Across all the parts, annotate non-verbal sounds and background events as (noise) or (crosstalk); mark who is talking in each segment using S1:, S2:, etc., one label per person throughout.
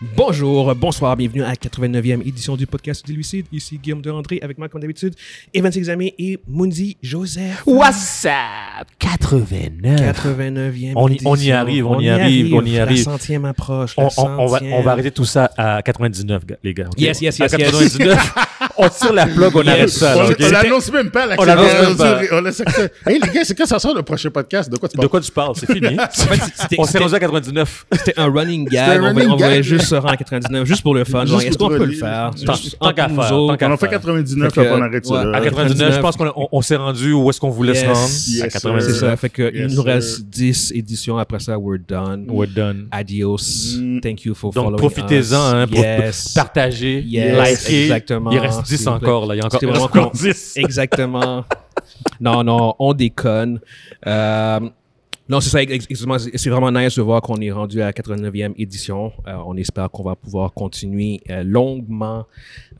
S1: Bonjour, bonsoir, bienvenue à la 89e édition du podcast du Lucide. Ici Guillaume de André avec moi comme d'habitude, Evan Sexamé et Mundi Joseph.
S2: What's up? 89.
S1: 89e
S2: On y-
S1: édition.
S2: on y arrive, on y arrive, on y arrive.
S1: La centième approche, la
S2: On, on- on va,
S1: centième.
S2: on va arrêter tout ça à 99, gars- les gars. ok?
S1: Yes, yes,
S2: À
S1: yes, yes.
S2: (laughs) 99, on tire la plug, on
S1: Yes.
S2: arrête ça. là,
S3: On
S2: ok?
S3: on l'annonce même pas.
S2: On l'annonce même pas.
S3: On laisse que- Hey, les gars, c'est quand ça sort le prochain podcast? De quoi tu
S2: De
S3: parles?
S2: quoi tu parles? (laughs) C'est fini.
S1: c'était-
S2: on s'est rendu à 99.
S1: C'était un running
S3: C'était
S1: gag,
S3: un
S1: on, va-
S3: running
S1: on voulait
S3: gag.
S1: juste se rendre à 99, juste pour le fun.
S3: Juste
S1: Genre, Est-ce qu'on
S3: pour
S1: peut le
S3: le-
S1: faire?
S3: Tant-
S1: Juste
S2: tant
S1: entre
S2: qu'à
S1: nous
S2: faire,
S1: autres.
S2: tant qu'à
S3: On en fait
S2: faire.
S3: 99,
S1: Fait que-
S3: après on arrête ça.
S1: ouais,
S3: là.
S2: À 99, je pense qu'on on- on s'est rendu où est-ce qu'on voulait
S1: Yes.
S2: se rendre.
S1: Yes,
S2: à
S3: sir.
S2: 99.
S1: C'est ça, fait que
S3: Yes,
S1: il nous reste
S3: sir.
S1: 10 éditions, après ça, we're done.
S2: We're done.
S1: Adios.
S3: Mm.
S1: Thank you for
S2: Donc,
S1: following
S2: profitez-en.
S1: us.
S2: Hein, pour-
S1: Yes.
S2: Partagez,
S1: Yes,
S2: likez.
S1: exactement,
S2: Il reste
S1: s'il
S2: 10
S1: vous
S2: encore. Là. Il y a encore,
S1: C'était
S2: il reste
S1: vraiment
S2: encore 10.
S1: (laughs) Exactement. non, non, on déconne. Euh, non, c'est ça, ex- exactement. C'est c'est vraiment nice de voir qu'on est rendu à la 89e édition. Euh, on espère qu'on va pouvoir continuer euh, longuement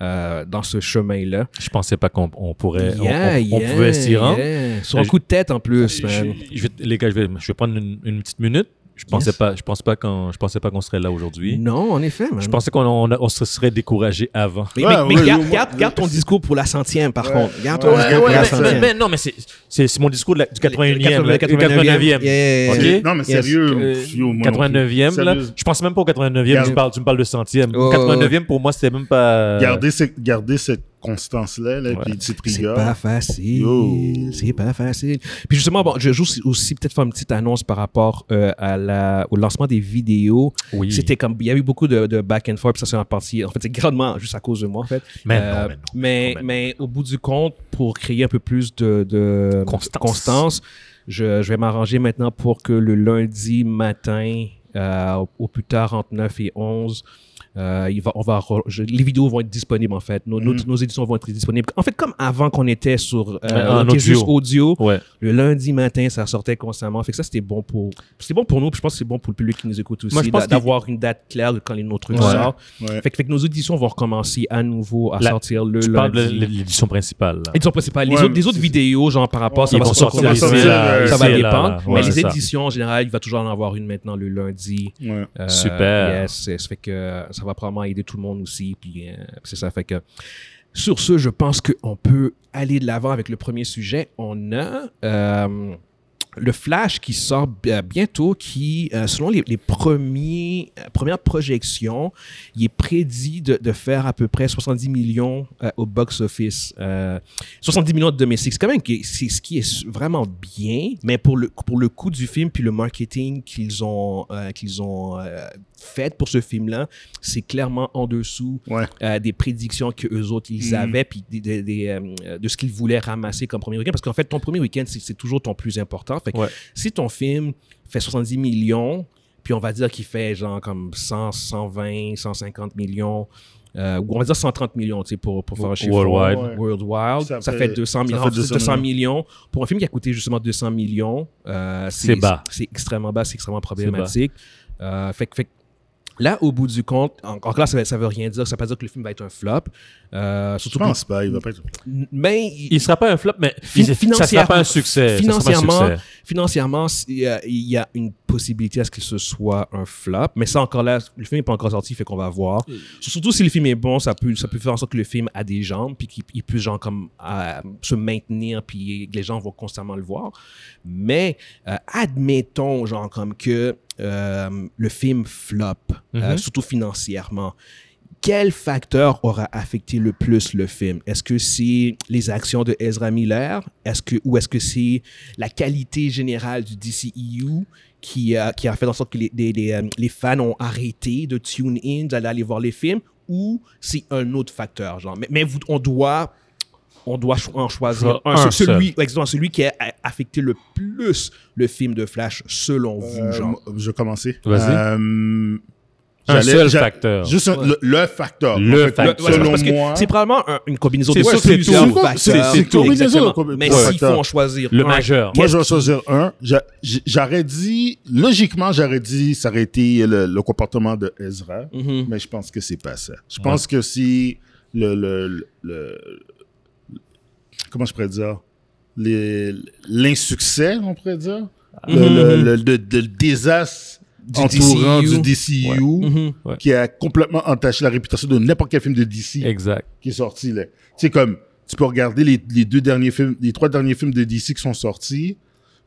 S1: euh, dans ce chemin-là.
S2: Je pensais pas qu'on on pourrait, Euh, on-
S1: Yeah,
S2: on, on
S1: yeah,
S2: pouvait s'y rendre.
S1: yeah. Sur un
S2: Euh,
S1: coup de tête en plus,
S2: Je-
S1: man.
S2: je vais- les gars, je vais, je vais prendre une, une petite minute. Je pensais
S1: Yes.
S2: pas, je pense pas qu'on, je pensais pas qu'on serait là aujourd'hui.
S1: Non, en effet, man.
S2: Je pensais qu'on on, on se serait découragé avant.
S1: Mais,
S3: Ouais,
S1: mais- mais
S3: ouais,
S1: garde,
S3: ouais,
S1: garde-
S3: ouais.
S1: garde ton discours pour la centième, par
S3: Ouais.
S1: contre. Garde ton
S3: Ouais,
S1: discours pour
S3: ouais,
S1: la
S3: mais-
S1: centième.
S2: non, mais c'est, c'est, c'est mon discours de la- du 81e,
S1: Le
S2: là,
S1: 89e.
S2: 89e.
S1: Yeah.
S2: Ok?
S3: Non, mais
S1: Yes.
S3: sérieux.
S2: Euh,
S3: pfiou, moi non plus.
S2: 89e, là.
S3: Sérieux.
S2: Je pense même pas au 89e, tu me parles, tu me parles de centième.
S1: Oh.
S2: 89e, pour moi, c'était même pas...
S3: Gardez cette- Gardez cette constance-là, là, puis cette
S1: C'est
S3: rigueur.
S1: pas facile.
S3: Yo.
S1: C'est pas facile. Puis justement, bon, je joue aussi, aussi peut-être faire une petite annonce par rapport euh, à la, au lancement des vidéos.
S2: Oui.
S1: C'était comme, il y a eu beaucoup de, de back and forth, puis ça c'est en partie, en fait, c'est grandement juste à cause de moi, en fait.
S2: Mais non,
S1: Euh,
S2: mais non,
S1: mais,
S2: non,
S1: mais au bout du compte, pour créer un peu plus de, de
S2: Constance.
S1: constance, je, je vais m'arranger maintenant pour que le lundi matin, euh, au- au plus tard entre 9 et 11, euh, il va, on va, re- je- les vidéos vont être disponibles en fait. Nos, nos-
S2: Mm.
S1: nos éditions vont être disponibles. En fait, comme avant qu'on était sur euh,
S2: En
S1: on était juste
S2: audio.
S1: audio,
S2: Ouais.
S1: le lundi matin, ça sortait constamment. Fait que ça, c'était bon pour, c'était bon pour nous. puis je pense que c'est bon pour le public qui nous écoute aussi
S2: Moi, je pense
S1: d'a-
S2: que-
S1: d'avoir une date claire de quand les nos trucs
S3: Ouais.
S1: sortent.
S3: Ouais.
S1: Fait que, fait que nos auditions vont recommencer à nouveau à
S2: La-
S1: sortir le
S2: Tu parles de
S1: lundi.
S2: l'édition principale, là.
S1: Ils sont principales. Les,
S3: Ouais,
S1: autres,
S3: mais
S1: les autres
S3: c'est-
S1: vidéos, genre par rapport, ça
S2: Ils
S1: va
S2: vont
S1: se
S2: sortir
S1: recommencer.
S3: ici,
S2: ici, là,
S1: Ça va
S2: ici, là,
S1: dépendre.
S2: ouais,
S1: mais
S2: c'est
S1: les
S2: ça.
S1: éditions, en général, il va toujours en avoir une maintenant le lundi.
S3: Ouais.
S1: Euh,
S2: Super.
S1: Yes, c'est- ça fait que euh, ça va probablement aider tout le monde aussi. Puis euh, c'est ça. Fait que sur ce, je pense qu'on peut aller de l'avant avec le premier sujet. On a euh, le Flash qui sort b- euh, bientôt, qui, euh, selon les, les premiers, euh, premières projections, il est prédit de, de faire à peu près 70 millions euh, au box-office. euh, 70 millions de domestiques. C'est quand même que- c'est ce qui est vraiment bien, mais pour le, pour le coût du film puis le marketing qu'ils ont, euh, qu'ils ont euh, fait pour ce film-là, c'est clairement en dessous
S3: Ouais.
S1: euh, des prédictions que eux autres ils
S2: Hmm.
S3: Mhm.
S1: avaient puis des- des- des, euh, de ce qu'ils voulaient ramasser comme premier week-end parce qu'en fait ton premier week-end c'est- c'est toujours ton plus important fait que
S2: Ouais.
S1: si ton film fait 70 millions puis on va dire qu'il fait genre comme 100 120 150 millions euh, ou on va dire 130 millions tu sais pour pour faire un chiffre
S2: Worldwide.
S3: Ouais.
S1: worldwide ça,
S3: Ça
S1: fait,
S3: fait-
S1: 200 millions
S3: ça fait
S1: 200,
S3: 200
S1: millions pour un film qui a coûté justement 200 millions euh,
S2: C'est bas.
S1: c'est extrêmement bas c'est extrêmement problématique Euh, fait que- fait que Là, au bout du compte, en- encore là, ça, veut- ça veut rien dire. Ça veut pas dire que le film va être un flop. Euh,
S3: Je
S1: surtout
S3: pense pas, il va pas être.
S1: que- Mais il-
S2: Il sera pas un flop, mais
S1: Fin-
S2: il- ça sera pas un succès. Ça sera pas un
S1: financièrement,
S2: succès.
S1: financièrement, c'est- il y a- il y a une possibilité à ce que ce soit un flop. Mais ça, encore là, le film n'est pas encore sorti, fait qu'on va voir. Surtout si le film est bon, ça peut, ça peut faire en sorte que le film a des jambes, puis qu'il il puisse genre comme euh, se maintenir, puis les gens vont constamment le voir. Mais euh, admettons genre comme que euh, le film flop, euh,
S2: Mhm.
S1: surtout financièrement quel facteur aura affecté le plus le film? Est-ce que c'est les actions de Ezra Miller? Est-ce que, ou est-ce que c'est la qualité générale du DCEU qui, a- qui a fait en sorte que les, les- les, euh, les fans ont arrêté de tune in, d'aller aller voir les films? Ou c'est un autre facteur? Genre? Mais, mais vous- on doit, on doit cho- en choisir
S2: Genre
S1: un.
S2: un
S1: Ce- celui, exactement, celui qui a a- affecté le plus le film de Flash, selon vous,
S3: Euh,
S1: genre.
S3: moi, je vais commencer.
S2: Vas-y.
S3: Euh,
S2: Un
S3: j'allais-
S2: seul
S3: j'a-
S2: facteur.
S3: Juste un-
S1: Ouais.
S3: le- le facteur.
S2: Le
S3: En fait,
S2: facteur.
S1: Ouais,
S3: Selon
S1: parce que
S3: moi.
S1: c'est probablement un- une combinaison
S2: C'est
S1: de
S2: sûr, c'est tout.
S1: plusieurs
S3: C'est tout.
S1: facteurs.
S3: C'est tout.
S1: Exactement.
S3: Combinaison de
S1: Mais
S3: plusieurs
S1: s'il faut
S3: facteurs.
S1: en choisir
S2: Le
S1: un,
S2: majeur.
S3: Moi,
S1: qu'est-ce
S3: je vais choisir un. J'a- j'- J'aurais dit, logiquement, j'aurais dit, ça aurait été le, le comportement de Ezra,
S1: Mhm.
S3: mais je pense que c'est pas ça. Je pense que si le, le, le- le- Comment je pourrais dire Les- L'insuccès, on pourrait dire. Le, le- le- le- le désastre
S1: Du
S3: entourant
S1: DCU.
S3: du DCU
S1: Mhm.
S2: Ouais.
S3: qui a complètement entaché la réputation de n'importe quel film de DC
S2: Exact.
S3: qui est sorti. là. Tu sais, comme, tu peux regarder les, les deux derniers films, les trois derniers films de DC qui sont sortis,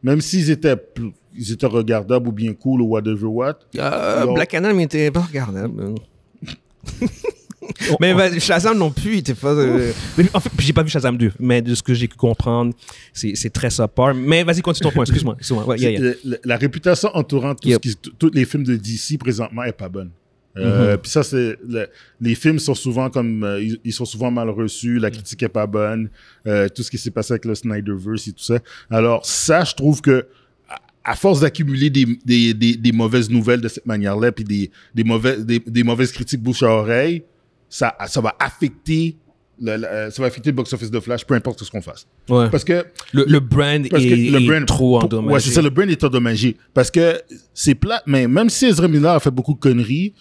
S3: même s'ils étaient, plus- ils étaient regardables ou bien cool ou whatever what,
S1: Euh,
S3: Non.
S1: Black Adam il était pas
S2: (laughs)
S1: regardable. mais bah, Shazam non plus, il était pas. euh, mais en fait, puis j'ai pas vu Shazam 2, mais de ce que j'ai pu comprendre, c'est c'est très subpar. Mais vas-y, continue ton point, excuse-moi. excuse-moi. Ouais, yeah, yeah.
S3: C'est- La, la réputation entourant tout ce
S1: Yep.
S3: qui- t- tous les films de DC présentement est pas bonne.
S1: Mm-hmm.
S3: Euh, Puis ça, c'est le- les films sont souvent comme euh, ils, ils sont souvent mal reçus, la critique est pas bonne, euh, tout ce qui s'est passé avec le Snyderverse et tout ça. Alors ça, je trouve que à- à force d'accumuler des, des, des, des mauvaises nouvelles de cette manière-là, puis des, des, mauvais, des, des mauvaises critiques bouche à oreille, ça, ça va affecter le, le- ça va affecter le box-office de Flash, peu importe ce qu'on fasse.
S1: Ouais.
S3: Parce que
S1: Le, le brand
S3: parce
S1: est,
S3: que le
S1: est
S3: brand
S1: trop
S3: pour-
S1: endommagé.
S3: Ouais, c'est ça, le brand est endommagé. Parce que c'est plat, mais même si Ezra Miller a fait beaucoup de conneries,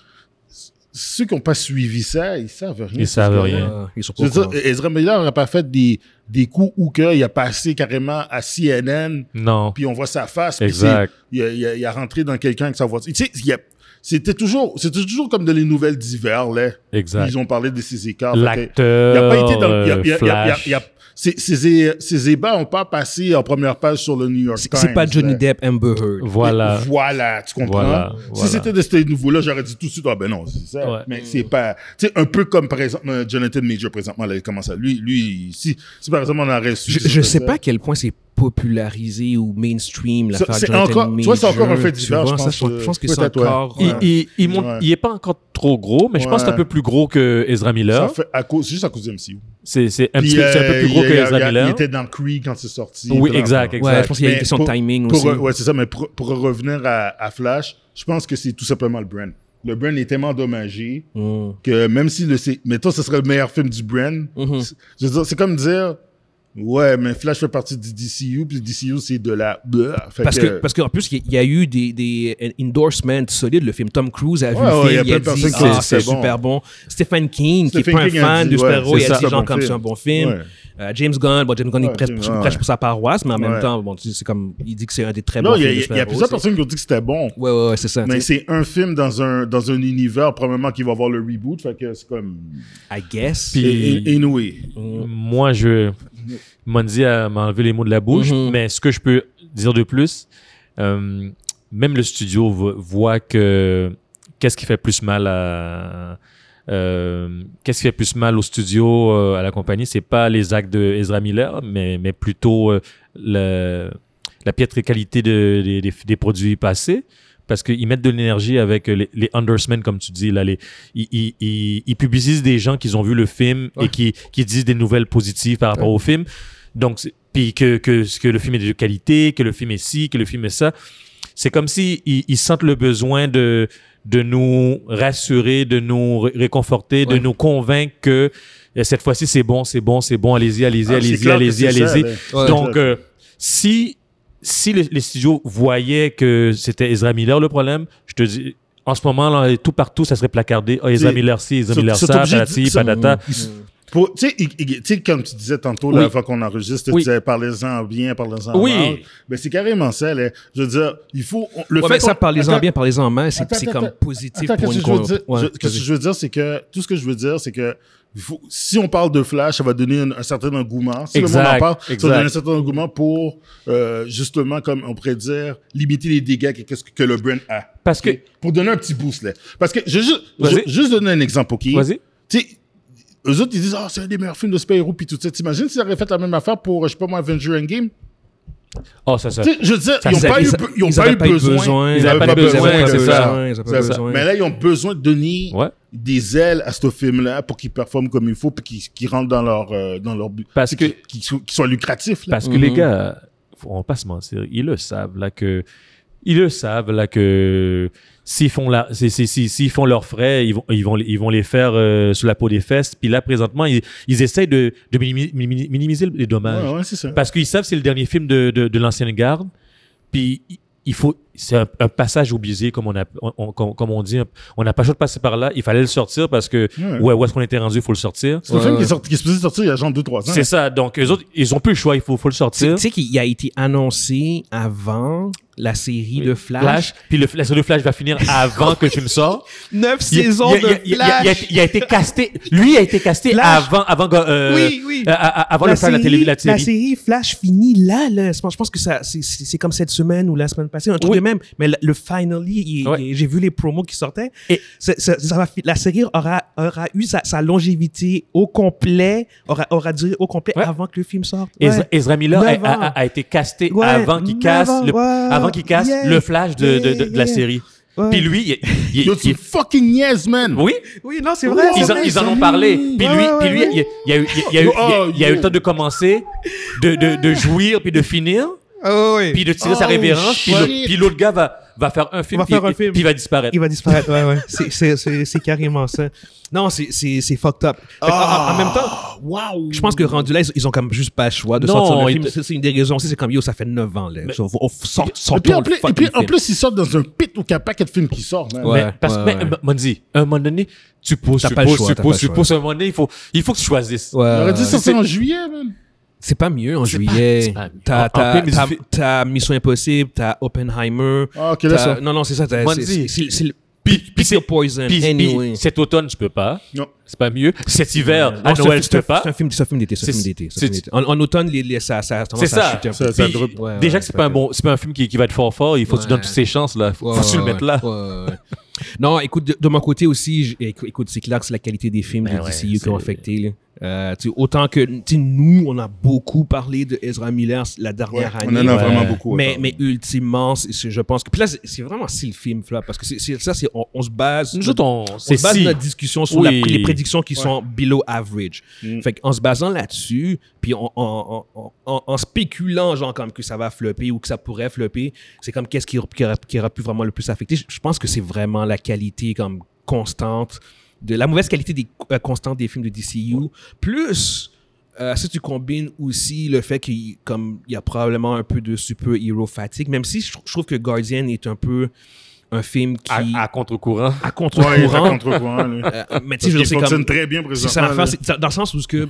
S3: c- ceux qui n'ont pas suivi ça, ils savent rien.
S2: Ils savent
S3: Parce que-
S2: rien.
S1: Ah, ils sont
S3: Je
S1: pas
S3: veux
S1: au courant.
S3: dire, Ezra Miller n'a pas fait des, des coups où que il a passé carrément à CNN,
S2: Non.
S3: puis on voit sa face, puis
S2: Exact.
S3: c'est- il a, il a- il a rentré dans quelqu'un avec sa voiture. Tu sais, il y a- c'était toujours, c'était toujours comme dans les nouvelles d'hiver, là.
S2: Exact.
S3: Ils ont parlé de ces écarts. Fait que-
S2: L'acteur.
S3: il a pas été dans. il a-
S2: euh,
S3: il a- il a- il a-
S2: Flash.
S3: il a- Ces, ces, ces ébats n'ont pas passé en première page sur le New York
S1: C'est-
S3: Times.
S1: C'est pas Johnny
S3: là.
S1: Depp, Amber Heard.
S2: Voilà.
S3: Voilà, tu comprends?
S2: Voilà,
S3: Si
S2: voilà.
S3: c'était de ces nouveaux-là, j'aurais dit tout de suite, ah ben non, c'est ça.
S2: Ouais.
S3: Mais c'est pas. Tu sais, un peu comme présentement, Jonathan Major, présentement, là, il commence à. Lui, lui si, si par exemple on aurait su.
S1: Je,
S3: que
S1: je
S3: c'était
S1: sais
S3: ça,
S1: pas à quel point c'est popularisé ou mainstream
S3: Ça,
S1: l'affaire
S3: c'est
S1: Jonathan
S3: encore- tu vois, c'est encore un fait
S1: Tu
S3: divers,
S1: vois,
S3: je
S1: ça,
S3: pense,
S1: je pense que
S3: euh,
S1: c'est
S3: peut-être, ouais.
S1: encore.
S2: Il,
S1: euh,
S2: il, il, monte-
S3: Ouais.
S2: il est pas encore trop gros, mais je pense que c'est un
S3: Ouais.
S2: peu plus gros que Ezra
S3: Ça
S2: Miller.
S3: fait à cause, c'est juste à cause de MCU.
S2: C'est c'est un,
S3: Puis,
S2: petit peu- c'est un peu
S3: euh,
S2: plus gros
S3: il-
S2: que hein.
S3: il-
S2: Ezra
S3: il- Il
S2: Miller.
S3: était dans Creed quand c'est sorti.
S2: Oui,
S3: Puis là,
S2: exact, exact.
S1: Ouais, je pense qu'il y a une
S3: Mais
S1: question
S3: pour-
S1: de timing
S3: Pour,
S1: aussi.
S3: re- ouais, c'est ça, mais pour, pour revenir à, à Flash, je pense que c'est tout simplement le brand. Le brand est tellement endommagé
S1: Mm.
S3: que même si le c'est mettons ce serait le meilleur film du brand
S1: Mhm.
S3: c'est- je veux dire, c'est comme dire ouais mais Flash fait partie du DCU puis le DCU c'est de la Blah. Fait
S1: Parce que parce qu'en plus, il y a- il y, a eu des, des euh, endorsements solides. Le film Tom Cruise a vu
S3: Ouais, ouais,
S1: le film,
S3: il y a
S1: il a
S3: plein de
S1: dit
S3: personnes qui
S1: ah,
S3: disent
S1: c'est
S3: c'est bon.
S1: super bon. Stephen King, qui est
S3: Stephen
S1: pas un
S3: King a
S1: fan
S3: dit,
S1: de
S3: ouais,
S1: super-héros, il
S3: c'est
S1: a
S3: ça,
S1: dit des
S3: bon
S1: gens comme
S3: film.
S1: c'est un bon film.
S3: Ouais.
S1: Euh, James Gunn, bon, James Gunn il
S3: Ouais,
S1: prêche,
S3: James
S1: prêche-
S3: Gunn,
S1: prêche pour sa paroisse, mais en même
S3: Ouais.
S1: temps, bon, tu sais, c'est comme il dit que c'est un des très
S3: non
S1: bons
S3: il y a-
S1: films de
S3: il y a, il y a
S1: super-héros.
S3: plusieurs
S1: c'est-
S3: personnes qui ont dit que c'était bon
S1: Ouais, ouais, ouais, c'est ça.
S3: mais
S1: tu sais.
S3: c'est un film dans un dans un univers probablement qui va avoir le reboot fait que c'est comme
S1: I guess. Mm.
S2: Puis-
S3: in- in- inouï
S2: Mm. Moi, je. Mondi a- m'a enlevé les mots de la bouche,
S3: Mm-hmm.
S1: Mhm.
S2: mais ce que je peux dire de plus, euh, même le studio vo- voit que qu'est-ce qui fait plus mal à. euh, qu'est-ce qui fait plus mal au studio, euh, à la compagnie, c'est pas les actes de Ezra Miller, mais, mais plutôt euh, le- la piètre qualité de- des- des- des produits passés parce qu'ils mettent de l'énergie avec euh, les, les endorsements, comme tu dis. Là, les, ils, ils, ils, ils publicisent des gens qui ont vu le film
S1: Ouais.
S2: et qui, qui disent des nouvelles positives par rapport au film. Donc, c'est- puis que, que, que le film est de qualité, que le film est ci, que le film est ça. C'est comme si ils, ils sentent le besoin de, de nous rassurer, de nous ré- réconforter, de
S1: Ouais.
S2: nous convaincre que euh, cette fois-ci, c'est bon, c'est bon, c'est bon, allez-y, allez-y,
S3: Ah, c'est
S2: allez-y,
S3: clair que
S2: allez-y,
S3: c'est ça,
S2: allez-y.
S3: là.
S1: Ouais.
S2: Donc, euh, si, si les, les studios voyaient que c'était Ezra Miller le problème, je te dis, en ce moment, là, tout partout, ça serait placardé. Ah, Ezra
S3: C'est-
S2: Miller ci, Ezra
S3: sont-
S2: Miller
S3: sont
S2: ça,
S3: obligés de-
S2: patati,
S3: sont-
S2: patata.
S3: Pour- tu sais, il- il- tu sais, comme tu disais tantôt, là,
S2: Euh, Oui.
S3: avant qu'on enregistre, tu
S2: Oui.
S3: disais parlez-en bien, parlez-en
S2: Oui.
S3: mal. Ben, c'est carrément ça, là. Je veux dire, il faut. on- le
S1: Ouais,
S3: fait
S1: mais ça,
S3: qu'on-
S1: parlez-en
S3: Attends,
S1: bien, parlez-en mal, c'est
S3: Attends,
S1: c'est
S3: attends,
S1: comme
S3: attends.
S1: positif
S3: Attends,
S1: pour
S3: qu'est-ce
S1: une
S3: que je veux
S1: con-
S3: dire?
S1: Ouais,
S3: Je- Qu'est-ce
S1: vas-y.
S3: que je veux dire, c'est que tout ce que je veux dire, c'est que il faut- si on parle de Flash, ça va donner un, un certain engouement. Si le monde
S2: Exact,
S3: en parle, ça
S2: exact.
S3: va donner un certain engouement pour euh, justement, comme on pourrait dire, limiter les dégâts que, qu'est-ce que, que le brand a.
S2: Parce que-
S3: Ok? pour donner un petit boost là. Parce que je vais juste, je-
S2: Vas-y.
S3: juste donner un exemple, ok?
S2: Vas-y.
S3: Tu sais, eux autres, ils disent, ah, c'est un des meilleurs films de super-héros, puis tout ça. T'imagines s'ils auraient fait la même affaire pour, je sais pas moi, Avenger Endgame?
S2: Oh, ça, ça.
S3: Tu sais, je veux dire,
S2: Ça,
S3: ils n'ont
S1: Ils
S3: pas,
S1: avaient-
S3: eu be- ils ont
S1: ils
S3: pas
S1: avaient
S3: eu besoin.
S1: Ils avaient pas
S2: eu besoin,
S1: besoin,
S2: c'est
S1: c'est ça.
S2: ça.
S1: Ils avaient pas
S3: C'est ça.
S1: besoin.
S3: Mais là, ils ont besoin de donner
S2: Ouais.
S3: des ailes à ce film-là pour qu'ils performent comme il faut, puis qu'ils qu'ils rentrent dans leur, euh, dans leur but.
S2: Parce que-
S3: qu'ils soient- qu'ils soient lucratifs. Là.
S2: Parce que les
S1: Mhm.
S2: gars, faut- on va pas se mentir, ils le savent là que ils le savent là que s'ils font la si- si- si- s'ils font leurs frais, ils vont ils vont les- ils vont les faire euh, sous la peau des fesses. Puis là présentement, ils, ils essayent de, de minimi- minimi- minimiser les dommages
S3: Ouais, ouais, c'est ça.
S2: parce qu'ils savent que c'est le dernier film de de, de l'ancienne garde. Puis il- il faut c'est un, un passage obligé comme on a on- on- comme, comme on dit, on n'a pas le choix de passer par là, il fallait le sortir parce que
S3: Ouais.
S2: ouais, où est-ce qu'on était rendu, il faut le sortir.
S3: C'est un
S1: Ouais,
S3: film
S1: ouais.
S3: qui est, sorti, qui est supposé sortir il y a genre 2-3 ans.
S2: C'est ça. Donc les autres, ils ont plus le choix, il faut faut le
S1: Tu
S2: sortir.
S1: tu sais qu'il a été annoncé avant la série
S2: Oui.
S1: de Flash.
S2: Flash. Puis le, la série de Flash va finir avant que le film sorte.
S1: Neuf
S2: Il-
S1: saisons
S2: il-
S1: de
S2: il- il- il- il-
S1: Flash.
S2: Il a été casté. Lui a été casté
S1: Flash.
S2: avant, avant, que, euh,
S1: Oui, oui.
S2: euh, a- a- avant le Flash de la télé- la série.
S1: Flash finit là, là. Je pense, je pense que ça, c'est- c'est c'est comme cette semaine ou la semaine passée, un truc
S2: Oui.
S1: de même. Mais le, le finally, il-
S2: Ouais.
S1: il- j'ai vu les promos qui sortaient.
S2: Et-
S1: Ça- ça- ça va fi- la série aura, aura eu sa, sa longévité au complet, aura, aura duré au complet
S2: Ouais.
S1: avant que le film sorte. Ouais.
S2: Ezra, Ezra Miller a,
S1: Neuf ans.
S2: a- a- a été casté
S1: Ouais,
S2: avant qu'il
S1: neuf
S2: casse,
S1: ans,
S2: le,
S1: ouais,
S2: avant qu'il casse
S1: yeah,
S2: le flash de, de, de- de
S1: yeah,
S2: la série.
S1: ouais.
S2: Puis lui, il- il-
S3: Yo,
S2: il-
S3: tu fucking yes, man!
S2: oui,
S1: Oui, non, c'est vrai.
S3: Oh,
S1: c'est
S2: ils, en,
S1: vrai.
S2: ils en ont parlé. Puis
S1: Ouais,
S2: lui,
S1: ouais,
S2: puis lui,
S1: ouais.
S2: il il y a eu, il y a eu,
S1: Oh,
S2: il y a- il y a eu le temps de commencer, de, de, de jouir puis de finir,
S1: Ah oui.
S2: puis de tirer sa
S3: Oh,
S2: révérence. Puis
S3: shit.
S2: le- puis l'autre gars va va faire un film,
S1: Va faire
S2: puis-
S1: un film.
S2: puis il va disparaître.
S1: Il va disparaître. Ouais, ouais. C'est- c'est- C'est c'est carrément ça. Non, c'est- c'est c'est fucked up.
S2: Ah.
S1: Fait que, en- en même temps,
S3: Wow!
S1: Je pense que rendu là, ils, ils ont comme juste pas le choix de
S2: Non,
S1: sortir le
S2: ils
S1: film.
S2: te-
S1: C'est c'est une des raisons aussi, c'est comme yo, ça fait 9 ans là. So, on- sort-
S3: Et puis,
S1: sortons
S3: en
S1: le
S3: plus, et
S1: fucking
S3: puis, en
S1: film.
S3: plus, ils sortent dans un pit où il y a un paquet de films qui sortent, man.
S1: Ouais.
S2: mais parce que, mais,
S1: ouais.
S2: Mondi, à un moment donné, tu poses,
S1: T'as
S2: tu
S1: pas le
S2: poses,
S1: choix,
S2: tu
S1: t'as
S2: poses,
S1: pas le
S2: tu
S1: choix.
S2: poses. À un moment donné, il faut, il faut que tu choisisses.
S1: Ouais,
S3: Il aurait
S1: ouais.
S3: dû sortir en juillet, man.
S1: c'est pas mieux en
S2: C'est pas-
S1: juillet.
S2: c'est pas mieux. En-
S1: T'as
S2: en
S1: t'as-
S2: plus,
S1: t'as-
S2: il fait-
S1: t'as Mission Impossible, t'as Oppenheimer.
S3: Ah, ok, là,
S1: t'as-
S3: ça.
S1: Non, non, c'est ça. t'as-
S2: Moi,
S1: c'est-
S2: dis-
S1: C'est c'est le
S2: Puis, puis
S1: pick
S2: c'est
S1: your poison.
S2: puis- puis
S1: Anyway.
S2: cet automne, tu peux pas.
S3: Non.
S2: C'est pas mieux. Cet hiver,
S1: Non,
S2: à
S1: c'est un
S2: Noël,
S1: fi-
S2: tu peux
S1: c'est Ah, un-
S2: pas.
S1: C'est un film, c'est un film d'été. c'est un
S2: C'est-
S1: film d'été, c'est un
S2: c'est-
S1: film d'été. En, en automne, les, les- ça, ça, a tendance
S2: C'est
S1: à
S2: ça.
S1: chuter un
S3: Ça-
S1: peu.
S3: ça
S1: Puis-
S3: drop.
S1: ouais,
S2: Déjà
S1: ouais,
S2: que c'est pas un bon, c'est pas un film qui, qui va être fort fort. Il faut que tu donnes
S1: Ouais.
S2: toutes ses chances là. Faut, faut que tu le
S1: Ouais,
S2: mettes là.
S1: ouais, ouais, (laughs) ouais. Non, écoute, de, de mon côté aussi, j- écou- écoute, c'est clair que c'est la qualité des films
S2: Ben
S1: de
S2: ouais,
S1: DCU qui
S2: c'est-
S1: ont affecté. là. Euh, tu sais, autant que tu sais, nous, on a beaucoup parlé de Ezra Miller la
S3: Ouais,
S1: dernière
S3: on
S1: année.
S3: en a
S2: Ouais.
S3: vraiment beaucoup.
S1: mais,
S3: ouais.
S1: mais ultimement, c'est- c'est- je pense que. Puis là, c'est- c'est vraiment si le film flop, parce que c'est c'est- ça, c'est on, on se base.
S2: Nous autres, on,
S1: on
S2: c'est
S1: se base
S2: si.
S1: notre discussion sur
S2: Oui.
S1: la- les prédictions qui
S3: Ouais.
S1: sont below average.
S3: Mm.
S1: Fait en se basant là-dessus, puis en, en- en- en- en spéculant, genre, comme que ça va flopper ou que ça pourrait flopper, c'est comme qu'est-ce qui, aura- qui aura, qui aura pu vraiment le plus affecter. Je, je pense que c'est vraiment la qualité, comme, constante, de la mauvaise qualité des, euh, constante des films de DCU, plus. euh, si tu combines aussi le fait qu'il comme, il y a probablement un peu de super-héros fatigue, même si je, tr- je trouve que Guardian est un peu un film qui,
S2: À,
S1: à,
S2: à contre-courant.
S3: Ouais, il est à
S1: contre-courant,
S3: contre-courant, lui.
S1: euh, mais tu sais, je veux
S3: Parce qu'il
S1: dire, c'est
S3: fonctionne
S1: comme.
S3: très bien
S1: C'est
S3: présentement.
S1: ça l'affaire,
S3: là.
S1: c'est ça- dans le sens où ce que,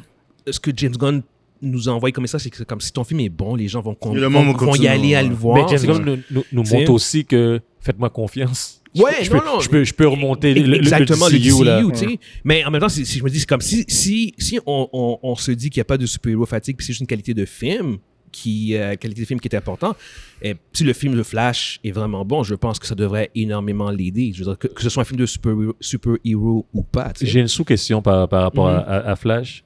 S1: ce que James Gunn nous envoie comme ça, c'est que c'est comme si ton film est bon, les gens vont, con-
S3: Et le monde
S1: vont,
S3: va
S1: vont y
S3: continuer,
S1: aller à
S3: ouais.
S1: le voir.
S2: mais James
S1: C'est-
S2: Gunn nous, nous, nous
S1: C'est-
S2: montre aussi que faites-moi confiance.
S1: Ouais,
S2: je,
S1: non,
S2: peux,
S1: non.
S2: je peux, je peux remonter le- le,
S1: Exactement, le DCU,
S2: là.
S1: tu sais. Mais en même temps, si, si je me dis, c'est comme si, si, si on, on- on se dit qu'il n'y a pas de super-héros fatigue, puis c'est juste une qualité de film, qui, euh, qualité de film qui est importante, et si le film de Flash est vraiment bon, je pense que ça devrait énormément l'aider. Je veux dire, que, que ce soit un film de super- super-héros ou pas. tu sais.
S2: J'ai une sous-question par, par rapport à-
S1: Mhm.
S2: à, à Flash.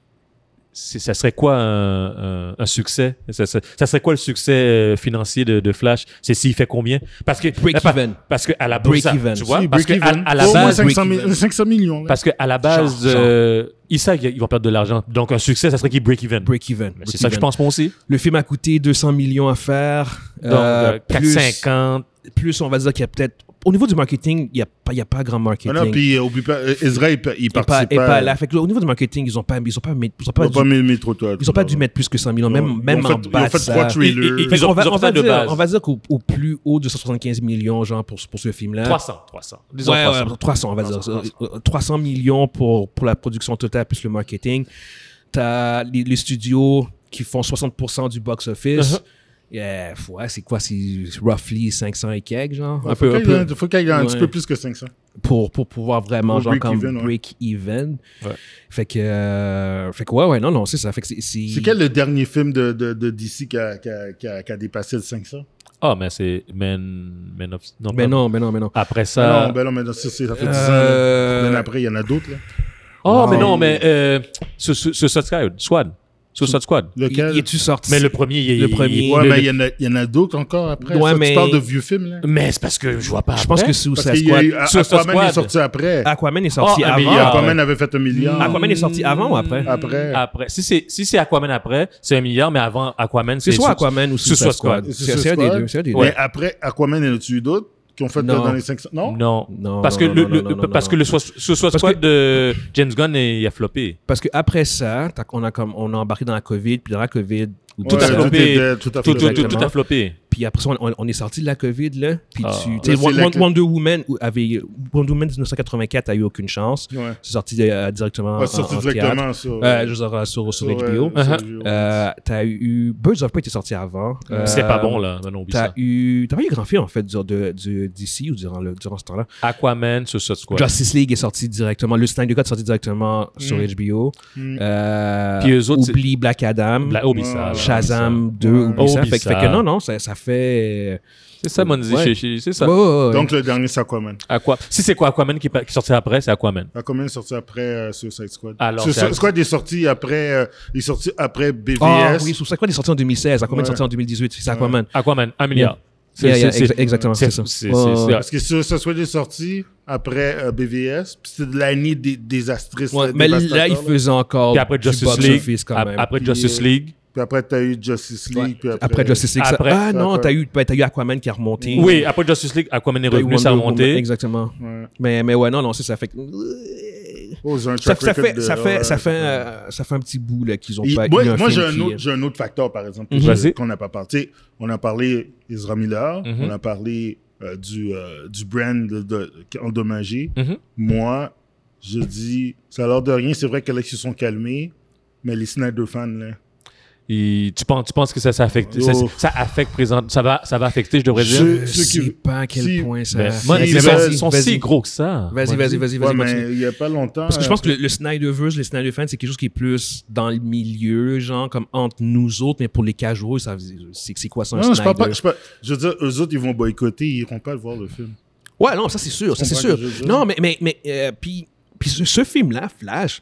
S2: C'est- Ça serait quoi un, un- un succès ça, serait- ça serait quoi le succès euh, financier de, de Flash C'est s'il fait combien Parce que
S1: Break
S2: pa-
S1: even.
S2: Parce que à la
S1: Break
S2: ça,
S1: even.
S2: tu vois,
S3: Oui,
S2: parce que à,
S3: break-even.
S2: à la
S3: Au moins
S2: base,
S3: 500, mi-
S1: break-even.
S3: 500 millions. là.
S2: parce que à la base,
S1: Genre, genre.
S2: euh, ils savent qu'ils vont perdre de l'argent. Donc un succès, ça serait qu'ils break even.
S1: Break-even.
S2: Mais C'est ça que
S1: Break-even.
S2: je pense moi aussi.
S1: Le film a coûté 200 millions à faire.
S2: Donc
S1: Euh,
S2: euh,
S1: plus-
S2: 450.
S1: plus on va dire qu'il y a peut-être au niveau du marketing, il n'y a, pas- il y a pas grand marketing.
S3: Voilà, puis euh, oublie pas, euh, Ezra, il, pa- il
S1: et pas,
S3: participe
S1: et pas
S3: à-
S1: là. Fait que là, au niveau du marketing, ils n'ont pas, ils ont pas, mis- ils ont
S3: Il
S1: pas,
S3: a pas
S1: dû,
S3: mis le métro, toi.
S1: ils ont pas dû mettre plus que 100 millions, même,
S3: Ils ont-
S1: même
S3: ils ont
S1: en
S3: fait-
S1: bas.
S3: Ils ont fait
S1: de ça.
S3: trois trailers.
S2: Ils- ils-
S1: Fait
S2: ils
S1: qu'on
S2: ont-
S1: va-
S2: ils ont
S1: on va
S2: fait de
S1: dire-
S2: base.
S1: On va dire qu'au au plus haut de 175 millions, genre, pour, ce- pour ce film-là.
S2: 300, 300. Disons
S1: Ouais,
S2: 300.
S1: ouais, 300, on va
S2: 300,
S1: dire. 300 millions pour, pour la production totale plus le marketing. T'as les, les studios qui font 60% du box-office.
S2: Uh-huh.
S1: Yeah, ouais, c'est quoi? C'est roughly 500 et quelques, genre?
S3: Un peu, Il faut qu'il y ait un
S1: Ouais.
S3: petit peu plus que 500.
S1: pour, pour pouvoir vraiment
S3: Pour
S1: genre
S3: break
S1: comme
S3: even, ouais.
S1: break even.
S2: Ouais.
S1: Fait que euh, fait que ouais ouais non non, c'est ça fait que c'est
S3: C'est quel le dernier film de, de, de DC qui a, qui, a, qui, a, qui a dépassé le 500
S2: Ah, mais c'est Man, Man of... Non,
S1: Mais
S2: pas-
S1: Ben non, mais non, mais non.
S2: Après
S3: Ah
S2: ça...
S3: Non, ben non, mais non, ça, c'est- ça fait 10
S1: Euh,
S3: ans. là. L'année après, il y en a d'autres. là.
S2: Oh,
S1: Wow.
S2: mais non, mais euh, sur sur- sur Suicide Squad. Squad. Sur Suicide Squad.
S1: Il
S3: Lequel
S1: est tu sorti
S2: Mais le premier, il
S1: Le premier.
S3: Ouais,
S2: le-
S3: mais
S2: le-
S3: il y en a- il y en a, d'autres encore après.
S1: Ouais,
S3: Ça,
S1: mais-
S3: Tu parles de vieux films, là.
S2: Mais c'est parce que je vois pas.
S1: je pense
S2: après.
S1: que c'est
S3: Parce
S1: Suicide
S3: qu'il y a
S1: Squad.
S3: eu ah. A-
S2: Sur- sur
S3: Aquaman est
S2: Squad.
S3: sorti après.
S1: Aquaman est sorti
S2: Ah,
S1: avant.
S2: mais il y a
S3: Aquaman avait fait un milliard.
S1: Aquaman est sorti avant ou après?
S3: Après.
S2: Après. Si c'est si c'est Aquaman après, c'est un milliard, mais avant Aquaman,
S1: C'est
S2: c'est
S1: soit
S2: sur-
S1: Aquaman ou Suicide
S2: Suicide
S1: Squad.
S2: Squad.
S1: C'est c'est un des deux, c'est un des deux.
S3: Mais après, Aquaman, il y en a-tu eu d'autres qui ont fait
S1: Non.
S3: là, dans les 500 Non
S2: Non.
S1: Non,
S2: Parce
S1: non,
S2: que
S1: non,
S2: le,
S1: non,
S2: le-
S1: non, non, non,
S2: parce
S1: non.
S2: que le Soi- Suicide
S1: Parce
S2: Squad de James Gunn, il a floppé.
S1: Parce que après ça, t'as- on a comme on a embarqué dans la Covid, puis dans la Covid, Ou
S2: Tout
S1: tout
S2: à
S1: ça.
S2: flopé.
S3: était dead, tout à
S2: Tout, tout,
S3: flopé.
S2: tout, tout a floppé.
S1: Puis après ça, on, on est sorti de la COVID, là. Puis
S2: Ah.
S1: tu, tu sais,
S3: Là, c'est
S1: Wonder,
S3: la clé.
S1: Wonder Woman ou- avait, Wonder Woman 1984 a eu aucune chance.
S3: Ouais.
S1: C'est sorti euh, directement.
S3: Pas
S1: en-
S3: sorti
S1: en théâtre.
S3: directement sur.
S1: Euh, je veux dire, sur, sur, HBO.
S2: euh, Uh-huh.
S1: Euh, t'as eu Birds of Prey était sorti avant. Euh,
S2: C'était pas bon, là. Non, non, oublie
S1: T'as
S2: ça.
S1: eu. T'as pas eu grand film en fait du- de- du- d'ici ou durant, le, durant ce temps-là.
S2: Aquaman, ce Suicide Squad.
S1: Justice League est sorti directement. Le Snyder Cut est sorti directement sur HBO.
S3: Mm.
S1: Euh,
S2: Puis eux autres, c'est-
S1: oublie Black Adam.
S2: Bla- oublie ça, là, oublie ça.
S1: Shazam 2, oublie
S2: Ouais.
S1: ça.
S2: Oublie
S1: Fait, que-
S2: ça.
S1: fait que non, non, ça, ça fait.
S2: C'est ça, mon
S1: Ouais.
S2: Shishi. C'est ça.
S1: Ouais, ouais, ouais.
S3: Donc, le dernier, c'est Aquaman.
S2: Aqua- Si c'est quoi Aquaman qui, pa- qui sortira après, c'est Aquaman.
S3: Aquaman est sorti après euh, Suicide Squad.
S2: Alors, c'est-
S3: Suicide Squad est sorti après, euh, il est sorti après BVS.
S1: Ah oui, sur Aquaman est sorti en 2016, Aquaman est
S3: Ouais.
S1: sorti en 2018, c'est Aquaman.
S2: Aquaman, un milliard. C'est-
S1: Yeah, yeah,
S2: c'est-
S1: ex-
S2: c'est-
S1: exactement,
S2: c'est-
S1: c'est ça.
S2: c'est-
S1: Ouais,
S2: c'est-
S1: ouais.
S3: Parce que Suicide Squad est sorti après euh, BVS, puis c'était de l'année des, des actrices.
S1: Ouais,
S3: euh,
S1: mais
S3: dévastateur,
S1: là, il faisait encore
S2: Puis après
S1: du
S2: Justice
S1: Oh. box
S2: League.
S1: office quand
S2: ap-
S1: même.
S2: Après
S3: Puis,
S2: Justice
S3: euh,
S2: League.
S3: Puis après, t'as eu Justice League. Puis après,
S1: Après Justice League. ça-
S2: Après-
S1: ah non,
S3: après-
S1: t'as eu, ben, t'as eu Aquaman qui a remonté.
S2: Oui, après Justice League, Aquaman est
S1: T'as eu
S2: revenu, ça a
S1: Wonder Woman,
S2: remonté.
S1: Exactement.
S3: Ouais.
S1: Mais, mais ouais, non, non, c'est ça fait. que-
S3: Oh, ils ont un
S1: Ça,
S3: track
S1: ça
S3: record
S1: fait,
S3: de-
S1: ça, fait,
S3: ouais,
S1: ça, fait,
S3: ouais.
S1: euh, ça fait un petit bout là, qu'ils ont
S3: Et
S1: pas eu
S3: moi,
S1: un
S3: moi, j'ai
S1: film
S3: un,
S1: qui-
S3: autre- j'ai un autre facteur, par exemple,
S1: Mhm.
S3: que-
S2: Vas-y.
S3: qu'on n'a pas parlé. Tu sais, On a parlé Ezra Miller,
S2: Mhm.
S3: on a parlé euh, du, euh, du brand de, de- endommagé.
S2: Mhm.
S3: Moi, je dis, ça a l'air de rien. C'est vrai que là, ils se sont calmés, mais les Snyder fans, là,
S2: Et tu, penses, tu penses que ça, ça affecte, ça,
S3: Oh.
S2: ça affecte présent, ça va, ça va affecter, je devrais dire.
S3: Je-
S1: Je
S3: ceux qui-
S1: sais Euh, pas à quel
S3: si- ben,
S1: point ça.
S2: Mais,
S1: affecte.
S2: mon,
S3: si-
S2: ils sont,
S3: vas-y,
S2: ils sont
S1: vas-y.
S2: si gros que ça.
S1: Vas-y, vas-y, vas-y, vas-y.
S3: Ouais, mais euh,
S1: continue.
S3: il n'y a pas longtemps.
S1: Parce que je pense que le,
S3: euh,
S1: le Snyderverse, les Snyder fans, c'est quelque chose qui est plus dans le milieu, genre comme entre nous autres, mais pour les casuals, ça, c'est, c'est quoi ça un
S3: euh, Non, je
S1: Snyder?
S3: parle pas. Je, parle- je veux dire, eux autres, ils vont boycotter, ils iront pas le voir le film.
S1: Ouais, non, ça c'est sûr, ça
S3: Je
S1: c'est
S3: comprends
S1: sûr.
S3: que je veux dire.
S1: Non, mais, mais, mais euh, puis, puis ce, ce film-là, Flash,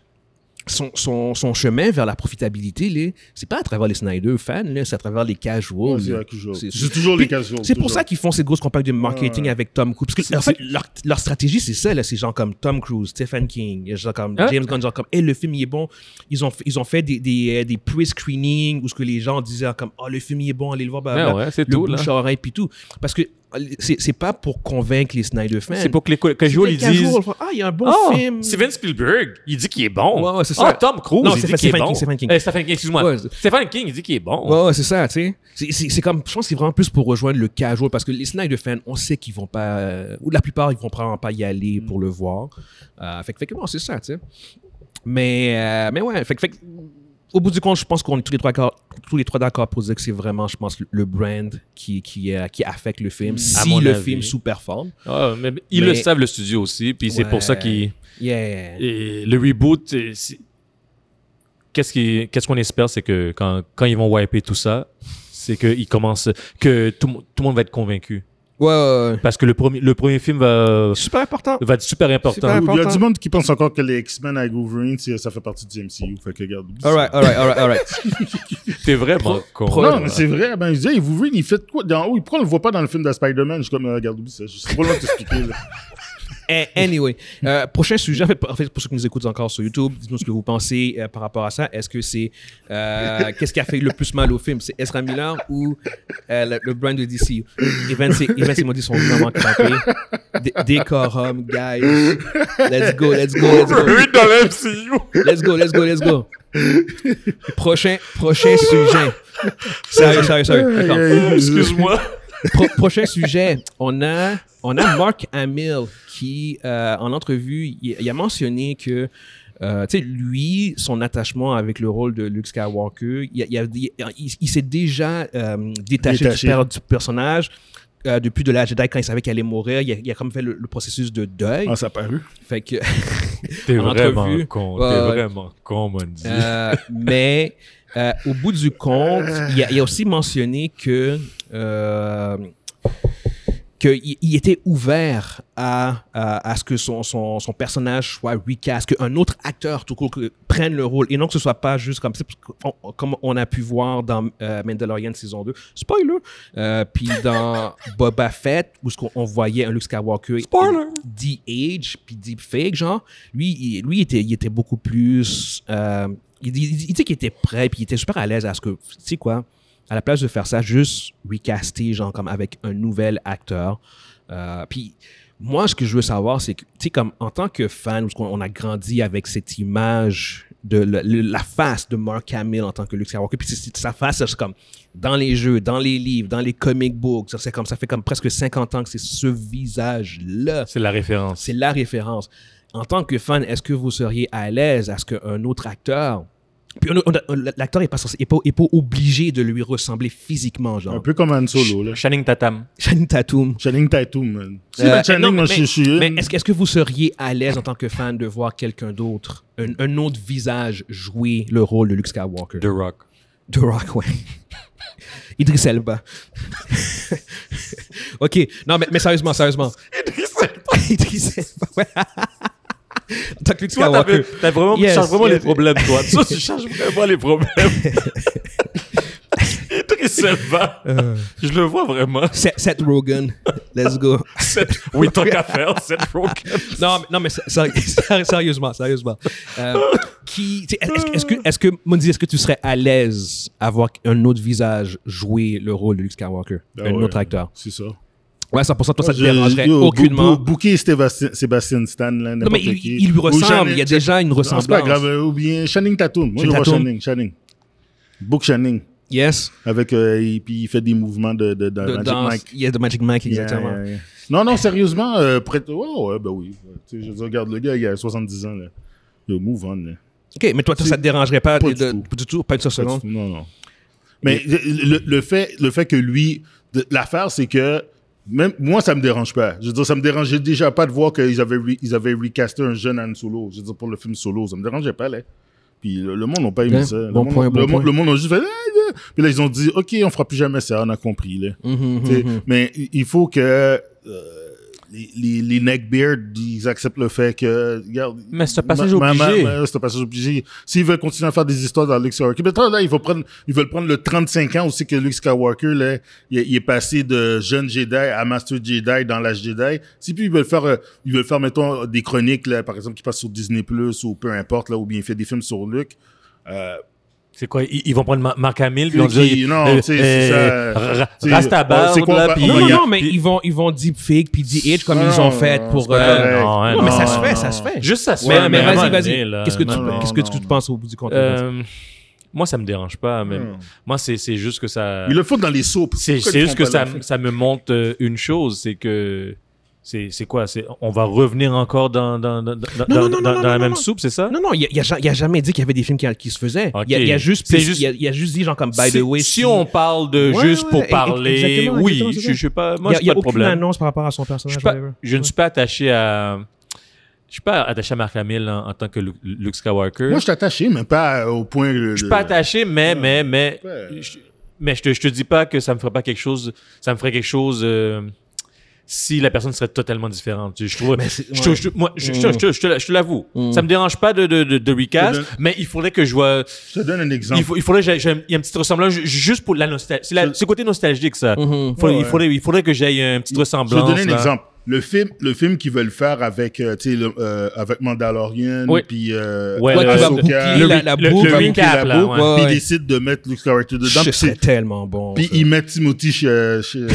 S1: son, son, son chemin vers la profitabilité, là, c'est pas à travers les Snyder fans, là, c'est à travers les casuals.
S3: Ouais, c'est
S1: là.
S3: vrai, toujours.
S1: Oh, C'est-
S3: C'est toujours les
S1: Puis,
S3: casuals,
S1: C'est pour
S3: toujours.
S1: ça qu'ils font cette grosse campagne de marketing
S3: Ouais.
S1: avec Tom Cruise. Parce que,
S2: C'est-
S1: en fait, leur, leur stratégie, c'est ça. là. C'est genre comme Tom Cruise, Stephen King, genre comme
S2: Hein?
S1: James Gunn, genre comme, hey, le film, il est bon. Ils ont, f- ils ont fait des, des, euh, des pre-screenings où ce que les gens disaient comme, oh, le film, il est bon, allez le voir. blablabla.
S2: Ben Ouais, ouais, c'est
S1: le
S2: tout, là.
S1: bouche à oreille, puis tout. Parce que euh, c'est c'est pas pour convaincre les Snyder fans.
S2: C'est pour que les co-
S1: C'est
S2: casuals,
S1: les
S2: ils disent.
S1: casuals, Ah, il y a un bon
S2: Oh,
S1: film.
S2: Steven Spielberg, il dit qu'il est bon.
S1: Ouais, ouais, c'est ça.
S2: Ah, Tom Cruise,
S1: Non,
S2: il
S1: c'est
S2: dit
S1: fa-
S2: qu'il est
S1: Stephen
S2: bon.
S1: King, Stephen King.
S2: Euh, Stephen King, excuse-moi.
S1: Ouais.
S2: Stephen King, il dit qu'il est bon.
S1: Ouais, ouais, c'est ça, tu sais. C'est- C'est c'est comme, je pense que c'est vraiment plus pour rejoindre le casual parce que les Snyder fans, on sait qu'ils vont pas, euh, ou la plupart, ils vont probablement pas y aller pour le voir. Euh, fait, que- fait que bon, c'est ça, tu sais. Mais, euh, mais ouais, fait, que- fait que, au bout du compte, je pense qu'on est tous les trois d'accord, tous les trois d'accord pour dire que c'est vraiment, je pense, le- le brand qui, qui, euh, qui affecte le film
S2: Mm. À
S1: si
S2: mon
S1: le
S2: avis.
S1: film sous-performe.
S2: Ah, mais ils
S1: Mais-
S2: le savent, le studio aussi. Puis c'est
S1: Ouais.
S2: pour ça qu'ils.
S1: Yeah.
S2: Et le reboot, c'est- c'est- qu'est-ce qui- qu'est-ce qu'on espère, c'est que quand, quand ils vont wiper tout ça, c'est qu'ils commencent, que tout, le monde- tout le monde va être convaincu.
S1: Ouais, ouais, ouais.
S2: Parce que le premier, le premier film va,
S1: Super important.
S2: va être super important.
S1: Super.
S3: Il y a
S1: important.
S3: du monde qui pense encore que les X-Men avec Wolverine, c'est- ça fait partie du MCU. Fait que regarde.
S1: All right, all right, all right, all right.
S2: T'es vraiment con.
S1: pro-
S3: Non, mais c'est vrai. Ben, je disais, Wolverine, il fait quoi d'en haut? Pourquoi on le voit pas dans le film de Spider-Man? Je suis comme, euh, regarde, oublie ça. Je sais pas loin de t'expliquer,
S1: (laughs)
S3: là.
S1: Eh, Anyway, Euh, prochain sujet, en fait, en fait, pour ceux qui nous écoutent encore sur YouTube, dites-nous ce que vous pensez euh, par rapport à ça. Est-ce que c'est. euh, Qu'est-ce qui a fait le plus mal au film C'est Ezra Miller ou euh, le, le brand de DC Evans et, Evans et Maudit sont vraiment crampés. Dé- Décorum, guys. Let's go, let's go, let's go.
S2: Wolverine dans l'MCU!
S1: Let's go, let's go, let's go. Prochain, prochain sujet. Sérieux, sérieux, sérieux. D'accord. (laughs)
S2: Excuse-moi.
S1: Pro- prochain sujet, on a, on a Mark Hamill qui, euh, en entrevue, il, il a mentionné que, euh, tu sais, lui, son attachement avec le rôle de Luke Skywalker, il, a- il, a dit- il- il s'est déjà euh, détaché,
S3: Détaché.
S1: Du, per- du personnage. euh, depuis de la Jedi, quand il savait qu'elle allait mourir, il a, il a comme fait le, le processus de deuil.
S3: Ah, ça a paru.
S1: Fait que,
S2: T'es
S1: En
S2: vraiment
S1: entrevue.
S2: con.
S1: Ouais,
S2: T'es
S1: ouais.
S2: vraiment con, mon dieu.
S1: Euh, mais euh, au bout du compte, il a, il a aussi mentionné que euh, qu'il il était ouvert à, à, à ce que son, son, son personnage soit recast, qu'un autre acteur tout court que- prenne le rôle et non que ce soit pas juste comme ça, parce qu'on- comme on a pu voir dans euh, Mandalorian saison 2, spoiler, euh, puis dans Boba Fett, où ce qu'on on voyait un Luke Skywalker
S2: Spoiler.
S1: de-age, puis deepfake, genre, lui, il, lui il, était, il était beaucoup plus... euh, il, il- il- il disait qu'il était prêt, puis il était super à l'aise à ce que... Tu sais quoi à la place de faire ça, juste recaster, genre, comme avec un nouvel acteur. Euh, puis, moi, ce que je veux savoir, c'est que, tu sais, comme en tant que fan, parce qu'on on a grandi avec cette image de la, le- la face de Mark Hamill en tant que Luke Skywalker. Puis c'est- c'est- sa face, c'est comme dans les jeux, dans les livres, dans les comic books. Ça, c'est comme, ça fait comme presque 50 ans que c'est ce visage-là.
S2: C'est la référence.
S1: C'est la référence. En tant que fan, est-ce que vous seriez à l'aise à ce qu'un autre acteur. Puis un autre- un- l'acteur n'est pas, censé- est pas, est pas obligé de lui ressembler physiquement, genre.
S3: Un peu comme Han Solo, là.
S2: Channing Tatam.
S1: Channing Tatum.
S3: Channing Tatum, man. Si,
S1: Euh,
S3: mais Channing,
S1: non,
S3: moi,
S1: mais-
S3: je je suis
S1: Mais
S3: une.
S1: est-ce que, est-ce que vous seriez à l'aise en tant que fan de voir quelqu'un d'autre, un, un autre visage jouer le rôle de Luke Skywalker?
S2: The Rock.
S1: The Rock, ouais. (laughs) Idris Elba. (laughs) ok, non, mais, mais sérieusement, sérieusement. (laughs) Idris Elba, ouais. (laughs) En tant que Luke
S2: Toi, t'as
S1: Skywalker.
S2: t'as vraiment,
S1: Yes,
S2: tu cherches vraiment
S1: yes.
S2: les problèmes, toi. Toi, tu cherches vraiment les (laughs) problèmes. Idriss Elba. Je le vois vraiment.
S1: Seth, Seth Rogen, let's go.
S2: Cette- Oui, tant qu'à faire, cette rock.
S1: Non, mais, non, mais sé- sé- sé- sérieusement, sérieusement. Euh, qui, tu sais, est-ce, que- est-ce que, est-ce que, Mondi, est-ce que tu serais à l'aise à voir un autre visage jouer le rôle de Luke Skywalker,
S3: Ah
S1: un
S3: ouais.
S1: autre acteur?
S3: C'est ça.
S1: Ouais, 100%, toi, ça te
S3: Je-
S1: dérangerait
S3: yo,
S1: aucunement.
S3: bou- bou- Booker Sébastien, Sébastien Stan, là,
S1: non, mais
S3: n'importe
S1: il,
S3: qui.
S1: il lui
S3: Ou
S1: ressemble. Il y a
S3: Channing-
S1: déjà une
S3: Non,
S1: ressemblance.
S3: C'est pas grave. euh, Ou bien Channing Tatum. Moi, je vois
S1: Tatum.
S3: Channing. Channing. Book Channing.
S1: Yes.
S3: Avec, euh, et puis il fait des mouvements de, de, de
S1: De
S3: Magic
S1: danse.
S3: Mike.
S1: Il y a de Magic Mike,
S3: Yeah,
S1: exactement.
S3: yeah, yeah. Non, non, sérieusement, euh, prêt... oh, ouais, ben oui. Ouais, tu sais, je veux dire, regarde, le gars, il a 70 ans. Là. Yo, move on. Là.
S1: OK, mais toi, toi, ça te dérangerait pas,
S3: Pas
S1: de-
S3: du
S1: de-
S3: tout.
S1: du tout, pas une seule
S3: Pas du
S1: seconde.
S3: tout, Non, non. Mais le, le- le fait, le fait que lui. de- L'affaire, c'est que. Même, moi, ça me dérange pas. Je veux dire, ça me dérangeait déjà pas de voir qu'ils avaient, re- ils avaient recasté un jeune Han Solo. Je veux dire, pour le film Solo, ça me dérangeait pas, là. Puis le, le monde n'a pas aimé
S1: Ouais,
S3: ça. Le
S1: bon
S3: monde-
S1: point,
S3: le,
S1: bon
S3: monde-
S1: point.
S3: le monde a juste fait. Ah, ah. Puis là, ils ont dit, OK, on fera plus jamais ça, on a compris, là.
S1: Mhm, mhm.
S3: T'sais, Mais i- il faut que euh, les, les, les neckbeards, ils acceptent le fait que. Regarde,
S2: Mais c'est un passage
S3: ma- ma- ma-
S2: obligé.
S3: ma- c'est un passage obligé. S'ils veulent continuer à faire des histoires dans Luke Skywalker, mais attends, là, ils, vont prendre, ils veulent prendre le 35 ans aussi que Luke Skywalker, là, il, est- il est passé de jeune Jedi à Master Jedi dans l'âge Jedi. Si puis ils veulent faire, euh, ils veulent faire, mettons, des chroniques, là, par exemple, qui passent sur Disney Plus ou peu importe, là, ou bien fait des films sur Luke. Euh,
S2: C'est quoi Ils, ils vont prendre Ma- Mark Hamill, puis euh, ils
S3: Lui
S2: vont
S3: qui-
S2: dire.
S3: non, tu sais, c'est ça. Tu sais,
S2: Rastabar,
S3: c'est quoi, on va- on
S1: Non,
S3: va
S1: non,
S3: y a-
S1: non, mais ils vont, ils vont deepfake puis deep comme
S3: Non,
S1: ils ont
S3: non,
S1: fait
S3: non, Ah, c'est
S1: pour.
S3: pas
S1: euh,
S3: correct.
S1: non, mais ça se fait, ça se fait.
S2: Juste ça se
S1: Ouais,
S2: fait.
S1: Ah, mais
S2: vraiment,
S1: vas-y, vas-y.
S2: mais là,
S1: Qu'est-ce que tu,
S3: non, non,
S1: qu'est-ce que tu
S3: non.
S1: penses au bout du compte? là-dessus?
S2: Euh, moi, ça me dérange pas. Mais
S3: Hmm.
S2: Moi, c'est c'est juste que ça.
S3: Ils le font dans les soupes.
S2: C'est
S3: Pourquoi
S2: c'est
S3: ils
S2: juste
S3: font
S2: que ça,
S3: pas la-
S2: ça me montre euh, une chose, c'est que. C'est c'est quoi c'est- On va revenir encore dans, dans, dans, dans,
S1: non, non,
S2: dans- dans
S1: non,
S2: la
S1: non,
S2: même
S1: non.
S2: soupe, c'est ça
S1: Non, non, il n'y a, ja- il a jamais dit qu'il y avait des films qui, qui se faisaient. Il y a-
S2: Euh, Ok.
S1: il y, a juste,
S2: C'est
S1: il
S2: juste-
S1: y a- il y a juste dit, genre, comme, by
S2: si,
S1: the way,
S2: si on parle de
S1: Ouais,
S2: juste
S1: ouais,
S2: pour
S1: e-
S2: parler,
S1: exactement,
S2: oui,
S1: exactement,
S2: je, je sais pas,
S1: il
S2: moi,
S1: y a- il
S2: j'ai
S1: y a,
S2: pas de
S1: aucune
S2: problème.
S1: annonce par rapport à son
S2: Je,
S1: personnage.
S2: suis pas-
S1: whatever.
S2: je ne
S1: Ouais.
S2: suis pas attaché à, je suis pas attaché à Mark Hamill en, en tant que Lu- Luke Skywalker.
S3: Moi, je suis attaché, mais pas au point. euh, de-
S2: je suis pas attaché, mais, mais, mais,
S3: Ouais.
S2: je, mais je te, je te dis pas que ça me ferait pas quelque chose, ça me ferait quelque chose euh, si la personne serait totalement différente. Je trouve,
S1: Mais c'est-
S2: je, te-
S1: ouais.
S2: je te- moi, je, je
S1: Mm.
S2: te- je te- je te la- je te l'avoue, ça me dérange pas de, de, de, de recast,
S3: Je te donne-
S2: mais il faudrait que je vois,
S3: Je te donne un exemple.
S2: il, faut, il faudrait, que j'aille- j'aille- il y a une petite ressemblance ju- juste pour la nostalgie, c'est la- c'est le côté nostalgique ça. Faut-
S3: Ouais, ouais.
S2: Il faudrait, il faudrait que j'aille une petite
S3: Je vais
S2: ressemblance.
S3: te donner un
S2: là.
S3: exemple. Le film, le film qu'ils veulent faire avec, euh, tu sais, le- euh, avec Mandalorian,
S2: Oui.
S3: puis euh,
S2: Ouais,
S1: Toi,
S2: le-
S1: tu vas
S2: le-
S1: boucler
S2: le-
S1: la, la
S2: le-
S1: boucle.
S3: le
S2: le- recap,
S3: recap,
S2: là, ouais.
S1: Ouais,
S3: puis ils
S1: ouais.
S3: décident de mettre Luke Skywalker dedans,
S1: Je
S3: puis,
S1: serais
S3: c'est-
S1: tellement bon.
S3: puis
S1: ça.
S3: ils mettent Timothy chez, chez,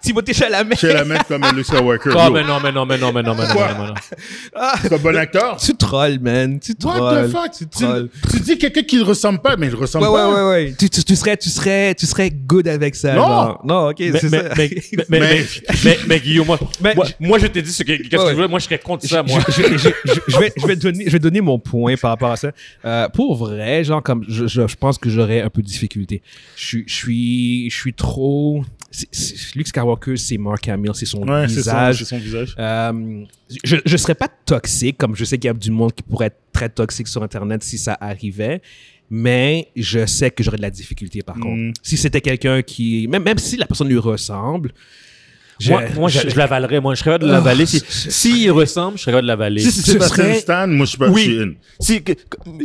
S1: Timothée Chalamet.
S3: chez
S1: (laughs)
S3: la mec comme Luke Skywalker.
S2: Oh,
S3: Yo,
S2: mais non, mais non, mais non, mais non, mais non, mais
S3: Quoi?
S2: non, mais non.
S3: C'est un bon acteur.
S1: Tu trolls, man. Tu trolls.
S3: What the fuck? Tu,
S1: trolls.
S3: tu dis quelqu'un qui ne ressemble pas, mais il ressemble
S1: Ouais, ouais,
S3: pas.
S1: ouais, ouais. Tu, tu, tu serais, tu, serais, tu serais good avec ça.
S3: Non.
S1: genre. Non, ok,
S2: (laughs) mais,
S1: c'est
S2: mais,
S1: ça.
S2: mais, mais,
S1: (laughs)
S2: mais,
S3: Mais-
S2: mais- mais Guillaume, moi,
S1: Mais-
S2: moi, moi, je t'ai dit ce que, qu'est-ce que
S1: Ouais.
S2: tu voulais. Moi, je serais contre ça,
S1: Je-
S2: moi.
S1: Je, je- je- je vais, je, vais donner, je vais donner mon point par rapport à ça. Euh, pour vrai, genre, comme je, je, je pense que j'aurais un peu de difficulté. Je, suis- je, suis, je suis trop. c'est- c'est- Luke Skywalker, c'est Mark Hamill, c'est son
S3: Ouais, c'est ça,
S1: visage.
S3: c'est son visage.
S1: Euh, je ne serais pas toxique, comme je sais qu'il y a du monde qui pourrait être très toxique sur Internet si ça arrivait, mais je sais que j'aurais de la difficulté par
S3: Mm.
S1: contre. Si c'était quelqu'un qui. Même, même si la personne lui ressemble.
S2: Moi, moi, je,
S1: je-
S2: je l'avalerais. Moi, je serais capable de l'avaler. Si,
S1: c'est-
S2: si il ressemble, je serais capable de l'avaler.
S1: Si-
S2: Si,
S1: si- Ce
S3: Sébastien
S1: serait-
S3: Stan, moi, je suis pas. je suis in.
S2: si, que- que-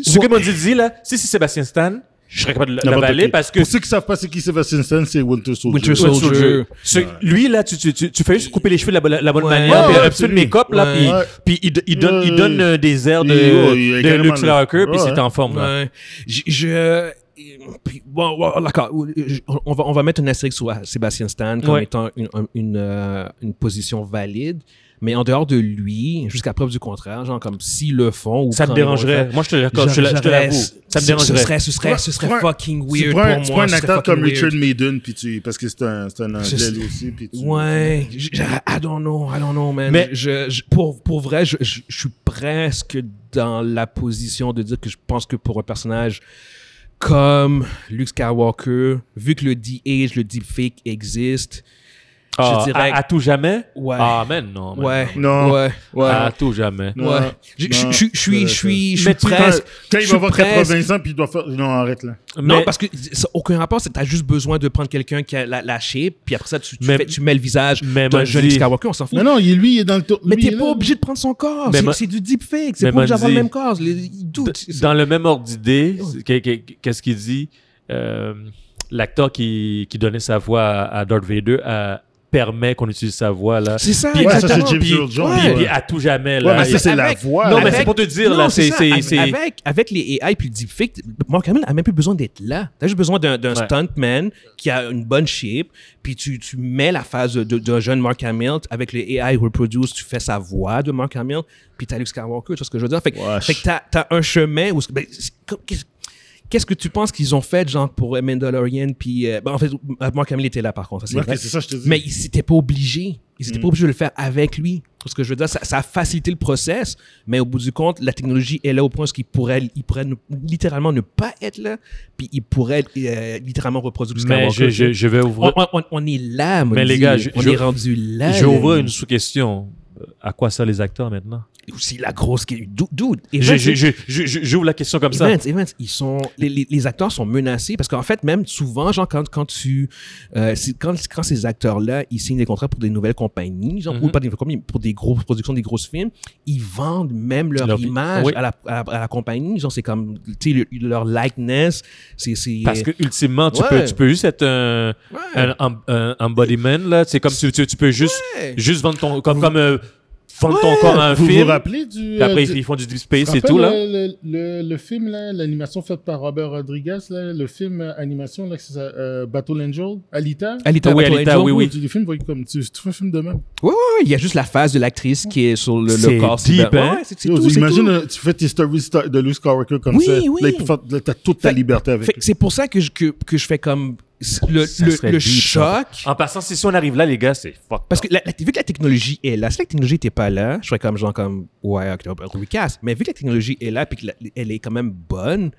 S2: ce que Mondi dit, là, si c'est Sébastien Stan, je serais capable de
S3: N'importe
S2: l'avaler
S3: qui.
S2: parce que
S3: Pour ceux qui savent pas c'est qui Sébastien Stan, c'est Winter
S1: Winter
S3: Soldier.
S2: Ouais,
S1: Soldier.
S2: Ce- Lui, là, tu, tu, tu, tu fais juste couper les cheveux de la, bonne- la bonne
S1: Ouais.
S2: manière, puis
S3: Ouais,
S2: un petit peu de
S3: absolument.
S2: make-up, là,
S1: Ouais.
S2: puis-
S3: Ouais.
S2: puis il, do- il donne, il
S3: Ouais.
S2: donne euh, des airs de,
S3: Ouais, il y a
S2: de
S3: également
S2: Luke
S3: le-
S2: Skywalker, puis
S3: Ouais.
S2: c'est en forme, là.
S1: Ouais. Je. je- puis bon, bon, d'accord. euh, Je- On va, on va mettre une astérisque sur Sébastien Stan euh, comme
S2: Ouais.
S1: étant une, une, euh, une position valide. Mais en dehors de lui, jusqu'à preuve du contraire, genre comme s'ils le font ou
S2: Ça me
S1: quand ils vont le faire,
S2: dérangerait. Moi, je te l'accorde, je te la- je te
S1: J'aurais-
S2: l'avoue. Ça me
S1: ce- Ce
S2: dérangerait.
S1: serait, ce serait, ce serait
S3: Ouais.
S1: fucking
S3: tu
S1: weird
S3: prends,
S1: pour
S3: tu
S1: moi.
S3: prends un
S1: ce serait
S3: acteur comme
S1: fucking
S3: Richard
S1: weird.
S3: Maiden, puis tu, parce que c'est un, c'est un
S1: C'est-
S3: anglais lui aussi. Puis tu,
S1: Ouais, j- j- I don't know, I don't know, man.
S2: Mais-
S1: je, je- pour, pour vrai, je, je- je suis presque dans la position de dire que je pense que pour un personnage comme Luke Skywalker, vu que le D-Age, le deepfake existe,
S2: Ah,
S1: je dirais-
S2: À, à tout jamais?
S1: Ouais.
S2: Ah, man, non. man,
S1: ouais,
S3: Non.
S1: ouais, ouais,
S2: À tout jamais.
S3: Ah, Non,
S1: ouais. Je je-
S3: non,
S1: je- je suis, je
S3: c'est-
S1: suis, je
S2: Mais
S1: suis
S2: tu-
S1: presque. je
S3: Quand il va
S1: suis
S3: avoir
S1: presque-
S3: 80 ans, puis il doit faire. Non, arrête là.
S1: Non,
S2: Mais-
S1: parce que ça a aucun rapport, c'est que t'as juste besoin de prendre quelqu'un qui a la, la shape, puis après ça, tu, tu
S2: Mais-
S1: fais- tu mets le visage
S2: mais
S1: d'un
S2: Mandy-
S1: jeune Skywalker, on s'en fout.
S3: Non, non, il est- lui, il est dans le tour.
S1: Mais
S3: lui,
S1: t'es
S3: il est
S1: pas
S3: là.
S1: obligé de prendre son corps.
S2: Mais
S1: C'est-
S2: ma-
S1: c'est du deepfake. C'est
S2: mais
S1: pas obligé d'avoir
S2: Mandy-
S1: le même corps. Les- Ils doutent.
S2: D- dans le même ordre d'idée, c'est- qu'est- qu'est- qu'est-ce qu'il dit euh, L'acteur qui, qui donnait sa voix à, à Darth Vader euh, permet qu'on utilise sa voix là.
S1: C'est ça.
S2: Puis-
S3: Ouais, ça,
S1: exactement.
S3: c'est James
S2: Puis-
S3: Earl Jones.
S1: Ouais.
S2: Puis, puis à tout jamais là.
S3: Ouais, mais
S2: il-
S3: ça, c'est la
S1: Avec-
S3: voix.
S2: non, mais
S1: Avec-
S2: c'est pour te dire
S1: Non,
S2: là, c'est
S1: ça.
S2: c'est-
S1: Avec-
S2: c'est-
S1: Avec, avec les AI puis le deepfake, Mark Hamill a même plus besoin d'être là. T'as juste besoin d'un d'un
S2: Ouais.
S1: stuntman qui a une bonne shape, puis tu, tu mets la phase de- d'un jeune Mark Hamill avec les AI reproduce, tu fais sa voix de Mark Hamill, puis t'as Luke Skywalker, tu vois ce que je veux dire? Fait, que-
S3: Wesh.
S1: fait que t'as t'as un chemin où... ben, c'est comme- qu'est-ce- Qu'est-ce que tu penses qu'ils ont fait, genre, pour Mandalorian, puis... euh, ben, en fait, Mark Hamill était là, par contre. ça, c'est
S3: Ouais,
S1: vrai.
S3: c'est ça, je te dis.
S1: Mais ils n'étaient pas obligés. Ils
S2: Mm.
S1: n'étaient pas obligés de le faire avec lui. Parce que je veux dire, ça, ça a facilité le process, mais au bout du compte, la technologie est là au point où ils pourraient, ils pourraient ne- littéralement ne pas être là, puis ils pourraient euh, littéralement reproduire ce
S2: mais je,
S1: Skywalker.
S2: je, je vais ouvrir,
S1: on, on- on- on est là, mon
S2: Mais les gars, je-
S1: on
S2: je-
S1: est rendu là.
S2: je vais
S1: là.
S2: ouvrir une sous-question. Euh, À quoi servent les acteurs maintenant
S1: C'est la grosse... qui- Dude, dude,
S2: Je-
S1: Evans,
S2: je- je- je- je- J'ouvre la question comme ça.
S1: Events, events, ils sont, les, les- les acteurs sont menacés parce qu'en fait, même souvent, genre, quand, quand tu, euh, c'est- quand, quand ces acteurs-là, ils signent des contrats pour des nouvelles compagnies, genre,
S2: Mhm.
S1: ou pas des nouvelles compagnies, mais pour des grosses productions, des grosses films, ils vendent même leur,
S2: Leur-
S1: image
S2: oui.
S1: à, la, à, la- à la compagnie. Genre, c'est comme, tu sais, le- leur likeness, c'est, c'est.
S2: Parce que euh, ultimement, tu,
S1: Ouais.
S2: peux, tu peux juste être un,
S1: Ouais.
S2: un, un, un embodiment là. C'est comme si tu, tu peux juste
S1: Ouais.
S2: juste vendre ton comme comme euh, vendre ton corps à un
S3: Vous vous
S2: film.
S3: rappelez du.
S2: puis
S3: euh,
S2: après
S3: du-
S2: ils font du deep space
S3: Rappelle
S2: et tout là.
S3: Le, le, le, le film, là, l'animation faite par Robert Rodriguez, là, le film euh, animation, là, que c'est ça, euh, Battle Angel, Alita.
S1: Alita,
S2: Oui,
S1: Battle
S2: Alita,
S1: Angel.
S2: oui, oui.
S3: Tu, les films, voyez, comme, tu, tu fais un film de même.
S1: Ouais, ouais, ouais, il y a juste la phase de l'actrice qui est sur le,
S2: C'est
S1: le corps.
S2: deep,
S1: cyber-
S2: hein?
S1: Ouais, c'est, c'est
S3: Yo,
S1: tout, c'est
S3: imagine,
S1: tout.
S3: euh, tu fais tes stories sta- de Luke Skywalker comme
S1: Oui,
S3: ça.
S1: oui.
S3: Là, il peut faire- là, t'as toute ta
S1: Fait-
S3: liberté avec.
S1: Fait que c'est pour ça que je, que, que je fais comme le,
S2: Ça
S1: le,
S2: serait
S1: le
S2: deep, ça.
S1: choc.
S2: En passant, si si on arrive là, les gars, c'est fuck.
S1: Parce que la, la- vu que la technologie est là, si la technologie n'était pas là, je serais comme genre comme ouais, ok, on peut- on recasse. Mais vu que la technologie est là puis qu'elle est quand même bonne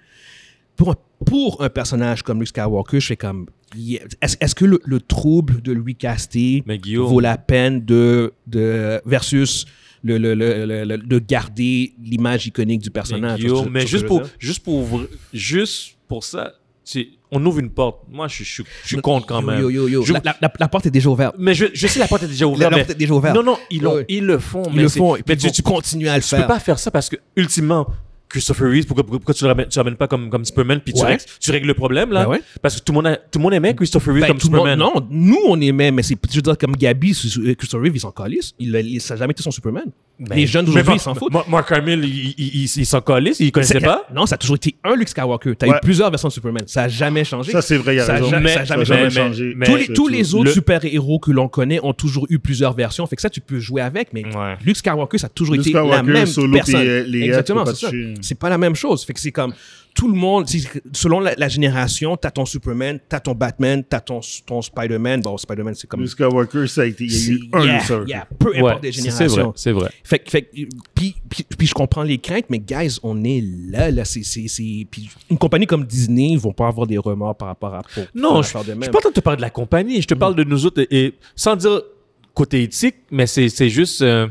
S1: pour un, pour un personnage comme Luke Skywalker, je fais comme yeah. est-ce est-ce que le, le trouble de lui caster
S2: Mais Guillaume-
S1: vaut la peine de de versus le, le- le- le- le- de garder l'image iconique du
S2: Mais,
S1: personnage.
S2: Guillaume,
S1: Tu vois ce que-
S2: mais
S1: tu vois ce
S2: juste
S1: que je veux
S2: pour
S1: dire?
S2: juste pour ouvrir- juste pour ça, c'est- on ouvre une porte. Moi, je, je, suis- je suis contre quand
S1: Yo,
S2: même.
S1: yo, yo, yo.
S2: Je-
S1: La, la- la- la porte est déjà ouverte.
S2: Mais je, je sais la porte est déjà ouverte.
S1: La
S2: mais-
S1: porte est déjà ouverte.
S2: Non, non, ils, l'ont-
S1: Ouais, ouais.
S2: ils le font.
S1: Ils
S2: mais
S1: le
S2: c'est-
S1: font. et puis
S2: Mais
S1: ils
S2: tu,
S1: vont
S2: tu,
S1: continuer à le
S2: tu
S1: faire.
S2: peux pas faire ça parce que ultimement. Christopher Reeves, pourquoi, pourquoi, pourquoi tu le ramènes, tu le ramènes pas comme, comme Superman puis tu,
S1: Ouais.
S2: règles, tu règles le problème là?
S1: Ben ouais.
S2: Parce que tout le monde, a- tout le monde aimait Christopher Reeves
S1: Ben,
S2: comme
S1: tout le monde-
S2: Superman.
S1: non, nous, on aimait, mais c'est, je veux dire, comme Gabi, su- su- euh, Christopher Reeve, ils s'en calissent. Il, a- il- ça n'a jamais été son Superman. Les jeunes d'aujourd'hui, ils s'en foutent.
S2: Ben, Moi, Mark Hamill, il, il, il, il s'en collait, il
S1: C'est-
S2: connaissait pas.
S1: Non, ça a toujours été un Luke Skywalker. T'as
S3: Ouais.
S1: eu plusieurs versions de Superman. Ça n'a jamais changé.
S3: Ça, c'est vrai, il y a
S1: Ça a
S3: raison.
S1: jamais- ça a jamais
S3: jamais
S2: changé.
S3: changé.
S2: Mais-
S1: tous
S2: mais-
S1: les, tous les autres
S2: Le-
S1: super-héros que l'on connaît ont toujours eu plusieurs versions. Fait que ça, tu peux jouer avec, mais
S2: Ouais.
S1: Luke Skywalker, ça a toujours
S3: Luke
S1: été la
S3: Skywalker,
S1: même
S3: Solo,
S1: personne.
S3: puis, euh, les gars,
S1: Exactement,
S3: tu peux
S1: c'est
S3: pas
S1: ça.
S3: toucher.
S1: C'est pas la même chose. Fait que c'est comme tout le monde, c'est- selon la, la génération, t'as ton Superman, t'as ton Batman, t'as ton, ton Spider-Man. Bon, Spider-man, c'est comme.
S3: Luke Skywalker, ça a été. Il y a eu
S1: c'est-
S3: un
S1: yeah,
S3: Luke Skywalker.
S1: yeah, peu importe les
S2: c'est c'est vrai,
S1: générations.
S2: c'est vrai.
S1: Fait, que- fait que, euh, puis, puis, puis je comprends les craintes, mais guys, on est là, là, c'est, c'est, c'est- puis une compagnie comme Disney, ils vont pas avoir des remords par rapport à pour-
S2: Non,
S1: pour
S2: je,
S1: faire
S2: je
S1: de
S2: suis
S1: même.
S2: pas en train de te parler de la compagnie, je te parle de nous autres, et, et sans dire côté éthique, mais c'est c'est juste... euh,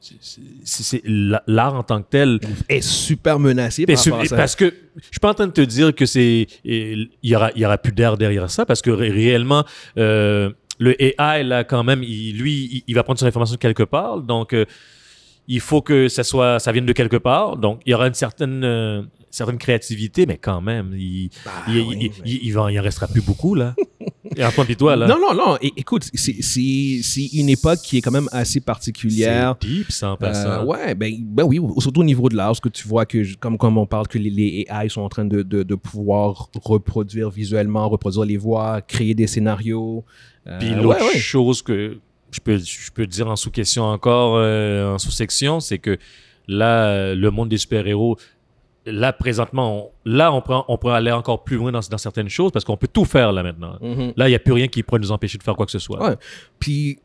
S2: c'est- c'est c'est la- l'art en tant que tel.
S1: est super menacé
S2: Et
S1: par
S2: sur-
S1: rapport à
S2: et
S1: ça.
S2: parce que je suis pas en train de te dire que c'est et il y aura il y aura plus d'air derrière ça parce que ré- réellement euh, le AI là quand même il, lui il, il va prendre son information de quelque part donc euh, il faut que ça soit ça vienne de quelque part donc il y aura une certaine euh, certaine créativité mais quand même il
S1: Bah,
S2: il,
S1: oui,
S2: il-
S1: mais-
S2: il- il va il en restera plus beaucoup là et en point toi là
S1: Non, non, non. é- écoute, c'est, c'est, c'est une époque qui est quand même assez particulière.
S2: c'est deep ça en passant
S1: Euh, ouais, ben, ben oui, surtout au niveau de l'art, parce que tu vois que, je- comme, comme on parle, que les, les AI sont en train de, de, de pouvoir reproduire visuellement, reproduire les voix, créer des scénarios. Euh,
S2: Puis
S1: ouais,
S2: l'autre
S1: ouais.
S2: chose que je peux, je peux dire en sous-question encore, euh, en sous-section, c'est que là, euh, le monde des super-héros, là, présentement, on, là, on prend, on peut aller encore plus loin dans, dans certaines choses parce qu'on peut tout faire là maintenant.
S1: Mhm.
S2: Là, il n'y a plus rien qui pourrait nous empêcher de faire quoi que ce soit.
S1: Ouais. Puis,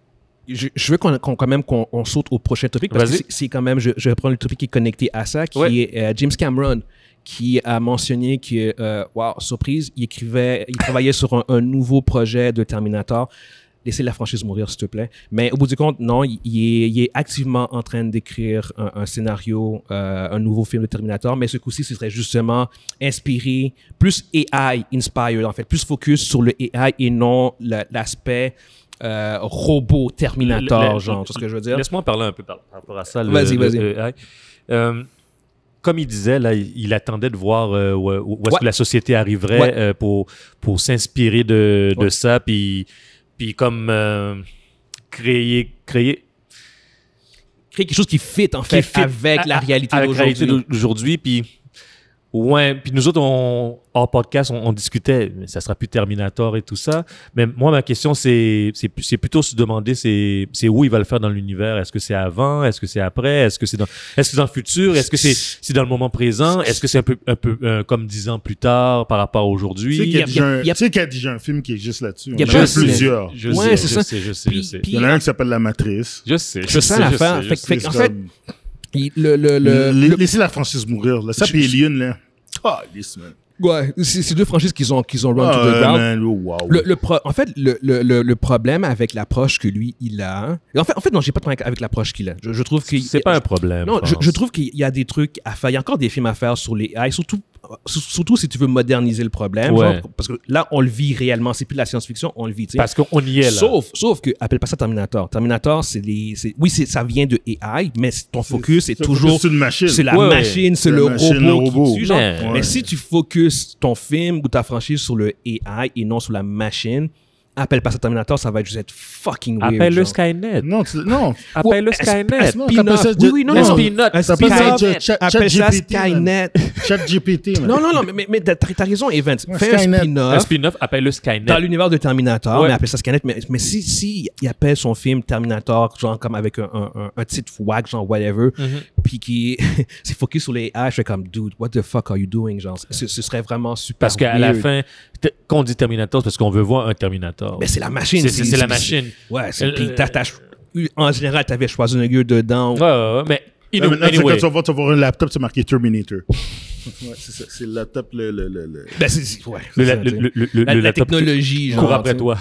S1: je, je veux qu'on, qu'on- quand même qu'on on saute au prochain topic parce que
S2: Vas-y.
S1: c'est, c'est quand même, je, je reprends le topic qui est connecté à ça, qui
S2: Ouais.
S1: est euh, James Cameron, qui a mentionné que, euh, wow, surprise, il écrivait, il travaillait sur un, un nouveau projet de Terminator. Laissez la franchise mourir, s'il te plaît. Mais au bout du compte, non, il, il est, il est activement en train d'écrire un, un scénario, euh, un nouveau film de Terminator, mais ce coup-ci, ce serait justement inspiré, plus AI inspired, en fait, plus focus sur le AI et non la- l'aspect euh, robot Terminator,
S2: Le- le-
S1: genre, tu vois ce que je veux dire?
S2: Laisse-moi en parler un peu par, par rapport à ça. le-
S1: Vas-y,
S2: le-
S1: vas-y.
S2: le AI. Euh, comme il disait, là, il, il attendait de voir euh, où, où est-ce
S1: Ouais.
S2: que la société arriverait
S1: Ouais.
S2: euh, pour, pour s'inspirer de, de
S1: Ouais.
S2: ça, puis, puis comme euh, créer, créer
S1: Créer quelque chose qui fit, en
S2: qui
S1: fait,
S2: fit
S1: avec
S2: à-
S1: la
S2: à-
S1: réalité
S2: avec la réalité
S1: d'aujourd'hui.
S2: d'au- d'aujourd'hui, puis ouais, puis nous autres, on, en podcast, on, on discutait, mais ça sera plus Terminator et tout ça. Mais moi, ma question, c'est, c'est, pu- c'est plutôt se demander, c'est, c'est où il va le faire dans l'univers. Est-ce que c'est avant Est-ce que c'est après Est-ce que c'est dans, est-ce que c'est dans le futur Est-ce que c'est, c'est dans le moment présent Est-ce que c'est un peu, un peu euh, comme dix ans plus tard par rapport à
S3: Tu sais
S2: aujourd'hui
S3: qu'il y
S1: il
S3: a
S1: y a-
S3: déjà un-
S1: il y a-
S3: tu sais qu'il y a déjà un film qui existe là-dessus.
S1: y a
S3: Il y en a
S1: pas-
S3: plusieurs.
S2: Je
S1: Ouais,
S2: sais,
S1: c'est
S2: je
S1: ça.
S2: sais, je sais, je
S1: Puis-
S2: sais.
S1: puis-
S3: Il y en a un qui s'appelle La Matrice.
S2: Je sais, je
S1: C'est ça
S2: sais, je
S1: l'affaire.
S2: sais,
S1: Fait
S2: je
S1: que- fait
S2: sais.
S1: que- en
S3: C'est
S1: fait,
S3: comme-
S1: Il- le, le, le-
S3: La-
S1: le-
S3: Laissez la franchise mourir. Là. Ça,
S1: Je-
S3: puis Alien, là. Ah, yes, man.
S1: ouais, c'est, c'est deux franchises qu'ils ont, qu'ils ont run to the
S3: Ah,
S1: ground.
S3: man, oh, wow.
S1: Le, le pro- en fait, le, le- le- le problème avec l'approche que lui, il a. En fait, en fait non, j'ai pas de problème avec l'approche qu'il a. Je, je trouve qu'il.
S2: C'est pas un problème.
S1: Non, je,
S2: pense.
S1: je trouve qu'il y a des trucs à faire. Il y a encore des films à faire sur les AI, surtout, sur- surtout si tu veux moderniser le problème.
S2: Ouais.
S1: genre, parce que là, on le vit réellement. C'est plus de la science-fiction, on le vit. tu sais.
S2: parce qu'on y est là.
S1: Sauf, sauf que, appelle pas ça Terminator. Terminator, c'est les. c'est- Oui, c'est- ça vient de AI, mais c'est- ton focus est
S3: Ça,
S1: toujours.
S3: C'est une machine.
S1: C'est la
S2: Ouais, ouais.
S1: machine, c'est
S3: La
S1: le,
S3: machine, le
S1: robot
S3: robot.
S1: qui tue, genre.
S2: Ouais.
S1: Mais
S3: Ouais.
S1: si tu focuses ton film ou ta franchise sur le AI et non sur la machine, appelle pas ça Terminator, ça va juste être fucking weird.
S2: Appelle-le
S1: genre.
S2: Skynet.
S3: Non, tu-
S1: (laughs)
S3: non.
S2: Appelle-le
S1: Ouais,
S2: Skynet.
S1: est-ce-
S3: Non,
S1: Spin-off.
S3: t'appelles ça-
S1: Oui, oui, non,
S2: Un
S1: non.
S2: spin-off.
S1: Un
S3: T'appelles ça
S1: Skynet.
S3: Chat- Chat-
S1: Appelle ça
S3: ChatGPT, man.
S1: Skynet.
S3: Chat GPT, man.
S1: Non, non, non, mais- mais, mais t'as t'as raison, Evans.
S3: Ouais,
S1: Fais un
S3: Skynet.
S2: Un
S1: spin-off
S2: spin-off, appelle-le Skynet.
S1: dans l'univers de Terminator,
S2: Ouais.
S1: mais appelle ça Skynet. Mais, mais si, si il appelle son film Terminator, genre comme avec un, un, un- un titre whack, genre whatever,
S2: Mhm.
S1: puis qui (laughs) c'est focus sur les haches, je fais comme dude, what the fuck are you doing, genre. Ce, ce serait vraiment super.
S2: Parce qu'à la
S1: weird.
S2: fin, t- quand on dit Terminator, c'est parce qu'on veut voir un Terminator.
S1: mais c'est la machine.
S2: C'est- c'est- c'est la machine.
S1: Ouais, c'est-
S2: Euh,
S1: puis t'as- t'as- en général, t'avais choisi une gueule dedans.
S2: Ouais, ouais, ouais, mais
S3: Là,
S2: anyway,
S3: maintenant, tu sais, quand
S2: anyway,
S3: tu vas voir- tu vas voir un laptop, c'est marqué Terminator. (laughs) Ouais, c'est ça. C'est le laptop, le. le, le, le-
S1: Ben, c'est- c'est- ouais,
S2: le,
S1: c'est
S2: la,
S1: ça,
S2: le-
S1: tu sais.
S2: le- le- le-
S1: La-
S2: le
S1: la
S2: laptop
S1: technologie, genre,
S2: court après
S1: tu sais.
S2: toi.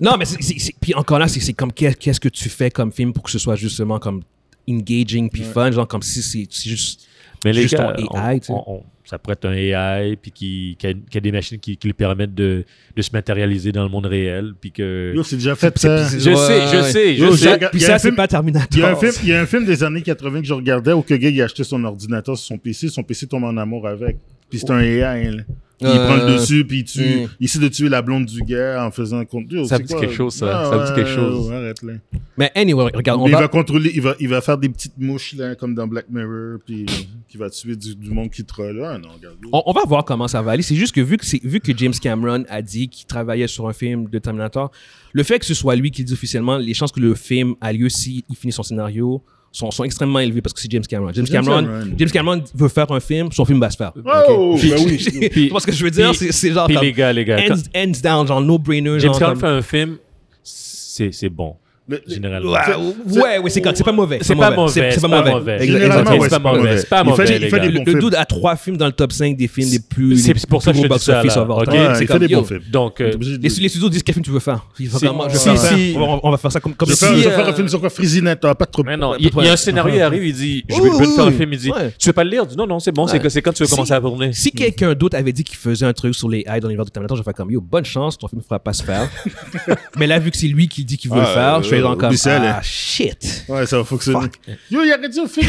S1: Non, mais c'est- c'est- c'est- puis encore là, c'est c'est comme qu'est- qu'est-ce que tu fais comme film pour que ce soit justement comme engaging puis fun, genre comme si c'est c'est juste.
S2: Mais les
S1: Juste
S2: gars,
S1: ton AI,
S2: on-
S1: tu sais.
S2: on- on- ça pourrait être un AI puis qui, qui, a, qui a des machines qui, qui lui permettent de, de se matérialiser dans le monde réel. Puis que...
S3: Yo, c'est déjà fait.
S1: c'est-
S3: ça.
S1: c'est-
S2: Je sais, je
S1: Ouais.
S2: sais, je
S3: Yo,
S2: sais.
S3: j'ai-
S1: Puis
S3: il y a
S1: ça,
S3: un
S1: c'est
S3: film-
S1: pas Terminator.
S3: Il y, a un film, il y a un film des années 80 que je regardais où le gars il a acheté son ordinateur sur son PC, son PC tombe en amour avec. Puis c'est un AI. là. Puis Il
S1: Euh,
S3: prend le dessus, puis il, tue,
S1: hmm.
S3: il essaie de tuer la blonde du gars en faisant un compte. Yo,
S2: Ça
S3: c'est
S2: me dit
S3: quoi? Ah
S2: quelque chose, ça. Ça me dit quelque chose.
S3: ouais, arrête, là.
S1: Mais anyway, regarde, on
S3: Mais
S1: va-
S3: Il va contrôler, il va, il va faire des petites mouches là, comme dans Black Mirror, puis euh, qui va tuer du, du monde qui troll. Ah non, regarde.
S1: On, on va voir comment ça va aller. C'est juste que vu que, c'est- vu que James Cameron a dit qu'il travaillait sur un film de Terminator, le fait que ce soit lui qui le dit officiellement, les chances que le film a lieu s'il finit son scénario sont, sont extrêmement élevées parce que c'est James Cameron. James,
S3: James
S1: Cameron.
S3: Cameron.
S1: James Cameron veut faire un film, son film va se faire.
S3: Oh,
S1: Puis-
S3: ben
S1: (laughs)
S2: (laughs)
S3: oui.
S1: Tu vois ce que je veux dire?
S2: Puis-
S1: C'est c'est genre
S2: Puis
S1: comme
S2: les gars, les gars,
S1: hands,
S2: quand
S1: hands down, genre no-brainer.
S2: James
S1: genre
S2: Cameron fait
S1: comme-
S2: un film, c'est c'est bon,
S3: Le- le-
S2: généralement.
S1: Ouais, ouais, ouais, c'est quand- c'est pas mauvais.
S2: C'est pas mauvais,
S1: C'est c'est pas mauvais.
S2: mauvais.
S1: Exactement.
S3: Généralement, ouais,
S2: C'est pas mauvais. C'est pas
S3: Il fait
S2: mauvais,
S3: des- il
S2: les
S3: fait
S2: gars.
S3: des bons
S1: Le
S3: films.
S1: dude a trois films dans le top 5 des films les plus.
S2: C'est-
S1: les
S2: c'est pour ça
S1: plus
S2: que je
S1: gros
S2: te dis ça,
S1: box-office
S2: là.
S1: of all
S2: Ok,
S1: time.
S3: Ouais,
S1: C'est
S3: il fait
S1: comme,
S3: des
S1: yo,
S3: bons films.
S2: Donc, euh,
S3: T'es obligé de-
S1: Les, les studios disent quel film tu veux faire. Ils vont
S2: Si-
S1: vraiment, je
S2: si-
S1: vais faire ça.
S2: si-
S1: on, va, on va faire ça comme, comme
S3: Je vais
S1: si,
S3: faire, je vais
S1: euh,
S3: faire un film sur quoi Frisinetta, pas de trouble.
S2: Mais non,
S1: Ouais,
S2: il,
S1: pas de
S2: il y a
S1: problème.
S2: un scénario, il arrive, il dit Je
S1: Oui,
S2: veux, je veux te
S1: oui,
S2: faire un
S1: oui.
S2: film. Il dit
S1: Ouais.
S2: Tu veux pas le lire Il dit, Non, non, c'est bon, c'est
S1: Ouais.
S2: que- c'est quand tu veux
S1: Si-
S2: commencer à tourner.
S1: Si quelqu'un d'autre avait dit qu'il faisait un truc sur les AI dans l'univers de Terminator, je vais faire comme yo, bonne chance, ton film ne fera pas se
S3: (laughs)
S1: faire. Mais là, vu que c'est lui qui dit qu'il veut
S3: Ah,
S1: le faire, je suis
S3: euh,
S1: dans comme
S3: oublie ça,
S1: ah
S3: là.
S1: shit.
S3: Ouais, ça va fonctionner. Yo, il aurait dit un film.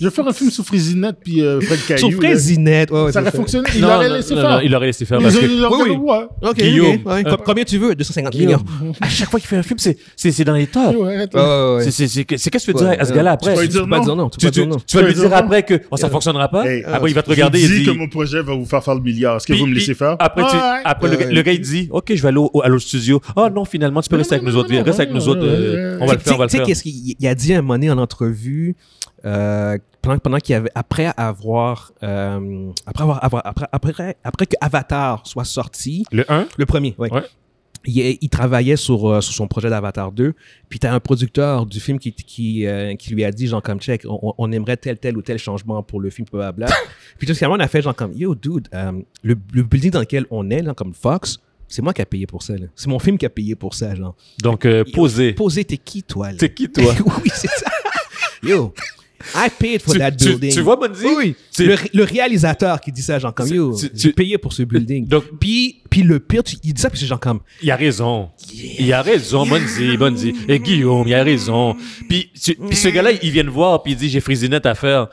S3: Je vais faire un film sur Frisinette puis euh, Fred Caillou.
S1: Sur
S3: là.
S1: Frésinette, ouais, ouais, c'est
S3: Ça aurait
S1: ça.
S3: fonctionné. Il
S2: Non,
S3: l'aurait
S2: non,
S3: laissé
S2: non,
S3: faire.
S2: non, il aurait laissé faire.
S3: Ils
S2: parce
S3: ont-
S2: que-
S3: ils l'auraient
S1: Oui,
S3: dit, ouais.
S1: Ok,
S2: Guillaume,
S1: ok, ouais.
S2: euh,
S1: combien tu veux 250 millions.
S2: Guillaume, à chaque fois qu'il fait un film, c'est- c'est c'est dans les tops.
S3: Ouais, arrête,
S1: Ouais,
S3: là.
S1: ouais, ouais.
S2: C'est- c'est- C'est c'est- qu'est-ce que tu veux
S1: Ouais,
S2: dire à ce
S1: euh,
S2: gars-là après
S3: peux
S1: Tu
S3: lui dire
S1: peux pas
S3: non.
S1: dire non. Tu
S2: tu,
S1: peux pas
S2: tu-
S1: dire non.
S2: tu vas
S3: Tu
S2: lui
S3: peux
S2: dire
S3: dire non.
S2: après que oh, ça fonctionnera pas.
S3: Hey,
S2: après, il va te
S3: Je
S2: regarder et
S3: dis
S2: dit
S3: que mon projet va vous faire faire le milliard. Est-ce que
S2: Puis-
S3: vous me
S2: puis-
S3: laissez faire
S2: Après, tu-
S3: Ouais.
S2: après le,
S1: Ouais.
S2: le gars, il dit Ok, je vais aller au, au- à l'autre studio. Ah non, finalement, tu peux rester avec nous autres. Viens, Reste avec nous autres. euh, de. On va le faire, on va le
S1: Tu sais
S2: faire.
S1: qu'est-ce qu'il il a dit à un moment donné en entrevue, euh, pendant, pendant qu'il avait, après avoir, euh, après avoir, avoir- après, après, après que Avatar soit sorti,
S2: Le 1
S1: le premier, oui.
S2: Ouais.
S1: Il, est- il travaillait sur, euh, sur son projet d'Avatar 2, puis t'as un producteur du film qui, qui, euh, qui lui a dit, genre, comme, check, on, on aimerait tel, tel ou tel changement pour le film,
S2: (laughs)
S1: blablabla. puis tout simplement, on a fait, genre, comme, yo, dude, euh, le, le building dans lequel on est, là, comme Fox, c'est moi qui a payé pour ça, là. C'est mon film qui a payé pour ça, genre.
S2: Donc, euh, posé.
S1: Posé, t'es qui, toi, là?
S2: T'es qui, toi?
S1: (laughs) oui, c'est ça. Yo, I paid for
S2: tu,
S1: that
S2: tu-
S1: building.
S2: tu vois, Bonzi?
S1: Oui,
S2: C'est-
S1: Le, ré- le réalisateur qui dit ça, genre, comme, yo,
S2: tu- tu-
S1: j'ai payé pour ce building.
S2: Donc,
S1: Puis, puis le pire, tu- il dit ça, puis c'est genre comme,
S2: il a raison. Il a raison, Bonzi, Bonzi. Et Guillaume, il a raison. Puis, tu- puis ce gars-là, il vient te voir, puis il dit, j'ai frisinette à faire.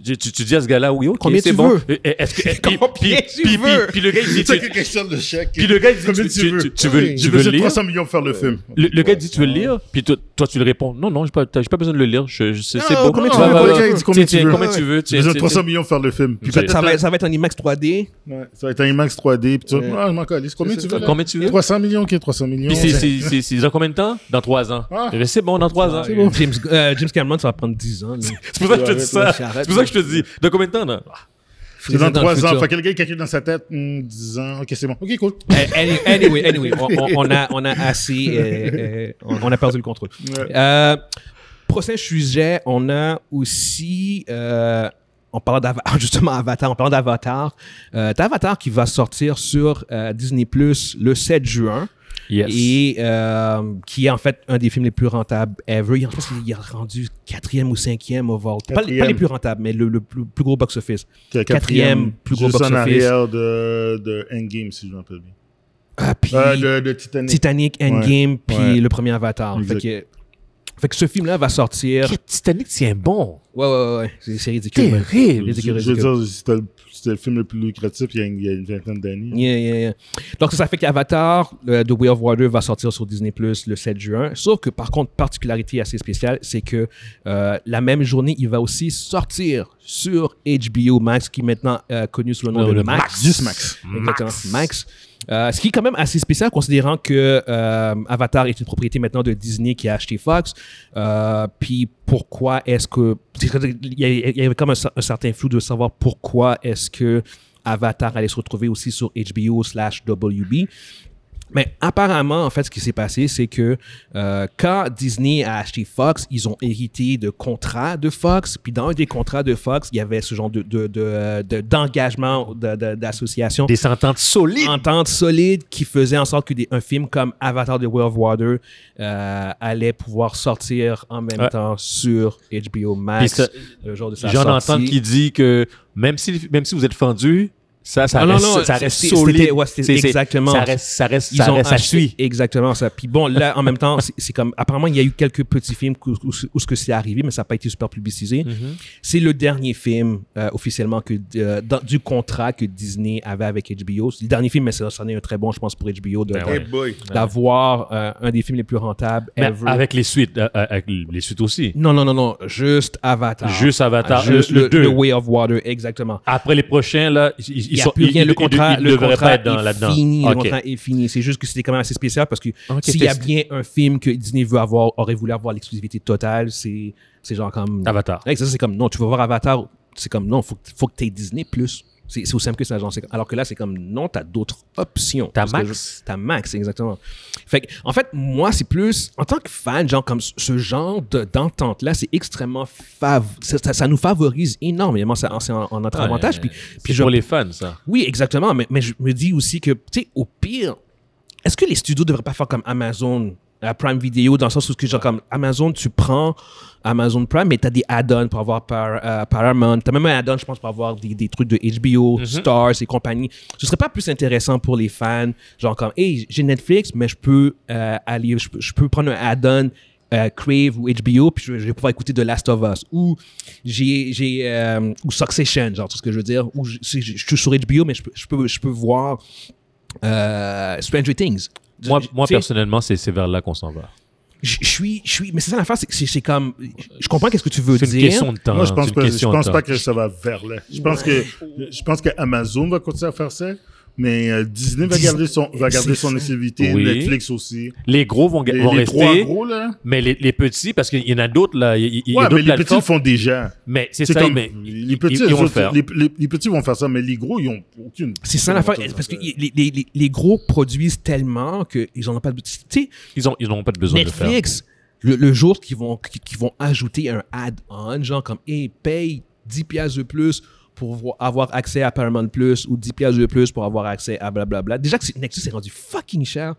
S2: Tu, tu- tu dis à ce gars-là, oui, ok,
S1: Combien
S2: c'est
S1: tu
S2: bon.
S1: veux?
S2: Euh, Est-ce
S1: (laughs)
S2: que, puis-
S1: Combien
S2: puis,
S1: tu
S2: puis-
S1: veux?
S2: puis- puis le gars, il dit,
S3: C'est
S2: tu-
S3: quelqu'un qui le chèque.
S2: puis le gars, il dit,
S3: Combien
S2: tu,
S3: tu
S2: tu-
S3: veux?
S2: tu- tu veux, tu
S3: J'ai
S2: veux le
S3: besoin de
S2: lire?
S3: 300 millions pour faire le film.
S2: Le, le gars dit, tu veux le lire? Puis toi, toi, tu lui réponds, non, non, j'ai pas, t'as- j'ai pas besoin de le lire. Je, je- c'est c'est
S1: Non,
S2: beau.
S1: combien tu
S2: Va,
S1: veux?
S2: va,
S1: Le
S2: va.
S3: gars, il dit, combien
S2: Tiens,
S3: tu
S2: tiens,
S3: veux?
S2: Combien tu veux?
S3: J'ai
S2: Tiens,
S3: besoin de
S2: tiens,
S3: 300 millions pour faire le film. Puis
S2: Ça
S3: peut-être
S1: ça va,
S3: le-
S1: ça va être en IMAX 3D.
S3: Ouais, ça va être un IMAX 3D. Puis tu vas-
S1: Ouais.
S3: Ah, je m'en calisse. Combien
S1: C'est
S3: tu
S1: ça.
S3: veux? là?
S2: Combien tu veux?
S3: 300 millions, ok, 300 millions.
S2: Puis c'est- c'est c'est- c'est dans combien de temps? Dans trois ans.
S3: Ah.
S2: Eh ben, C'est bon, dans trois ans.
S1: James, euh, James Cameron, ça va prendre 10 ans. là.
S2: (laughs) C'est pour ça que je te dis ça.
S1: Arrête, là,
S2: C'est pour ça que je te dis. Dans combien de temps, là?
S3: C'est dans
S1: dans le
S3: 3 ans.
S1: futur.
S3: Fait que le gars, il calcule dans sa tête, hmm, 10 ans. Ok, c'est bon. Ok, cool.
S1: Euh, any- anyway, anyway, on, on- on a, on a assez. euh, euh, on, on a perdu le contrôle.
S3: Ouais.
S1: Euh, prochain sujet, on a aussi. euh, en parlant d'Avatar, (laughs) justement, Avatar, en parlant d'Avatar, euh, t'as Avatar qui va sortir sur euh, Disney Plus le 7 juin. et euh, qui est en fait un des films les plus rentables ever. Je pense qu'il a rendu quatrième ou cinquième au vault. Pas, les- pas les
S3: Quatrième.
S1: plus rentables, mais le, le plus, plus gros box-office.
S3: Quatrième,
S1: Quatrième plus gros
S3: Juste en
S1: box-office.
S3: arrière de, de Endgame, si je me rappelle bien.
S1: Ah, puis
S3: Euh, de, de Titanic.
S1: Titanic, Endgame, puis
S3: ouais.
S1: le premier Avatar. Fait
S3: Exact.
S1: que, fait que ce film-là va sortir.
S2: Titanic tient bon.
S1: Ouais, ouais, ouais, ouais. C'est c'est ridicule. man.
S2: Terrible.
S1: Ridicule,
S3: Je- je veux
S1: ridicule.
S3: dire, c'était le, c'était le film le plus lucratif il y a une, il y a une vingtaine d'années.
S1: Yeah, yeah, yeah. Donc, ça fait qu'Avatar, euh, The Way of Water, va sortir sur Disney Plus le 7 juin. Sauf que, par contre, particularité assez spéciale, c'est que euh, la même journée, il va aussi sortir sur HBO Max, qui est maintenant euh, connu sous le nom
S2: Oh, Le-
S1: de
S2: le
S1: Max.
S2: Max.
S3: Juste Max.
S1: Exactement, Max. Euh, ce qui est quand même assez spécial considérant que euh, Avatar est une propriété maintenant de Disney qui a acheté Fox. Euh, puis pourquoi est-ce que... Il y a- il y avait comme un, cer- un certain flou de savoir pourquoi est-ce que Avatar allait se retrouver aussi sur HBO slash WB. Mais apparemment, en fait, ce qui s'est passé, c'est que euh, quand Disney a acheté Fox, ils ont hérité de contrats de Fox. Puis dans un des contrats de Fox, il y avait ce genre de, de, de- de- d'engagement de- de- d'association
S2: Des sentences solides.
S1: entente solide qui faisait en sorte qu'un film comme Avatar The Way of Water euh, allait pouvoir sortir en même
S2: Ouais.
S1: temps sur HBO Max
S2: Puis ça-
S1: le jour de sa
S2: J'en
S1: sortie.
S2: entends qui dit que même si, même si vous êtes fendu, ça, ça
S1: Ah non,
S2: reste,
S1: non,
S2: ça
S1: c'est-
S2: reste
S1: c'est-
S2: solide.
S1: c'était- ouais, c'était
S2: C'est- c'est-
S1: exactement.
S2: Ça reste, ça reste,
S1: Ils
S2: ça
S1: ont
S2: reste, ça
S1: acheté-
S2: suit.
S1: Exactement ça. Puis bon, là, en même temps, c'est c'est comme. Apparemment, il y a eu quelques petits films où, où- où ce que c'est arrivé, mais ça n'a pas été super publicisé.
S2: Mhm.
S1: C'est le dernier film euh, officiellement que, euh, dans- du contrat que Disney avait avec HBO. C'est Le dernier film, mais ça ça en est un très bon, je pense, pour HBO de-
S2: Ben ouais.
S3: Hey boy.
S1: d'avoir euh, un des films les plus rentables
S2: Mais
S1: ever.
S2: avec les suites, euh, euh, avec les suites aussi.
S1: Non, non, non, non. Juste Avatar.
S2: Ah.
S1: Ah,
S2: Juste Avatar,
S1: Juste
S2: le-
S1: le,
S2: le deux.
S1: le Way of Water, exactement.
S2: Après les prochains, là, ils, ils
S1: Il n'y a
S2: sont,
S1: plus
S2: ils-
S1: rien.
S2: ils-
S1: Le contrat,
S2: ils- ils
S1: le
S2: devraient
S1: contrat
S2: pas être dans-
S1: est
S2: là-dedans.
S1: fini.
S2: Ok.
S1: Le contrat est fini. C'est juste que c'était quand même assez spécial parce que
S2: Ok,
S1: s'il y a
S2: c'était-
S1: bien un film que Disney veut avoir, aurait voulu avoir l'exclusivité totale, c'est c'est genre comme...
S2: Avatar.
S1: Ouais, ça, c'est comme, non, tu vas voir Avatar. C'est comme, non, faut, que- faut que tu aies Disney+. plus. C'est c'est aussi simple que ça. genre, c'est- alors que là, c'est comme, non, tu as d'autres options.
S2: T'as
S1: Parce que
S2: Max.
S1: je- T'as Max, exactement. Fait que, en fait, moi, c'est plus, en tant que fan, genre, comme ce- ce genre de- d'entente-là, c'est extrêmement fav... Ça, ça- ça nous favorise énormément. Ça, c'est en, en notre
S2: Ouais,
S1: avantage.
S2: euh,
S1: Puis,
S2: C'est
S1: puis je
S2: pour les fans, ça.
S1: oui, exactement. Mais, mais je me dis aussi que, tu sais, au pire, est-ce que les studios devraient pas faire comme Amazon, euh, Prime Video, dans le sens où, ce que, genre, comme Amazon, tu prends Amazon Prime, mais tu as des add-ons pour avoir par, euh, Paramount. Tu as même un add-on, je pense, pour avoir des, des trucs de
S2: Mhm.
S1: HBO, Stars et compagnie. Ce serait pas plus intéressant pour les fans, genre, comme, hey, j'ai Netflix, mais je peux euh, aller, je, peux- je peux prendre un add-on. euh, Crave ou HBO, puis je, je vais pouvoir écouter The Last of Us. Ou j'ai j'ai, euh, ou Succession, genre tout ce que je veux dire, ou je, si je- je suis sur HBO, mais je peux, je peux, je peux voir euh, Stranger Things.
S2: Moi, moi
S1: Tu sais,
S2: personnellement, c'est c'est vers là qu'on s'en va.
S1: Je je suis, je suis, mais c'est ça l'affaire, c'est que c'est c'est comme, je comprends qu'est-ce que tu veux
S2: C'est
S1: dire.
S2: une question de temps. hein.
S3: Moi, je pense,
S2: Ah, c'est une
S3: pas, je
S2: question de
S3: pense
S2: temps.
S3: pas que ça va vers là. Je pense que, je pense que Amazon va continuer à faire ça. Mais euh, Disney va
S1: Disney,
S3: garder son, va garder
S1: c'est
S3: son
S1: ça.
S3: exclusivité,
S2: Oui.
S3: Netflix aussi.
S2: Les gros vont, ga-
S3: Les,
S2: vont
S3: les trois
S2: rester,
S3: gros, là.
S2: mais les, les petits, parce qu'il y en a d'autres, là. Il y, il y
S3: Ouais,
S2: a
S3: mais
S2: d'autres
S3: les petits
S2: plateformes.
S3: le font déjà.
S2: Mais c'est
S3: C'est
S2: ça,
S3: comme-
S2: mais
S3: les, petits,
S2: ils, ils vont
S3: eux
S2: le
S3: autres,
S2: faire.
S3: les, les- les petits vont faire ça, mais les gros, ils ont aucune.
S1: C'est ça l'affaire.
S3: aucune
S2: euh.
S1: Parce que
S3: raison.
S1: les, les- les- les gros produisent tellement qu'ils n'en ont pas de. Tu sais,
S2: Ils ont, ils n'ont pas de besoin de le faire.
S1: Netflix, le, le jour qu'ils vont, qu'ils qu'ils vont ajouter un add-on, genre comme, hey, paye 10 piastres de plus pour vo- avoir accès à Paramount Plus ou 10 piastres de plus pour avoir accès à blablabla. Déjà que c'est- Netflix est rendu fucking cher.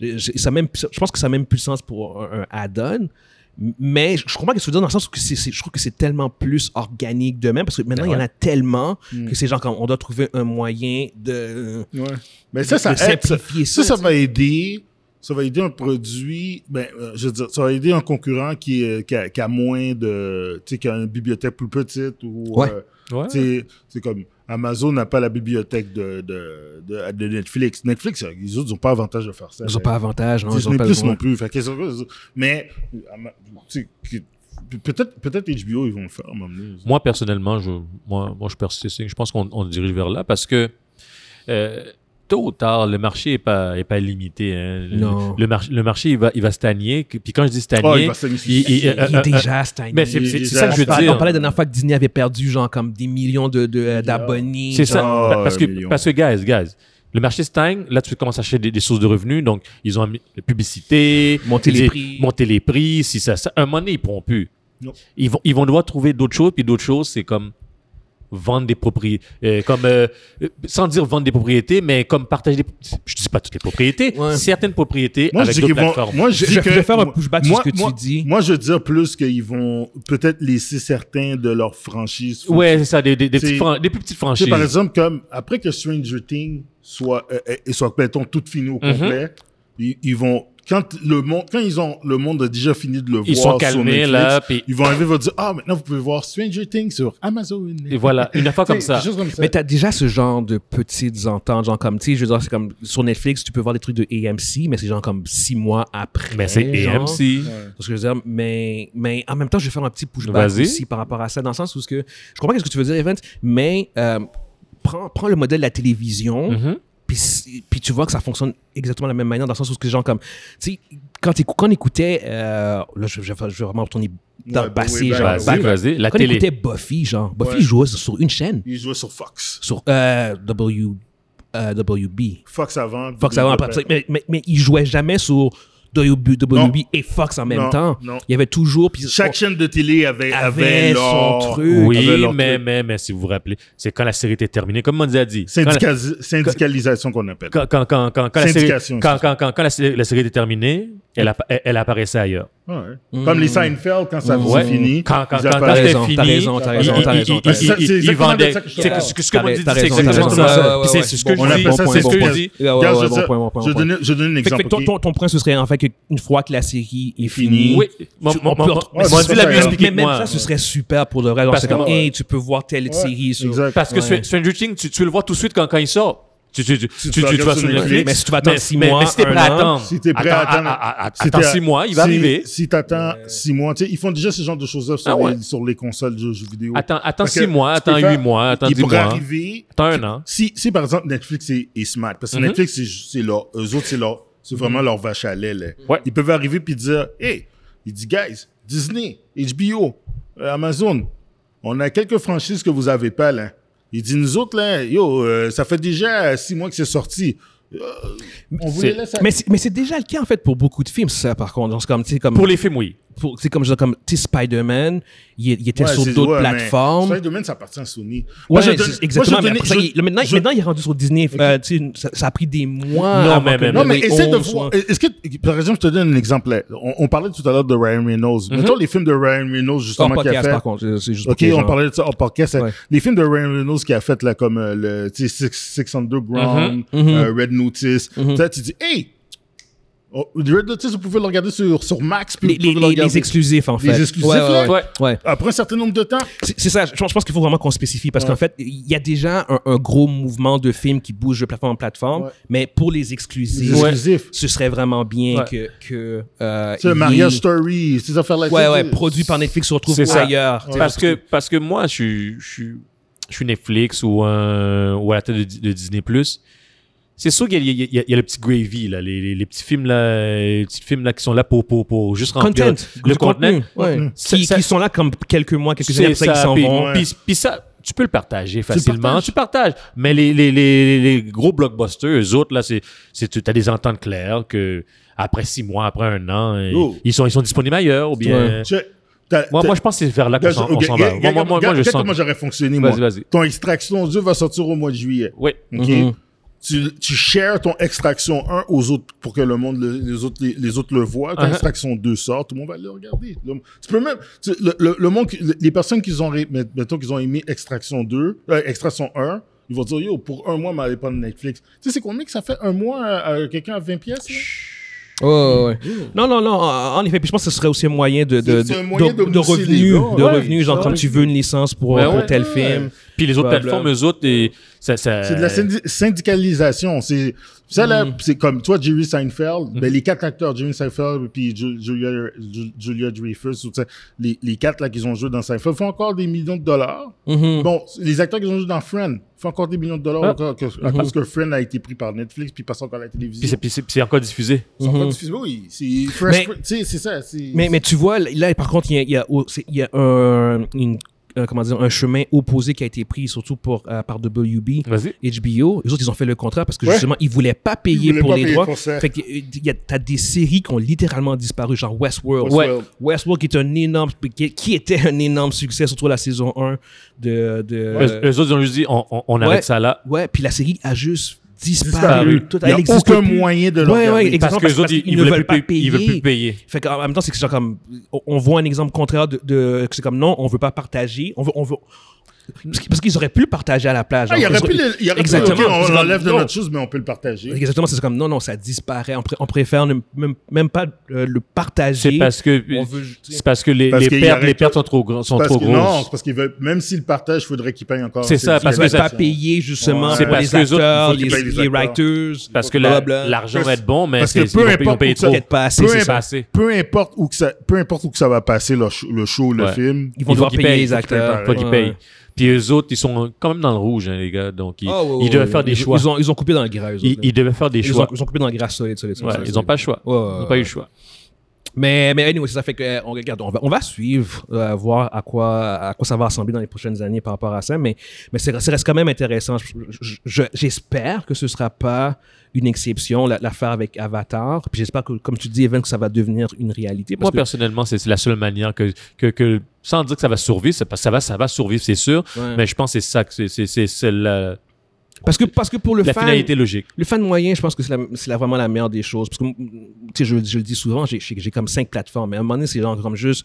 S1: Je, je- ça a même, je pense que ça a même plus de sens pour un, un add-on. Mais je, je comprends ce que tu veux dire dans le sens où que c'est- c'est- je trouve que c'est tellement plus organique de même parce que maintenant,
S2: Ben
S1: il
S2: Hmm.
S1: y en a tellement
S3: Mm.
S1: que c'est genre comme on doit trouver un moyen de...
S3: Ouais. Mais ça,
S1: de- de
S3: ça aide. Ça,
S1: simplifier
S3: ça,
S1: ça,
S3: ça va aider. Ça va aider un produit, ben, euh, je veux dire, ça va aider un concurrent qui, est- qui, a, qui a moins de, tu sais, qui a une bibliothèque plus petite ou,
S1: Ouais.
S3: euh,
S2: Ouais.
S3: tu sais, c'est comme Amazon n'a pas la bibliothèque de, de, de, de Netflix. Netflix, euh, les autres n'ont pas avantage de
S2: Ben
S3: faire ça.
S1: Ils n'ont pas avantage. Non, ils ont
S3: Disney
S1: pas
S3: Plus
S1: besoin.
S3: non plus. Fait que c'est vrai, c'est- mais euh, Ama- tu sais, que- peut-être peut-être HBO ils vont le faire. à un moment donné.
S2: Moi, personnellement, je, moi, moi, je persiste. Je pense qu'on on se dirige vers là parce que euh, tôt ou tard, le marché n'est pas, est pas limité. hein. Le-
S1: Non.
S2: Le, marché le marché, il va, il va stagner. que- Puis quand je dis
S3: Oh, il
S2: stagner,
S3: va s'amuser.
S2: il- il- euh,
S1: Il
S2: euh,
S1: est déjà stagné.
S2: mais c'est c'est- c'est ça que je
S1: On
S2: veux
S1: parlait,
S2: dire.
S1: on parlait de la dernière fois que Disney avait perdu genre comme des millions de, de- d'abonnés.
S2: C'est ça.
S1: genre.
S3: Ah,
S2: Pa- parce,
S3: un
S2: que,
S3: million.
S2: parce que, guys, guys, le marché stagne. Là, tu commences à acheter des, des sources de revenus. Donc, ils ont mis la publicité.
S1: Monter les
S2: des-
S1: prix.
S2: Monter les prix. Si ça, ça- un moment donné, ils ne pourront plus.
S3: Non.
S2: Ils vont, ils vont devoir trouver d'autres choses. Puis d'autres choses, c'est comme vendre des propriétés. comme, euh, euh, sans dire vendre des propriétés, mais comme partager des... Je ne dis pas toutes les propriétés.
S1: Ouais.
S2: Certaines propriétés
S3: Moi, je
S2: avec
S3: dis
S2: d'autres
S3: qu'ils vont.
S2: plateformes.
S3: Moi,
S1: Je,
S3: je,
S1: je,
S3: dis
S1: je
S3: que-
S1: vais faire un
S3: moi-
S1: pushback sur
S3: moi-
S1: ce que
S3: moi-
S1: tu dis.
S3: Moi, je veux dire plus qu'ils vont peut-être laisser certains de leurs franchises.
S2: Ouais, c'est ça. Des, des, des
S3: C'est-
S2: petites fran- des plus petites
S3: Tu
S2: franchises.
S3: sais, par exemple, comme après que Stranger Things soit, euh, euh, soit mettons, tout fini au
S2: Mhm.
S3: complet, ils, ils vont. Quand le monde, quand ils ont, le monde a déjà fini de le
S2: ils
S3: voir
S2: sont
S3: sur
S2: calmés,
S3: Netflix,
S2: là. Puis
S3: ils vont arriver, ils vont dire, ah, maintenant vous pouvez voir Stranger Things sur Amazon.
S2: et voilà. Une affaire comme
S3: Tu sais,
S2: ça.
S3: des choses comme ça.
S1: Mais t'as déjà ce genre de petites ententes, genre comme, tu sais, je veux dire, c'est comme sur Netflix, tu peux voir des trucs de AMC, mais c'est genre comme six mois après.
S2: Mais c'est
S1: genre.
S2: AMC.
S3: Ouais.
S1: C'est ce que je veux dire, mais, mais en même temps, je vais faire un petit pushback
S2: Vas-y.
S1: aussi par rapport à ça, dans le sens où ce que, je comprends ce que tu veux dire, Evans, mais euh, prends, prends le modèle de la télévision,
S2: Mhm.
S1: puis, si- puis tu vois que ça fonctionne exactement de la même manière dans le sens où ce que les gens comme tu sais quand t'écou- quand on écoutait euh, là je, je, vais- je vais vraiment retourner dans
S3: Ouais,
S1: le passé
S3: way back,
S1: genre
S3: ouais,
S2: Vas-y,
S1: back-
S2: vas-y. La
S1: quand on
S2: télé.
S1: écoutait Buffy genre Buffy
S3: Ouais.
S1: jouait sur une chaîne
S3: Ils jouaient sur Fox.
S1: sur euh, W euh, WB
S3: Fox avant.
S1: Fox avant après ça, mais, mais, mais ils jouaient jamais sur WB, WB et Fox en même
S3: Non,
S1: temps
S3: non.
S1: il y avait toujours puis
S3: Chaque chaîne de télé avait,
S1: on
S3: avait
S1: avait son
S3: leur-
S1: truc
S3: avaient
S2: Oui,
S3: leur
S2: mais,
S3: truc.
S2: mais, mais si vous vous rappelez, c'est quand la série était terminée. Comme Monzi a dit, quand la-
S3: Syndicali- syndicalisation qu'on appelle.
S2: quand, quand, quand, quand, quand la série,
S3: Syndication,
S2: quand,
S3: c'est
S2: quand, quand, quand la, sé- la série était terminée, elle, appa- elle, elle apparaissait ailleurs.
S3: Ouais.
S1: Mm.
S3: Comme les Seinfeld, quand ça
S1: Ouais.
S3: c'est fini.
S2: Quand, quand,
S3: ils
S2: quand, quand
S1: T'as
S3: apparaissent-
S2: c'était
S1: raison,
S2: fini,
S1: t'as raison, t'as
S2: ils-
S1: raison,
S2: ils-
S1: t'as
S2: ils-
S1: raison,
S2: ils-
S1: t'as
S2: ils-
S1: raison.
S2: ils-
S3: C'est
S2: ils
S3: exactement
S2: vendaient-
S3: de ça que je te
S2: c'est
S3: parle.
S2: ce que- ce que Monzi dit,
S1: T'as
S2: c'est
S1: raison, t'as
S2: exactement
S1: raison. Ouais,
S2: ça.
S1: ouais,
S2: Puis C'est
S1: ouais,
S2: c'est ce que
S3: On
S2: je dis.
S3: appelle ça,
S2: C'est ce que
S3: syndicalisme.
S2: je dis.
S1: Ouais, ouais,
S3: Regarde,
S1: ouais,
S3: je,
S1: bon
S3: veux dire-
S1: point, bon point,
S3: je
S1: bon point.
S3: donne, je donne un
S1: Fait que-
S3: exemple.
S1: fait que ton,
S3: ok?
S1: ton, ton point, ce serait en fait qu'une fois que la série est finie,
S2: Oui, mon-
S1: tu-
S2: mon-
S1: on peut ret-
S2: mon- mon-
S1: mais
S2: mon
S1: ça,
S2: Dieu,
S1: ça,
S2: la
S1: ça,
S2: mieux,
S3: hein.
S1: mais même
S2: expliquement.
S1: ça, ce serait super pour de vrai. Genre,
S2: Parce
S1: c'est
S2: que-
S1: comme,
S3: ouais.
S1: hey, tu peux voir telle série sur.
S3: Exact.
S2: Parce que
S1: Ouais.
S2: Stranger Things, tu, tu le vois tout de suite quand, quand il sort. Tu, tu, tu, tu, tu,
S3: le
S2: tu
S3: regardes
S2: vas
S3: sur
S2: sur
S3: Netflix.
S2: Netflix.
S1: Mais si tu vas attendre
S2: Mais-
S1: six
S2: mais-
S1: mois,
S2: Mais si t'es prêt à
S1: un an,
S2: attendre,
S3: si t'es prêt à attendre,
S2: attends,
S3: si t'es-
S2: attends six mois, il va
S3: si-
S2: arriver.
S3: Si t'attends six mois, tu sais, ils font déjà ce genre de choses-là sur,
S2: Ah ouais.
S3: les, sur les consoles de jeux vidéo.
S2: Attends, attends
S3: Fait que
S2: six mois,
S3: tu peux
S2: attends
S3: faire-
S2: huit mois, attends
S3: ils
S2: dix
S3: pourraient
S2: mois,
S3: arriver.
S2: attends un an.
S3: Si, si par exemple Netflix est, est smart, parce que
S2: Mhm.
S3: Netflix, c'est ju- c'est leur, eux autres, c'est leur, c'est
S1: Mhm.
S3: vraiment leur vache à lait. là.
S2: Ouais.
S3: Ils peuvent arriver puis dire, hey, ils disent, guys, Disney, HBO, euh, Amazon, on a quelques franchises que vous avez pas là. Ils disent, nous autres là, yo, euh, ça fait déjà six mois que c'est sorti. Euh, on vous les
S2: C'est-
S3: laisse. à-
S1: Mais c'est, mais c'est déjà le cas, en fait, pour beaucoup de films, ça, par contre. Genre, c'est comme, tu sais, comme,
S2: Pour les films, oui.
S1: pour- tu sais, comme, je veux dire, comme, tu sais, Spider-man, il, il était
S3: Ouais,
S1: sur
S3: c'est-
S1: d'autres
S3: ouais, mais
S1: plateformes.
S3: Spider-Man, ça appartient à Sony.
S1: Ouais,
S3: Moi, je
S1: c'est-
S3: donne- moi, je
S1: exactement. mais
S3: donnais-
S1: après ça,
S3: je-
S1: il- le- maintenant,
S3: je-
S1: maintenant, il est rendu sur Disney. euh, tu sais, ça, ça a pris des mois.
S2: Non,
S1: avant
S2: mais-
S1: que
S2: mais-
S1: le
S3: Non, mais
S1: Way
S3: essaie de
S1: Home soit-
S3: voir. Est-ce que, par exemple, je te donne un exemple. là. On, on parlait tout à l'heure de Ryan Reynolds.
S1: Mhm.
S3: Mettons les films de Ryan Reynolds,
S1: Hors
S3: justement, qu'il a
S1: Ah, podcast,
S3: fait.
S1: par contre. euh, C'est juste pour
S3: OK,
S1: que les
S3: on
S1: gens-
S3: parlait de ça hors podcast.
S1: Ouais.
S3: Les films de Ryan Reynolds qu'il a fait, là, comme euh, le, tu sais, Six, Six Underground,
S1: Mhm.
S3: euh, Red Notice. Ça, tu dis, hey, oh, Red Notice, vous pouvez le regarder sur, sur Max. Puis
S1: Les,
S3: vous pouvez
S1: les,
S3: le
S1: les-
S3: regarder.
S1: les exclusifs, en fait.
S3: Les exclusifs,
S1: Ouais, ouais,
S3: là?
S1: ouais. ouais.
S3: Après un certain nombre de temps,
S1: C'est c'est ça, je pense, je pense qu'il faut vraiment qu'on spécifie parce
S3: Ouais.
S1: qu'en fait, il y a déjà un, un gros mouvement de films qui bougent de plateforme en plateforme,
S3: Ouais.
S1: mais pour les
S3: les
S1: exclusifs,
S3: exclusifs.
S1: ce serait vraiment bien
S2: Ouais.
S1: que. que euh,
S3: Tu sais,
S1: il y
S3: Marriage
S1: ait-
S3: Story, ces affaires-là.
S1: Ouais,
S3: tu
S1: ouais,
S3: sais,
S1: produit par Netflix se retrouve
S2: C'est ça.
S1: ailleurs. tu sais,
S2: Parce que, parce que moi, je suis, je suis, je suis Netflix ou, un- ou à la tête de, Di- de Disney+. C'est sûr qu'il y, a- il y a- il y a le petit gravy, là, les, les- les petits films là, les petits films là qui sont là pour, pour, pour juste remplir
S1: Content,
S2: le contenu.
S1: ouais.
S3: Mmh.
S1: Qui,
S2: Ça-
S1: qui sont là comme quelques mois, quelques années après
S2: C'est
S1: ça, ils
S2: ça,
S1: s'en
S2: puis-
S1: vont.
S3: Ouais.
S2: Puis, puis ça, tu peux le partager
S1: le
S2: facilement.
S1: partages.
S2: Tu partages. Mais les, les, les, les gros blockbusters, eux autres, là, c'est, c'est, tu as des ententes claires que après six mois, après un an, euh,
S3: Oh.
S2: ils, sont, ils sont disponibles ailleurs. Ou bien...
S3: Check. T'as-
S2: moi,
S3: t'as-
S2: moi, je pense que c'est vers là qu'on
S3: Regarde,
S2: s'en, Ah, ben, on
S3: ok,
S2: s'en va.
S3: regarde,
S2: Moi, moi, moi,
S3: regarde,
S2: je
S3: regarde
S2: sens.
S3: comment j'aurais fonctionné,
S2: Vas-y,
S3: moi.
S2: vas-y. Mm-hmm.
S3: Ton extraction 2 va sortir au mois de juillet.
S2: Oui.
S3: OK?
S1: Mhm.
S3: Tu, tu shares ton extraction 1 aux autres pour que le monde, le- les, autres, les, les autres le voient. Quand
S2: Uh-huh. extraction
S3: extraction 2 sort, tout le monde va le regarder. Le- tu peux même, tu- le, le- le monde, qui- les personnes qui ont, ré- mett- mettons, qu'ils ont aimé extraction 2, euh, extraction 1, ils vont dire, yo, pour un mois, m'allez pas de Netflix. Tu sais, c'est combien que ça fait un mois à, à quelqu'un à 20 pièces? là?
S1: Ouais, ouais, ouais. Non, non, non. En en effet, puis je pense que ce serait aussi un moyen de, de,
S3: C'est- c'est un
S1: de-
S3: moyen
S1: de-
S3: de
S1: de
S3: mousser les
S1: revenus.
S3: gars,
S1: De
S3: ouais,
S1: revenus, genre
S3: ça,
S1: comme
S3: ouais.
S1: tu veux une licence pour,
S2: Ouais,
S1: pour
S2: ouais.
S1: tel
S3: Ouais.
S1: film.
S2: Puis les autres
S1: Bla,
S2: plateformes,
S1: bla.
S2: eux autres, et ça, ça...
S3: C'est de
S1: Euh.
S3: la syndi- syndicalisation. C'est ça là,
S1: Mm.
S3: c'est comme toi, Jerry Seinfeld.
S1: Mm-hmm.
S3: Ben, les quatre acteurs, Jerry Seinfeld puis Ju- Julia, Ju- Julia Dreyfus, ou, tu sais, les, les quatre là qu'ils ont joué dans Seinfeld font encore des millions de dollars.
S1: Mhm.
S3: Bon, les acteurs qu'ils ont joué dans Friend font encore des millions de dollars
S2: Ah.
S3: encore que-
S1: Mm-hmm.
S3: à cause que Friend a été pris par Netflix puis passe encore à la télévision.
S2: Puis c'est, puis c'est- puis c'est encore diffusé.
S3: Ils sont pas
S1: Mhm.
S3: diffusés. Oui, c'est fresh.
S1: Mais-
S3: tu sais, c'est ça. c'est-
S1: Mais, mais tu vois, là, par contre, il y a, il y a au- c'est- il y a un, une- euh, comment dire, un chemin opposé qui a été pris, surtout pour, euh, par WB.
S2: Vas-y.
S1: HBO, les autres, ils ont fait le contrat parce que
S3: Ouais.
S1: justement, ils voulaient pas payer
S3: voulaient
S1: pour
S3: pas
S1: les
S3: payer
S1: droits.
S3: pour ça.
S1: Fait que euh, il y a- t'as des séries qui ont littéralement disparu, genre Westworld.
S3: Westworld.
S1: Westworld qui est un énorme, qui, qui était un énorme succès, surtout la saison 1 de. de
S2: Eux, eux autres, ils ont juste dit, on, on, on
S1: Ouais.
S2: arrête ça là.
S1: ouais, puis la série a juste
S3: Disparu.
S1: disparu. Tout-
S3: Il y a
S1: elle n'existe
S3: aucun
S1: plus.
S3: moyen de le
S1: Ouais,
S3: regarder.
S1: ouais, exactement,
S2: Parce que les autres, ils,
S1: qu'ils
S2: ils
S1: ne
S2: veulent
S1: veulent
S2: plus
S1: pas
S2: payer. Ils veulent plus payer.
S1: Fait qu'en même temps, c'est que genre comme. on- On voit un exemple contraire de. de- que c'est comme non, on veut pas partager. On veut. On veut parce que- parce qu'ils auraient pu le partager à la plage.
S3: Ah, il y
S1: genre.
S3: aurait
S1: Ils
S3: pu
S1: auraient-
S3: le- il y aurait pu-
S1: Exactement.
S3: ok, on
S1: C'est
S3: l'enlève de
S1: comme-
S3: notre chose, mais on peut le partager.
S1: Exactement, c'est comme non, non, ça disparaît. On, pr- on préfère ne- même, même pas euh, le partager.
S2: C'est parce que, euh,
S1: On veut- tu sais.
S2: c'est parce que les,
S3: Parce
S2: les
S3: qu'il y
S2: pertes,
S3: aurait
S2: les
S3: que-
S2: pertes sont trop, gros- sont
S3: Parce
S2: trop
S3: que-
S2: grosses.
S3: non, c'est parce qu'ils veulent, même s'ils le partagent, il faudrait qu'ils payent encore.
S2: C'est ça, parce
S1: Ils veulent
S2: que
S1: pas
S2: ça-
S1: payer justement
S3: Ouais.
S1: c'est
S3: C'est
S1: parce
S2: parce
S1: les
S2: que les autres,
S1: acteurs,
S3: il faut
S1: les,
S3: qu'ils payent les
S1: les
S3: acteurs.
S1: writers.
S2: Parce que la-
S1: blablabla.
S2: l'argent
S3: Parce-
S2: va être bon, mais
S3: parce
S2: c'est,
S3: que
S2: ils,
S3: peu
S2: ont, ils ont
S3: importe
S2: payé
S3: où ça-
S2: trop.
S1: peut-être pas assez,
S2: Peu
S1: c'est
S2: importe.
S1: ça.
S2: assez.
S3: Peu importe où que ça, peu importe où que ça va passer le, sh- le show, le
S2: Ouais.
S3: film.
S1: Ils vont
S2: Il faut
S1: devoir
S2: qu'ils
S1: payer
S2: payent,
S1: les
S2: faut
S1: acteurs.
S2: Faut qu'ils
S1: Ouais.
S2: payent. Puis eux autres, ils sont quand même dans le rouge, hein, les gars. Donc, ils,
S1: Ah, ouais, ouais,
S2: ils devaient
S1: ouais.
S2: faire des
S1: Ils-
S2: choix.
S1: Ils ont, ils ont coupé dans le gras. eux
S2: Ils,
S1: autres,
S2: ils devaient faire des
S1: Ils ont,
S2: choix.
S1: ils ont coupé dans le gras solide, solide,
S2: Ouais,
S1: solide,
S2: ils
S1: solide.
S2: n'ont pas le choix.
S1: Ouais, ouais,
S2: Ils n'ont
S1: ouais.
S2: pas eu le choix.
S1: Mais, mais anyway, c'est ça fait que euh, on regarde, on va, on va suivre, euh, voir à quoi, à quoi ça va ressembler dans les prochaines années par rapport à ça. Mais, mais c'est- ça reste quand même intéressant. Je- je- je- J'espère que ce sera pas une exception la- l'affaire avec Avatar. Puis j'espère que, comme tu dis, Evan, que ça va devenir une réalité. Parce
S2: Moi,
S1: que-
S2: personnellement, c'est c'est la seule manière que, que, que- sans dire que ça va survivre, c'est pas- ça va, ça va survivre, c'est sûr.
S1: Ouais.
S2: Mais je pense que c'est ça, que c'est- c'est c'est- c'est la,
S1: parce que parce que pour le
S2: la
S1: fan,
S2: finalité logique.
S1: Le fan moyen, je pense que c'est la- c'est la- vraiment la meilleure des choses. Parce que, tu sais, je, je le dis souvent, j'ai- j'ai j'ai comme cinq plateformes. Mais à un moment donné, c'est genre comme juste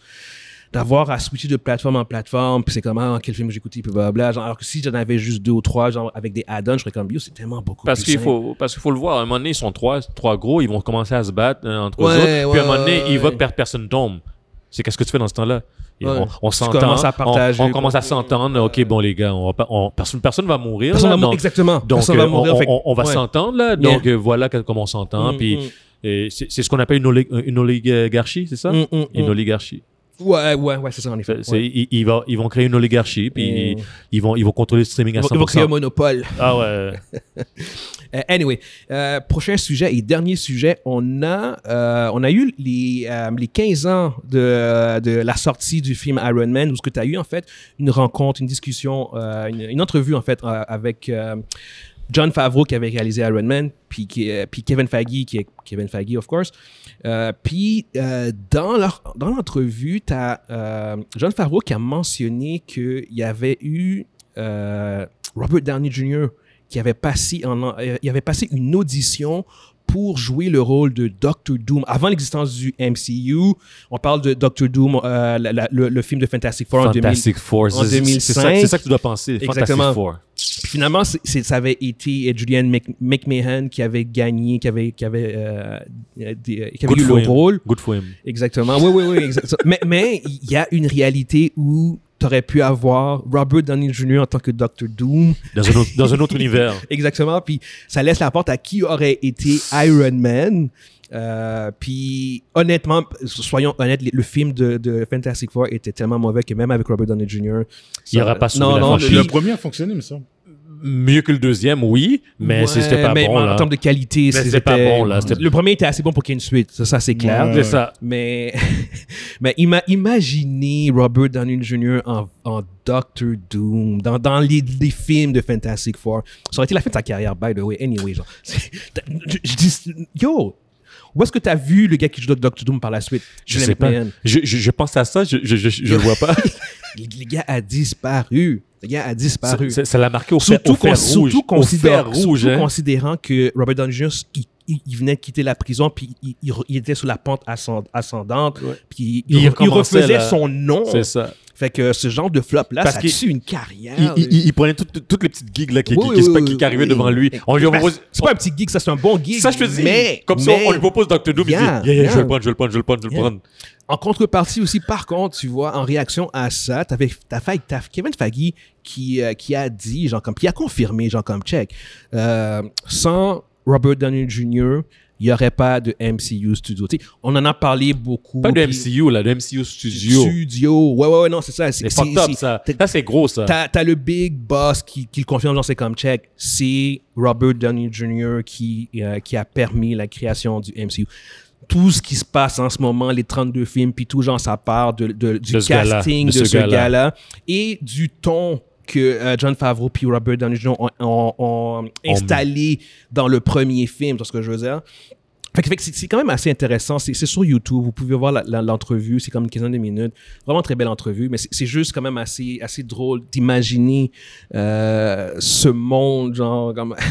S1: d'avoir à switcher de plateforme en plateforme, puis c'est comme, ah, quel film j'écoute, puis blablabla. Genre, alors que si j'en avais juste deux ou trois, genre, avec des add-ons, je serais comme, yo, c'est tellement beaucoup
S2: Parce
S1: plus
S2: qu'il
S1: simple.
S2: faut, parce qu'il faut le voir. À un moment donné, ils sont trois, trois gros, ils vont commencer à se battre euh, entre
S1: Ouais,
S2: eux autres. Puis
S1: ouais,
S2: à un moment donné,
S1: ouais,
S2: ils voient
S1: ouais.
S2: que per- personne tombe. C'est qu'est-ce que tu fais dans ce temps-là Et
S1: Ouais.
S2: On, on
S1: Tu
S2: s'entend,
S1: commences à
S2: on-
S1: partager,
S2: on, commence à
S1: quoi.
S2: s'entendre. Ok, bon les gars, on va pas- on- personne, personne va mourir.
S1: Personne
S2: là,
S1: va mourir,
S2: donc-
S1: exactement.
S2: Donc
S1: Personne
S2: euh,
S1: va mourir,
S2: on,
S1: fait que-
S2: on- on va
S1: ouais.
S2: s'entendre là.
S1: Yeah.
S2: Donc euh, voilà que- comment on s'entend.
S1: Mm,
S2: puis
S1: mm.
S2: et c'est c'est ce qu'on appelle une, oli- une oligarchie, c'est ça
S1: Mm, mm,
S2: Une
S1: mm.
S2: oligarchie.
S1: Ouais, ouais, ouais, c'est ça, en effet.
S2: C'est- c'est-
S1: Ouais.
S2: ils, ils vont, ils vont créer une oligarchie, puis
S1: Mm.
S2: ils, ils vont, ils vont contrôler le streaming à
S1: Ils vont-
S2: 100%.
S1: ils vont créer un monopole.
S2: Ah ouais.
S1: Euh, anyway, euh, prochain sujet et dernier sujet, on a, euh, on a eu les, euh, les 15 ans de, de la sortie du film Iron Man, où ce que tu as eu en fait une rencontre, une discussion, euh, une, une entrevue en fait euh, avec euh, John Favreau qui avait réalisé Iron Man, puis, qui, euh, puis Kevin Feige, qui est Kevin Feige of course. Euh, puis euh, dans leur- dans l'entrevue, tu as John Favreau qui a mentionné qu'il y avait eu euh, Robert Downey Jr qui avait passé, en, euh, il avait passé une audition pour jouer le rôle de Doctor Doom avant l'existence du MCU. On parle de Doctor Doom, euh, la- la- le, le film de Fantastic Four en 2000.
S2: Fantastic Four.
S1: en
S2: c'est- c'est-
S1: 2005.
S2: C'est ça, c'est ça que tu dois penser.
S1: Exactement.
S2: Fantastic Four.
S1: Puis Finalement, c'est- c'est- ça avait été euh, Julianne Mc- McMahon qui avait gagné, qui avait, qui avait, euh, euh, des- euh, qui avait
S2: Good
S1: eu
S2: for
S1: le
S2: him.
S1: rôle.
S2: Good for him.
S1: Exactement. Oui, oui, oui. exact- mais mais il y a une réalité où tu aurais pu avoir Robert Downey Jr. en tant que Doctor Doom.
S2: Dans un autre, dans un autre univers.
S1: Exactement. Puis ça laisse la porte à qui aurait été Iron Man. Euh, puis honnêtement, soyons honnêtes, le film de, de Fantastic Four était tellement mauvais que même avec Robert Downey Jr.
S2: Il
S1: ça-
S2: aura pas sauvé
S1: non,
S2: la
S1: non,
S2: franchise.
S1: puis-
S3: Le, le premier a fonctionné, mais ça.
S2: mieux que le deuxième, oui, mais
S1: Ouais,
S2: c'est- c'était pas
S1: mais
S2: bon.
S1: En
S2: là.
S1: termes de qualité,
S2: Mais c'était pas bon, là. C'était-
S1: Le premier était assez bon pour qu'il y ait une suite. Ça, ça c'est clair.
S3: Ouais.
S2: C'est ça.
S1: Mais, (laughs) mais ima- imaginez Robert Downey Jr. en, en Doctor Doom, dans, dans les, les films de Fantastic Four. Ça aurait été la fin de sa carrière, by the way. Anyway, genre. C'est- Je, je dis, yo, où est-ce que t'as vu le gars qui joue Doctor Doom par la suite?
S2: Je
S1: Julian
S2: sais
S1: (laughs)
S2: pas.
S1: McMahon.
S2: Je, je, je pense à ça, je, je, je, je le vois
S1: (laughs)
S2: pas.
S1: Le, le gars a disparu. Le gars a disparu.
S2: ça, ça l'a marqué au fer,
S1: Surtout,
S2: Ben, au fer
S1: qu'on-
S2: rouge.
S1: surtout
S2: au fer
S1: considérant,
S2: rouge,
S1: surtout
S2: hein.
S1: considérant que Robert Downey Jr., il, il- il venait de quitter la prison, puis il, il re- il était sur la pente ascend- ascendante,
S2: Ouais.
S1: puis il,
S2: Il
S1: re- il
S2: recommençait
S1: refaisait
S2: la-
S1: son nom.
S2: C'est ça.
S1: Fait que ce genre de flop-là,
S2: Parce
S1: ça
S2: qu'il-
S1: tue une carrière.
S2: Il, il- il- il prenait toutes- toutes les petites gigs là, qui, qui-
S1: Oui,
S2: qui, se-
S1: oui,
S2: qui-
S1: oui,
S2: qui arrivaient
S1: oui.
S2: devant lui. On lui
S1: Ben,
S2: propose.
S1: c'est pas un petit geek, ça, c'est un bon geek.
S2: Ça, je te dis.
S1: Mais,
S2: comme ça,
S1: mais-
S2: on lui propose Dr.
S1: Yeah,
S2: Doom. il dit Yeah, yeah, je vais
S1: yeah.
S2: le prendre, je vais le prendre, je vais le prendre, je vais le
S1: Yeah.
S2: prendre.
S1: En contrepartie aussi, par contre, tu vois, en réaction à ça, t'avais t'as fait- t'as Kevin Faggy qui, euh, qui a dit, genre comme, qui a confirmé, genre comme, check, euh, sans Robert Downey Jr., il n'y aurait pas de MCU Studio. Tu sais, on en a parlé beaucoup.
S2: Pas de
S1: puis-
S2: MCU, là, de MCU Studio.
S1: Studio. Ouais, ouais, ouais, non, c'est ça.
S2: C'est
S1: C'est
S2: fucked
S1: c'est-
S2: up, ça.
S1: t'es-
S2: Ça, c'est gros, ça.
S1: T'as t'as le big boss qui, qui le confirme, genre c'est comme check, c'est Robert Downey Jr. qui, euh, qui a permis la création du MCU. Tout ce qui se passe en ce moment, les 32 films, puis tout genre ça part de, de- du
S2: De ce gars-là,
S1: casting
S2: de
S1: de
S2: ce
S1: ce,
S2: gars-là.
S1: gars-là et du ton que euh, John Favreau puis Robert Downey Jr. ont, ont- ont installé dans le premier film, c'est ce que je veux dire. Fait que, fait que c'est c'est quand même assez intéressant. C'est c'est sur YouTube. Vous pouvez voir la- la- l'entrevue. C'est comme une quinzaine de minutes. Vraiment très belle entrevue. Mais c'est- c'est juste quand même assez, assez drôle d'imaginer euh, ce monde. Genre, comme. (laughs)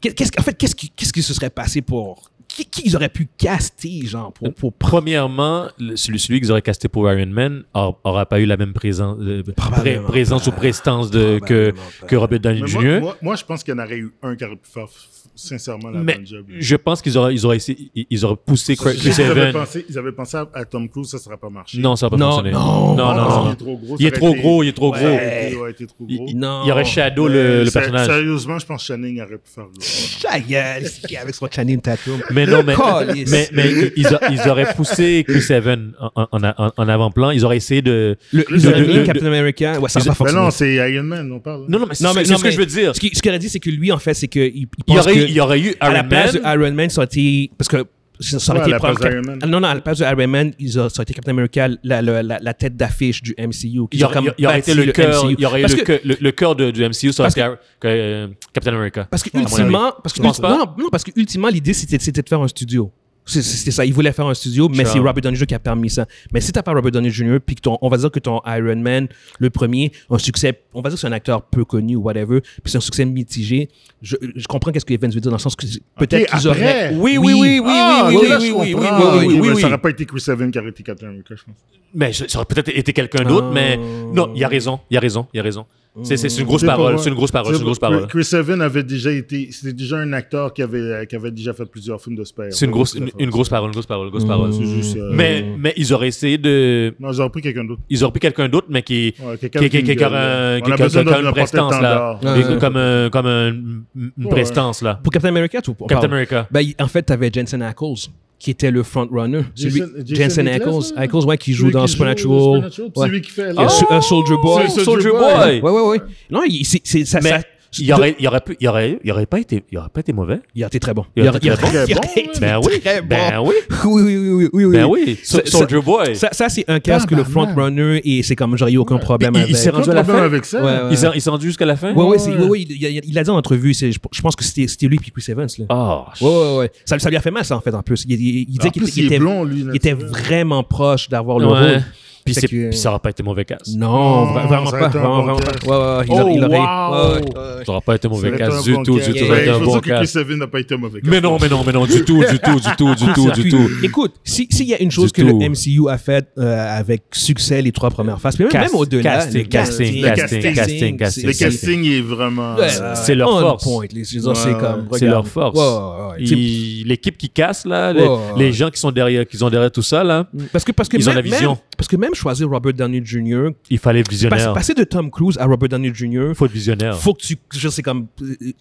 S1: Qu'est- qu'est-ce, en fait, qu'est-ce qui, qu'est-ce qui se serait passé pour. Qui, qui ils auraient pu caster, genre, pour. pour pr-
S2: Premièrement, le- celui, celui qu'ils auraient casté pour Iron Man or- aura pas eu la même présence, euh, pré-
S1: Probablement
S2: présence
S1: pas.
S2: ou prestance de, Euh, que,
S1: Probablement pas.
S2: que Robert Downey
S3: Mais
S2: Jr.
S3: moi, moi, moi, je pense qu'il y en aurait eu un qui aurait pu faire f- sincèrement la
S2: Mais
S3: bonne job. là.
S2: je pense qu'ils auraient, ils auraient, essayé- ils- ils auraient poussé Craig-
S3: Ils
S2: Chris
S3: avaient,
S2: Evans.
S3: pensé, ils avaient pensé à, à Tom Cruise, ça ne sera pas marché.
S2: Non, ça va pas
S1: Non,
S2: fonctionner.
S1: non.
S2: non, non,
S3: parce
S2: non.
S3: qu'il est trop
S2: Il est
S3: gros. ça aurait
S2: trop
S3: été-
S2: gros, il est trop
S3: Ouais,
S2: gros.
S3: il aurait été- ouais, il était trop
S2: Il,
S3: gros.
S2: il-
S1: Non.
S2: il aurait shadow le,
S3: Euh,
S2: le
S3: sé-
S2: personnage.
S3: Sérieusement, je pense que Channing aurait pu faire le
S1: Ta gueule, c'est qui avec son Channing Tatum.
S2: Mais non, mais,
S1: Calisse.
S2: mais, mais ils- ils, a- ils auraient poussé Chris Evans en, en- en- en avant-plan. Ils auraient essayé de.
S1: Le,
S3: Ils
S1: ils
S3: auraient-
S1: auraient mis
S2: le-
S1: Captain America. Ouais, ça
S2: ils-
S1: va pas
S3: Mais
S1: fonctionner.
S3: non, c'est Iron Man, on parle. hein. là.
S2: Non, non, mais c'est
S1: Non, mais-
S2: c'est
S1: non,
S2: ce que
S1: mais
S2: je veux dire.
S1: Ce qui- ce qu'il aurait dit, c'est que lui, en fait, c'est que il, il
S2: Il y
S1: pense
S2: aurait,
S1: que-
S2: eu- il y aurait eu
S1: à la
S2: Iron
S1: place
S2: Man.
S1: de Iron Man, ça aurait été. Parce que ça ça aurait
S3: Ouais,
S1: été
S3: à la
S1: probable
S3: place
S1: que-
S3: d'Iron Man.
S1: Ah, Non, non, à la place de Iron Man, ils ont, ça aurait été Captain America, la, la, la, la tête d'affiche du MCU. qui
S2: Il y
S1: ont
S2: aurait,
S1: comme
S2: il y aurait
S1: bâti
S2: été le cœur,
S1: MCU.
S2: il y aurait eu
S1: parce
S2: le,
S1: que,
S2: cœur- le, le cœur de, du MCU, ça aurait
S1: Parce
S2: été Iron- que, euh, Captain America.
S1: Parce que
S2: À mon avis.
S1: ultimement, parce que
S2: Tu penses
S1: ulti-
S2: pas?
S1: non, non, parce que ultimement, l'idée c'était c'était de faire un studio. C'est- C'était ça. Ils voulaient faire un studio, mais
S2: Sure.
S1: c'est Robert Downey Jr. qui a permis ça. Mais si t'as pas Robert Downey Jr. puis que ton, on va dire que ton Iron Man, le premier, un succès, on va dire que c'est un acteur peu connu ou whatever, puis c'est un succès mitigé. Je, je comprends qu'est-ce que Evans veut dire dans le sens que peut-être
S3: Ok,
S1: qu'ils auraient.
S3: après.
S2: Oui, oui, oui, oui,
S3: Ah,
S2: oui,
S3: ok,
S2: oui,
S3: là,
S2: oui,
S3: je
S2: oui, oui,
S3: comprends.
S2: oui,
S3: Ah,
S2: oui,
S3: ok,
S2: oui,
S3: mais
S2: oui.
S3: Ça n'aurait pas été Chris Evans qui aurait été Captain America, je pense.
S2: Mais je- ça aurait peut-être été quelqu'un d'autre,
S1: Ah.
S2: mais non, il a raison, il a raison, il a raison. C'est c'est- c'est une grosse
S3: C'est pas
S2: parole,
S3: vrai.
S2: c'est une grosse parole,
S3: Tu
S2: c'est
S3: sais,
S2: une grosse parole.
S3: Chris Evans avait déjà été. C'était déjà un acteur qui avait, qui avait déjà fait plusieurs films de super
S2: C'est une grosse, une, une grosse parole, une grosse parole, une grosse parole.
S3: C'est juste. euh,
S2: Mais, mais ils auraient essayé de,
S3: Non, j'aurais pris quelqu'un d'autre.
S2: ils auraient pris quelqu'un d'autre, mais qui,
S3: Ouais,
S2: qui, qui,
S3: une
S2: qui, qui
S3: gueule,
S2: aura un-
S3: là.
S2: qui,
S3: On a
S2: qui-
S3: besoin
S2: qui aura
S3: d'un
S2: une
S3: n'importe quel
S2: prestance là,
S3: standard.
S1: Ouais.
S2: Et comme un- comme un- une une
S3: Ouais.
S2: prestance là.
S1: Pour Captain America, tu on
S2: Captain
S1: parle?
S2: America.
S1: Ben, il- en fait, t'avais Jensen Ackles, qui était le frontrunner. Celui-
S3: Jason- Jason
S1: Jensen
S3: Ackles,
S1: Ackles,
S3: là?
S1: Ackles, ouais, qui joue
S3: Celui
S1: dans
S3: qui
S1: Supernatural.
S3: Supernatural,
S1: Ouais.
S3: Celui qui fait.
S1: Il y a
S3: là.
S1: Su- un Soldier Boy.
S3: Sol-
S2: Soldier
S3: Ah.
S2: Boy.
S3: Soldier Boy.
S1: Ouais, ouais, ouais. Non, il, c'est, c'est, ça,
S2: Mais
S1: ça-
S2: il aurait, il aurait pu, il aurait, il aurait pas été, il aurait pas été mauvais.
S1: il aurait été très bon.
S2: il aurait été très
S3: bon.
S1: il aurait (laughs)
S3: Très
S1: été
S2: Ben
S3: bon,
S2: oui.
S1: très bon.
S2: Ben oui.
S1: oui, oui, oui, oui, oui, oui.
S2: Ben oui. So-
S1: Ça- ça-
S2: Soldier Boy.
S1: Ça, ça, c'est un casque que le
S3: Tabarnak.
S1: frontrunner et c'est comme, j'aurais eu aucun problème
S2: Il- il
S1: avec.
S2: s'est rendu à la
S3: Aucun problème
S2: fin.
S3: avec ça.
S1: Ouais, ouais.
S2: Il s'est il s'est rendu jusqu'à la fin.
S1: Ouais, ouais,
S3: Ouais,
S1: c'est-
S3: ouais.
S1: ouais, ouais, il, il a- il a dit en entrevue, c'est, je, je pense que c'était, c'était lui puis Chris Evans, là.
S2: Oh.
S1: Ouais, ouais, ouais. Ça, ça lui a fait mal, ça, en fait, en plus. Il, il- il
S3: En
S1: disait qu'il
S3: plus,
S1: était- il
S3: il est
S1: était,
S3: blond, lui,
S1: il était
S3: naturel.
S1: vraiment proche d'avoir le
S2: Ouais.
S1: rôle.
S2: Puis,
S1: Fait
S2: c'est-
S1: que-
S2: puis ça aura pas été mauvais casse.
S1: Non, vra-
S3: Non,
S1: vraiment
S3: Oh, ça a
S1: pas.
S3: été un
S1: Vraiment,
S3: bon
S1: vraiment
S3: cast.
S1: pas. Ouais, ouais, ouais, il,
S3: Oh,
S1: aurait-
S3: wow!
S1: ouais, ouais, ouais.
S2: Ça aura pas été
S3: Ça
S2: mauvais
S3: aurait été
S2: casse
S3: un
S2: du
S3: bon
S2: tout,
S3: cast.
S2: du tout.
S1: Yeah,
S2: Ça aurait
S1: yeah,
S2: été
S3: Ben,
S2: un
S3: Je veux
S2: bon
S3: dire que Chris
S2: casse.
S3: Evans n'a pas été un mauvais gars.
S2: Mais non, mais non, mais non, du tout, du tout, du
S1: (laughs)
S2: tout, du tout, du tout, du tout.
S1: Ah, Écoute, si- s'il y a une
S2: Du
S1: chose que
S2: tout.
S1: le MCU a faite avec succès les trois premières phases, puis même,
S2: Cast-
S1: même au-delà,
S2: casting,
S1: le
S2: casting,
S3: casting,
S2: casting, casting,
S3: Le
S1: c'est-
S3: casting est vraiment.
S1: Ouais,
S3: euh,
S2: c'est leur
S1: on
S2: force.
S1: point, les- je veux dire,
S3: Ouais,
S1: c'est comme,
S2: C'est leur
S1: regarde.
S2: force.
S1: Ouais, ouais, ouais. C'est-
S2: Il- L'équipe qui casse, là, les,
S1: Ouais, ouais,
S2: les
S1: ouais.
S2: gens qui sont derrière, qui sont derrière tout ça, là,
S1: Parce que, parce que
S2: Ils ont
S1: même,
S2: la vision.
S1: même- parce que même choisir Robert Downey Jr.,
S2: il fallait
S1: passer,
S2: visionnaire.
S1: passer de Tom Cruise à Robert Downey Jr.,
S2: Il faut être visionnaire.
S1: faut que tu je sais comme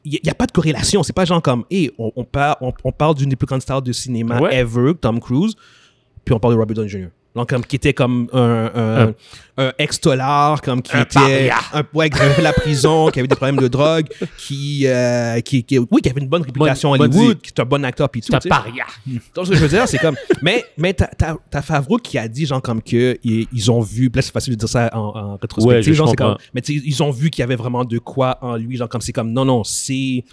S1: il y, a pas de corrélation c'est pas genre comme hey, on, on parle on, on parle d'une des plus grandes stars de cinéma
S2: Ouais.
S1: ever Tom Cruise puis on parle de Robert Downey Jr. Donc, comme qui était comme un, un,
S2: Un-
S1: un ex-dollar, comme qui
S2: Un
S1: était
S2: paria.
S1: un ouais, qui avait fait la prison, qui avait des problèmes de drogue, qui, euh, qui, qui- oui, qui avait une bonne réputation à
S2: Bonne- bonne
S1: Hollywood,
S2: idée.
S1: qui était un bon acteur, puis tout.
S2: C'est un
S1: tu sais.
S2: paria.
S1: Donc, ce que je veux dire, c'est comme. Mais, mais t'as, t'as, t'as Favreau qui a dit, genre, comme que i- ils ont vu. puis Là, c'est facile de dire ça en, en rétrospective.
S2: Ouais, je- je
S1: genre, c'est comme,
S2: comprends.
S1: mais tu sais, ils ont vu qu'il y avait vraiment de quoi en lui. Genre, comme c'est comme, non, non, c'est.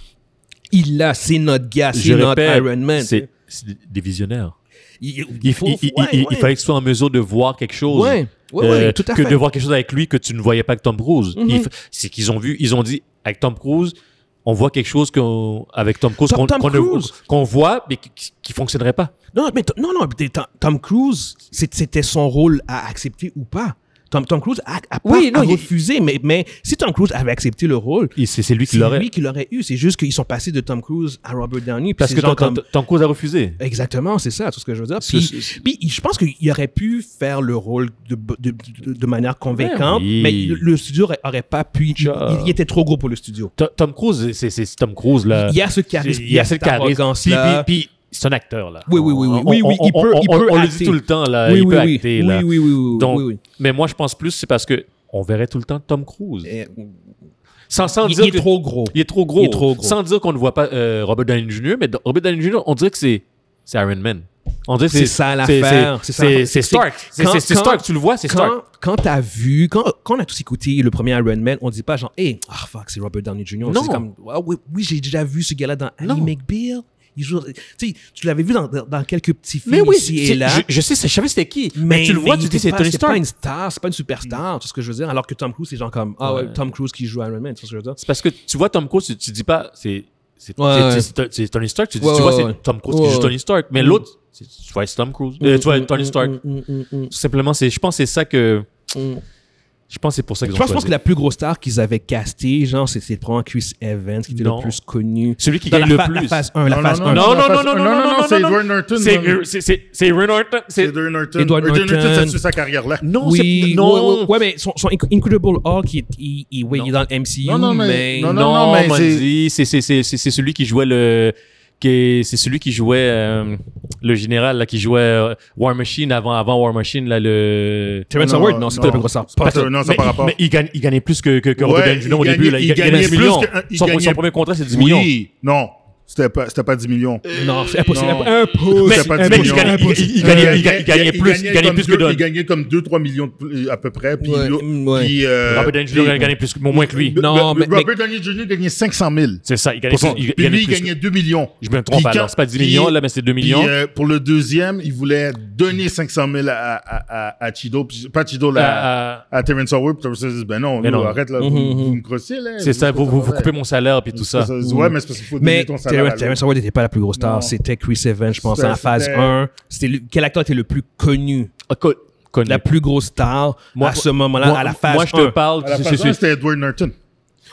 S1: Il l'a, c'est notre gars, c'est
S2: Je
S1: notre
S2: répète,
S1: Iron Man.
S2: c'est c'est des visionnaires.
S1: Il, il-
S2: Il,
S1: faut-
S2: il- il-
S1: ouais,
S2: il-
S1: ouais.
S2: il fallait que tu sois en mesure de voir quelque chose.
S1: Ouais, ouais, ouais,
S2: Euh,
S1: tout à
S2: que
S1: fait.
S2: de voir quelque chose avec lui que tu ne voyais pas avec Tom Cruise.
S1: Mhm.
S2: Il f- C'est qu'ils ont vu, ils ont dit avec Tom Cruise, on voit quelque chose qu'on- avec Tom Cruise
S1: Tom-
S2: qu'on
S1: Tom
S2: qu'on ne-
S1: Cruise.
S2: qu'on voit mais qui, qui- qui fonctionnerait pas.
S1: Non, mais t- non, non, puis Tom, Tom Cruise, c'est- c'était son rôle à accepter ou pas. Tom, Tom Cruise a, a pas-
S2: Oui, non,
S1: a
S2: il-
S1: refusé, mais, mais si Tom Cruise avait accepté le rôle,
S2: Et C'est c'est lui qui
S1: c'est
S2: l'aurait.
S1: lui qui l'aurait eu. C'est juste qu'ils sont passés de Tom Cruise à Robert Downey. puis
S2: Parce
S1: c'est
S2: que
S1: genre
S2: Tom, Tom- Tom Cruise a refusé.
S1: Exactement, c'est ça, tout ce que je veux dire.
S2: Ce-
S1: Puis,
S2: ce-
S1: puis je pense qu'il aurait pu faire le rôle de, de, de, de manière convaincante,
S2: Ben oui.
S1: mais le, le studio aurait, aurait pas pu. Il,
S2: Genre.
S1: il était trop gros pour le studio.
S2: To- Tom Cruise, c'est- c'est c'est Tom Cruise là.
S1: Il y a ce charisme,
S2: Euh, Il y a cette carrière. Puis,
S1: là.
S2: puis- puis c'est un acteur là.
S1: Oui, oui, oui, oui.
S2: On-
S1: Oui, oui,
S2: on-
S1: il
S2: on-
S1: peut- il
S2: on-
S1: peut
S2: on le
S1: acter.
S2: dit tout le temps là.
S1: oui,
S2: euh, il
S1: oui,
S2: peut
S1: oui.
S2: acter
S1: oui,
S2: là.
S1: oui, oui, oui, oui,
S2: Donc,
S1: oui, oui.
S2: Mais moi, je pense plus c'est parce que on verrait tout le temps Tom Cruise.
S1: Eh,
S2: Sans, sans
S1: il,
S2: dire
S1: il
S2: que-
S1: est trop gros.
S2: Il est trop gros.
S1: Il est trop gros.
S2: Sans dire qu'on ne voit pas euh, Robert Downey Jr., mais dans- Robert Downey Jr., on dirait que c'est c'est Iron Man. On dirait que
S1: C'est ça l'affaire,
S2: c'est-
S1: c'est ça l'affaire.
S2: C'est c'est Stark. C'est
S1: quand-
S2: c'est- c'est
S1: quand-
S2: Stark. Tu le vois, c'est Stark.
S1: Quand, quand t'as vu, quand, quand on a tous écouté le premier Iron Man, on dit pas genre, hey, ah fuck, c'est Robert Downey Jr.
S2: Non.
S1: C'est comme, Ah oui, oui j'ai déjà vu ce gars-là dans Ally
S2: Non.
S1: McBeal. Il joue, tu sais, tu l'avais vu dans, dans, dans quelques petits films
S2: Mais oui,
S1: ici et
S2: c'est-
S1: là.
S2: je, je sais, c'est- je savais c'était qui. Mais, tu le
S1: mais
S2: vois, tu
S1: il
S2: dis
S1: était
S2: c'est
S1: pas-
S2: Tony
S1: C'est pas
S2: Stark.
S1: une star, c'est pas une superstar, tu sais ce que je veux dire. Alors que Tom Cruise, c'est genre comme, ah ouais.
S2: Ouais.
S1: Tom Cruise qui joue Iron Man, tu sais ce que je veux dire.
S2: C'est parce que tu vois Tom Cruise, tu, tu dis pas c'est c'est
S1: Ouais,
S2: c'est-
S1: ouais.
S2: c'est- c'est- c'est Tony Stark. Tu dis
S1: Ouais,
S2: tu vois
S1: ouais, ouais.
S2: c'est Tom Cruise qui
S1: Ouais,
S2: joue
S1: ouais.
S2: Tony Stark. Mais
S1: Mm.
S2: l'autre, c'est- tu vois c'est Tom Cruise. Euh, tu vois
S1: Mm,
S2: Tony
S1: mm,
S2: Stark.
S1: mm, mm, mm, mm,
S2: Tout Simplement, c'est je pense que c'est ça que
S1: mm.
S2: je pense que c'est pour ça
S1: Je
S2: qu'ils ont
S1: pense, je pense
S2: choisi.
S1: que la plus grosse star qu'ils avaient castée, genre, c'était probablement Chris Evans, qui était
S2: Non.
S1: le plus connu.
S2: Celui qui
S1: Dans
S2: gagne
S1: la
S2: le
S1: fa- La
S2: plus.
S1: phase 1, la
S3: Non,
S1: phase
S3: non,
S1: 1.
S3: non.
S2: Non, non, non,
S3: Face-
S2: non, non,
S3: non,
S2: non,
S3: non,
S2: non,
S3: c'est
S2: non,
S3: Edward
S2: non.
S3: Norton,
S2: C'est
S3: non.
S2: c'est- c'est- c'est Edward Norton. C'est-
S3: Edward Norton.
S1: Edward
S3: Edward Norton,
S1: Norton.
S3: ça tue sa carrière-là.
S2: Non,
S1: Oui,
S2: c'est non.
S1: Ouais, ouais, ouais, mais son, son Inc- Incredible Hulk, il, il, il- ouais,
S2: Non.
S1: il est dans le MCU,
S3: Non, non, mais-
S1: mais...
S3: non,
S2: Non,
S3: non, mais
S2: Mandy, c'est c'est c'est c'est c'est celui qui jouait le qui est- c'est celui qui jouait euh, le général là qui jouait euh, War Machine avant avant War Machine là le
S1: Terrence
S3: Non,
S1: Howard, non, c'est pas
S3: non.
S1: la plus grosse star.
S3: pas ça, non, ça
S2: mais,
S3: par rapport.
S2: mais il gagne il gagnait plus que que, que Robert
S3: Ouais,
S2: Downey Jr. au
S3: il
S2: début là,
S3: gagnait-
S2: il,
S3: il
S2: gagnait
S3: gagnait
S2: 10
S3: plus
S2: millions.
S3: que- il
S2: son, son
S3: gagnait-
S2: premier contrat c'est 10 millions. Euh,
S3: Oui, non, c'était pas, c'était pas 10 millions.
S1: Non, c'est impossible.
S3: Non.
S1: Impossible.
S2: Mais,
S3: C'est pas
S2: mais
S3: du
S2: il
S3: million.
S2: gagnait, il- il- il gagnait- il gagnait- il gagnait plus, il gagnait
S3: comme
S2: plus que
S3: deux-
S2: Don.
S3: Il gagnait comme 2-3 millions de plus, à peu près. Puis,
S1: Ouais, mm,
S3: l'autre-
S1: ouais.
S3: puis, euh,
S2: Robert Downey Jr. gagnait plus, au moins que lui.
S1: Non, mais- mais-
S3: Robert Downey Jr. gagnait 500 000.
S2: C'est ça, il gagnait,
S3: Pour son-
S2: il
S3: puis
S2: gagnait
S3: lui, il
S2: plus que-
S3: gagnait 2 millions.
S2: Je me trompe
S3: Puis
S2: alors,
S3: quand-
S2: c'est pas 10
S3: puis-
S2: millions là, mais c'est 2 millions.
S3: Puis, euh, pour le deuxième, il voulait donner 500 000 à, à, à, à Chido. puis- Pas Chido, là, à,
S2: Euh, euh,
S3: à Terrence Howard. Puis Terrence Howard dit, ben non,
S2: Mais
S3: là,
S2: non.
S3: arrête, là,
S1: Mhm,
S3: vous,
S1: mhm.
S3: vous me crossez, là.
S2: c'est ça, vous, vous, vous
S3: Ouais.
S2: coupez mon salaire puis tout ça.
S3: Ça, ça- Ouais, mais c'est parce qu'il faut donner
S1: Mais
S3: ton salaire. à
S1: Terrence Terrence Howard n'était pas la plus grosse
S3: Non.
S1: star, c'était Chris Evans, je pense,
S3: C'était-
S1: en phase
S3: c'était-
S1: 1. C'était le- quel acteur était le plus connu,
S2: Ah, co- connu.
S1: la plus grosse star
S2: Moi,
S1: à ce moment-là,
S2: moi,
S1: à la phase
S2: Moi, je
S1: 1.
S2: te parle.
S3: À la
S2: c'est-
S3: phase
S2: c'est-
S3: un, c'était Edward Norton.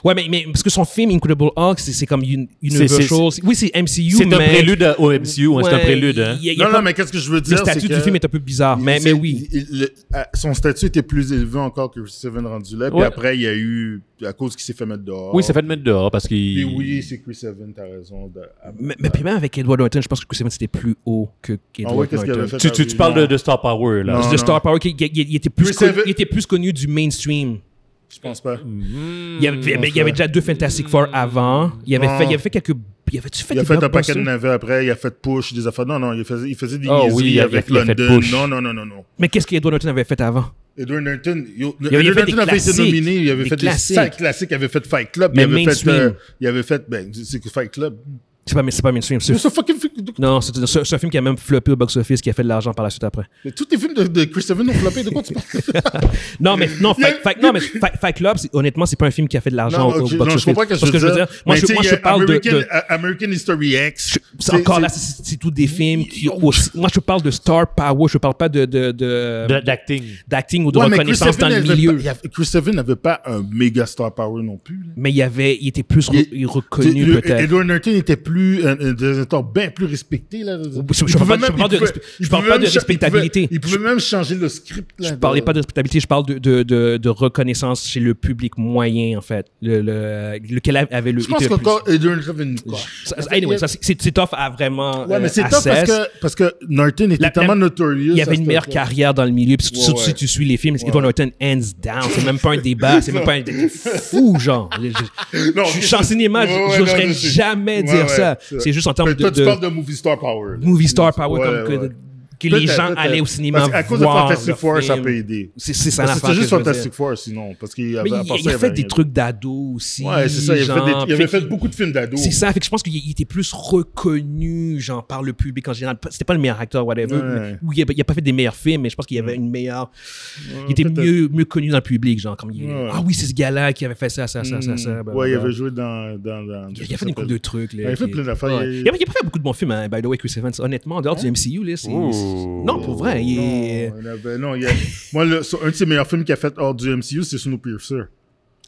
S1: Ouais, mais, mais parce que son film Incredible Hulk, c'est c'est comme un- Universal. Oui, c'est MCU,
S2: C'est
S1: mais...
S2: un prélude à- au MCU, hein, c'est un
S1: Ouais,
S2: prélude. hein.
S1: il y a- il y a
S3: Non, non,
S1: comme-
S3: mais qu'est-ce que je veux dire?
S1: Le
S3: c'est
S1: statut du
S3: que-
S1: film est un peu bizarre, mais, mais
S3: C'est-
S1: oui.
S3: il- le- à- son statut était plus élevé encore que Chris Evans rendu là. Puis
S2: Ouais.
S3: après, il y a eu, à cause qu'il s'est fait mettre dehors.
S2: Oui, ça fait de mettre dehors parce
S3: Puis
S2: qu'il.
S3: oui, c'est Chris Evans, t'as raison. de- ah,
S1: Mais, mais puis même avec Edward Norton, je pense que Chris Evans était plus haut que
S3: ah
S1: Edward
S3: ouais, qu'est-ce qu'il
S1: Norton.
S3: avait fait?
S2: Tu, tu, tu
S3: Ah,
S2: parles de,
S3: non,
S2: de Star Power, là.
S3: Non.
S1: de Star Power, qui- qui- il, était plus
S3: Chris
S1: connu,
S3: Evans-
S1: il était plus connu du mainstream.
S3: Je pense pas.
S1: Il y avait,
S3: Hmm.
S2: Mm.
S1: mais il y avait déjà deux Fantastic Four avant. Il avait
S3: Non.
S1: fait, il avait fait quelques. Il avait-tu fait
S3: Il a
S1: des
S3: fait un paquet
S1: blockbusters?
S3: de navets après, il a fait Push, des affaires. Non, non, il faisait, il faisait des
S2: Ah oui,
S3: niaiseries
S2: il a-
S3: avec
S2: il a fait
S3: London.
S2: Push.
S3: Non, non, non, non, non.
S1: Mais qu'est-ce qu'Edward Norton avait fait avant
S3: Edward Norton, yo,
S1: avait
S3: Edward
S1: fait des
S3: Norton avait été
S1: classiques,
S3: nominé, il avait
S1: des
S3: fait
S1: classiques.
S3: des cinq classiques, il avait fait Fight Club,
S1: Mais
S3: il avait fait,
S1: mainstream.
S3: euh, il avait fait, ben, c'est que Fight Club.
S1: C'est pas, c'est pas mainstream. c'est-
S3: Mais ce fucking fi- de-
S1: Non, c'est c'est- c'est un film qui a même floppé au box-office, qui a fait de l'argent par la suite après.
S3: mais tous tes films de, de Chris Evans ont floppé, de quoi tu parles?
S1: Non, mais non,
S3: Il y a-
S1: Fight, Fight- non, mais Fight, Fight Club, c'est- honnêtement, c'est pas un film qui a fait de l'argent au,
S3: ok,
S1: au box-office.
S3: je comprends ce
S1: Parce que je veux dire, moi,
S3: Mais
S1: je,
S3: tu sais,
S1: moi,
S3: il y
S1: je
S3: a
S1: parle de-
S3: American,
S1: de,
S3: A- American History X.
S1: C'est encore là, c'est c'est tous des films qui. où- moi, je parle de star power, je parle pas de de- de-
S2: De- D'acting.
S1: d'acting ou de
S3: Ouais, mais Chris
S1: reconnaissance dans
S3: Evans
S1: le
S3: avait
S1: milieu.
S3: pas- il avait- Chris Evans n'avait pas un méga star power non plus. là.
S1: Mais il y avait, il était plus re-
S3: Il-
S1: reconnu
S3: Le-
S1: peut-être.
S3: Edward Norton était plus plus, un, un dessinateur bien plus respecté. Là.
S1: Je- je
S3: Il
S1: parle
S3: pouvait
S1: pas- je parle
S3: même- il
S1: de
S3: pouvait-
S1: respe-
S3: il
S1: je parle
S3: pouvait
S1: pas
S3: même
S1: de
S3: cha- il pouvait-
S1: respectabilité.
S3: Il pouvait même changer le script. Là,
S1: Je parlais pas de respectabilité, je parle de, de, de, de reconnaissance chez le public moyen, en fait. Le, le- lequel avait le.
S3: Je pense
S1: était le plus-
S3: qu'encore Adrian avait une quoi.
S1: Ça- Anyway, ça, c'est- c'est c'est tough à vraiment.
S3: Ouais, mais
S1: euh,
S3: c'est
S1: à
S3: top parce
S1: 16.
S3: que, parce que Norton était
S1: La-
S3: tellement
S1: la-
S3: notorieux.
S1: Il y avait une meilleure
S3: carrière.
S1: carrière dans le milieu. Puis surtout
S3: Ouais,
S1: surtout
S3: ouais.
S1: si tu suis les films, Edward Norton, hands down. C'est même pas un débat. C'est même pas un
S3: (laughs)
S1: débat. fou, genre. Je, je-
S3: Non,
S1: je suis
S3: c'est-
S1: je, cinéma, je-
S3: Ouais, ouais,
S1: j'oserais
S3: non, je sais.
S1: jamais
S3: Ouais,
S1: dire
S3: ouais,
S1: ça.
S3: c'est-
S1: C'est juste en termes
S3: Mais
S1: de,
S3: toi, tu
S1: de
S3: parles de movie star power. là.
S1: movie star power,
S3: Ouais,
S1: comme
S3: ouais.
S1: que, que les
S3: Peut-être,
S1: gens
S3: peut-être.
S1: allaient au cinéma
S3: Parce qu'à cause de
S1: voir
S3: Fantastic
S1: leur
S3: Four, ça
S1: film.
S3: peut aider.
S1: C'est c'est ça
S3: Mais
S1: l'affaire
S3: C'était
S1: que
S3: juste
S1: je veux dire.
S3: Fantastic Four, sinon. Parce qu'il
S1: Mais
S3: avait,
S1: il,
S3: à part ça,
S1: il a
S3: avait
S1: fait des
S3: rien.
S1: trucs d'ado aussi.
S3: Ouais, c'est ça. Il avait, fait,
S1: genre,
S3: des- il avait fait
S1: qu'il-
S3: beaucoup de films d'ado.
S1: C'est ça, fait que je pense qu'il il était plus reconnu, genre, par le public en général. Pas- C'était pas le meilleur acteur, whatever.
S3: Ouais.
S1: mais- ou il a, il a pas fait des meilleurs films, mais je pense qu'il y avait une meilleure. Il était
S3: peut-être.
S1: mieux, mieux connu dans le public, genre, comme il-
S3: Ouais. Hmm.
S1: Ah oui, c'est ce gars-là qui avait fait ça, ça, ça, ça, ça. blablabla.
S3: Ouais, il avait joué dans. dans, dans
S1: Il a fait une couple de trucs. Là,
S3: Il a fait
S1: qui-
S3: plein d'affaires,
S1: Ouais.
S3: il-
S1: Il a il a pas fait beaucoup de bons films, hein, by the way, Chris Evans. Honnêtement, en dehors du MCU, là, c'est.
S2: Ouh.
S1: Non, pour vrai, il est.
S3: Non, il avait- non, il y a- (laughs) moi, le- sur- un de ses meilleurs films qu'il a fait hors du MCU, c'est Snowpiercer.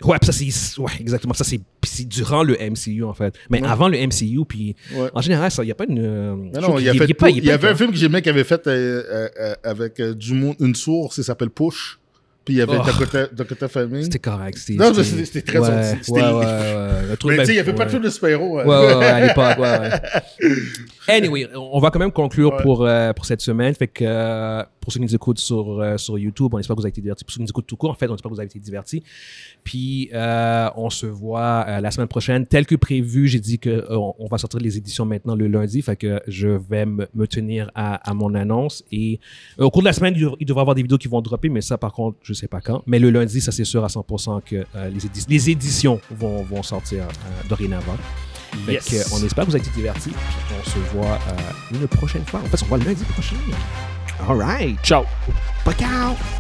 S1: Ouais, pis ça c'est ouais, exactement ça c'est pis c'est durant le MCU en fait. Mais
S3: Ouais.
S1: avant le MCU puis
S3: Ouais.
S1: en général ça y a pas une euh, je
S3: Non,
S1: trouve
S3: non, il, a
S1: qu'il-
S3: fait
S1: est pas-
S3: Pou-
S1: est
S3: il y
S1: pas-
S3: avait un film que j'aimais qu'il avait fait euh, euh, euh, avec euh, du monde, une source, ça s'appelle Push. Puis il y avait
S1: Oh.
S3: Dakota, Dakota Fanning.
S1: c'était correct, c'était
S3: Non, mais c'était- c'était très sorti, c'était-
S1: ouais, ouais, ouais, ouais. Un truc
S3: Mais tu sais, il n'y
S1: même-
S3: avait pas de
S1: ouais.
S3: film de super-héros. hein.
S1: Ouais, ouais, ouais, à l'époque, ouais, ouais. Anyway, on va quand même conclure
S3: Ouais.
S1: pour, euh, pour cette semaine. Fait que euh, pour ceux qui nous écoutent sur, euh, sur YouTube, on espère que vous avez été divertis. Pour ceux qui nous écoutent tout court, en fait, on espère que vous avez été divertis. Puis euh, on se voit euh, la semaine prochaine. Tel que prévu, j'ai dit que euh, on- on va sortir les éditions maintenant le lundi. Fait que je vais me me tenir à, à mon annonce. Et euh, au cours de la semaine, il dev- il devrait y avoir des vidéos qui vont dropper, mais ça, par contre, je sais pas quand. Mais le lundi, ça, c'est sûr à 100% que euh, les, édi- les éditions vont, vont sortir euh, dorénavant. Fait
S3: Yes.
S1: que, on espère que vous avez été divertis. Puis on se voit euh, une prochaine fois. En fait, on se voit lundi prochain. All right.
S2: Ciao.
S1: Back out.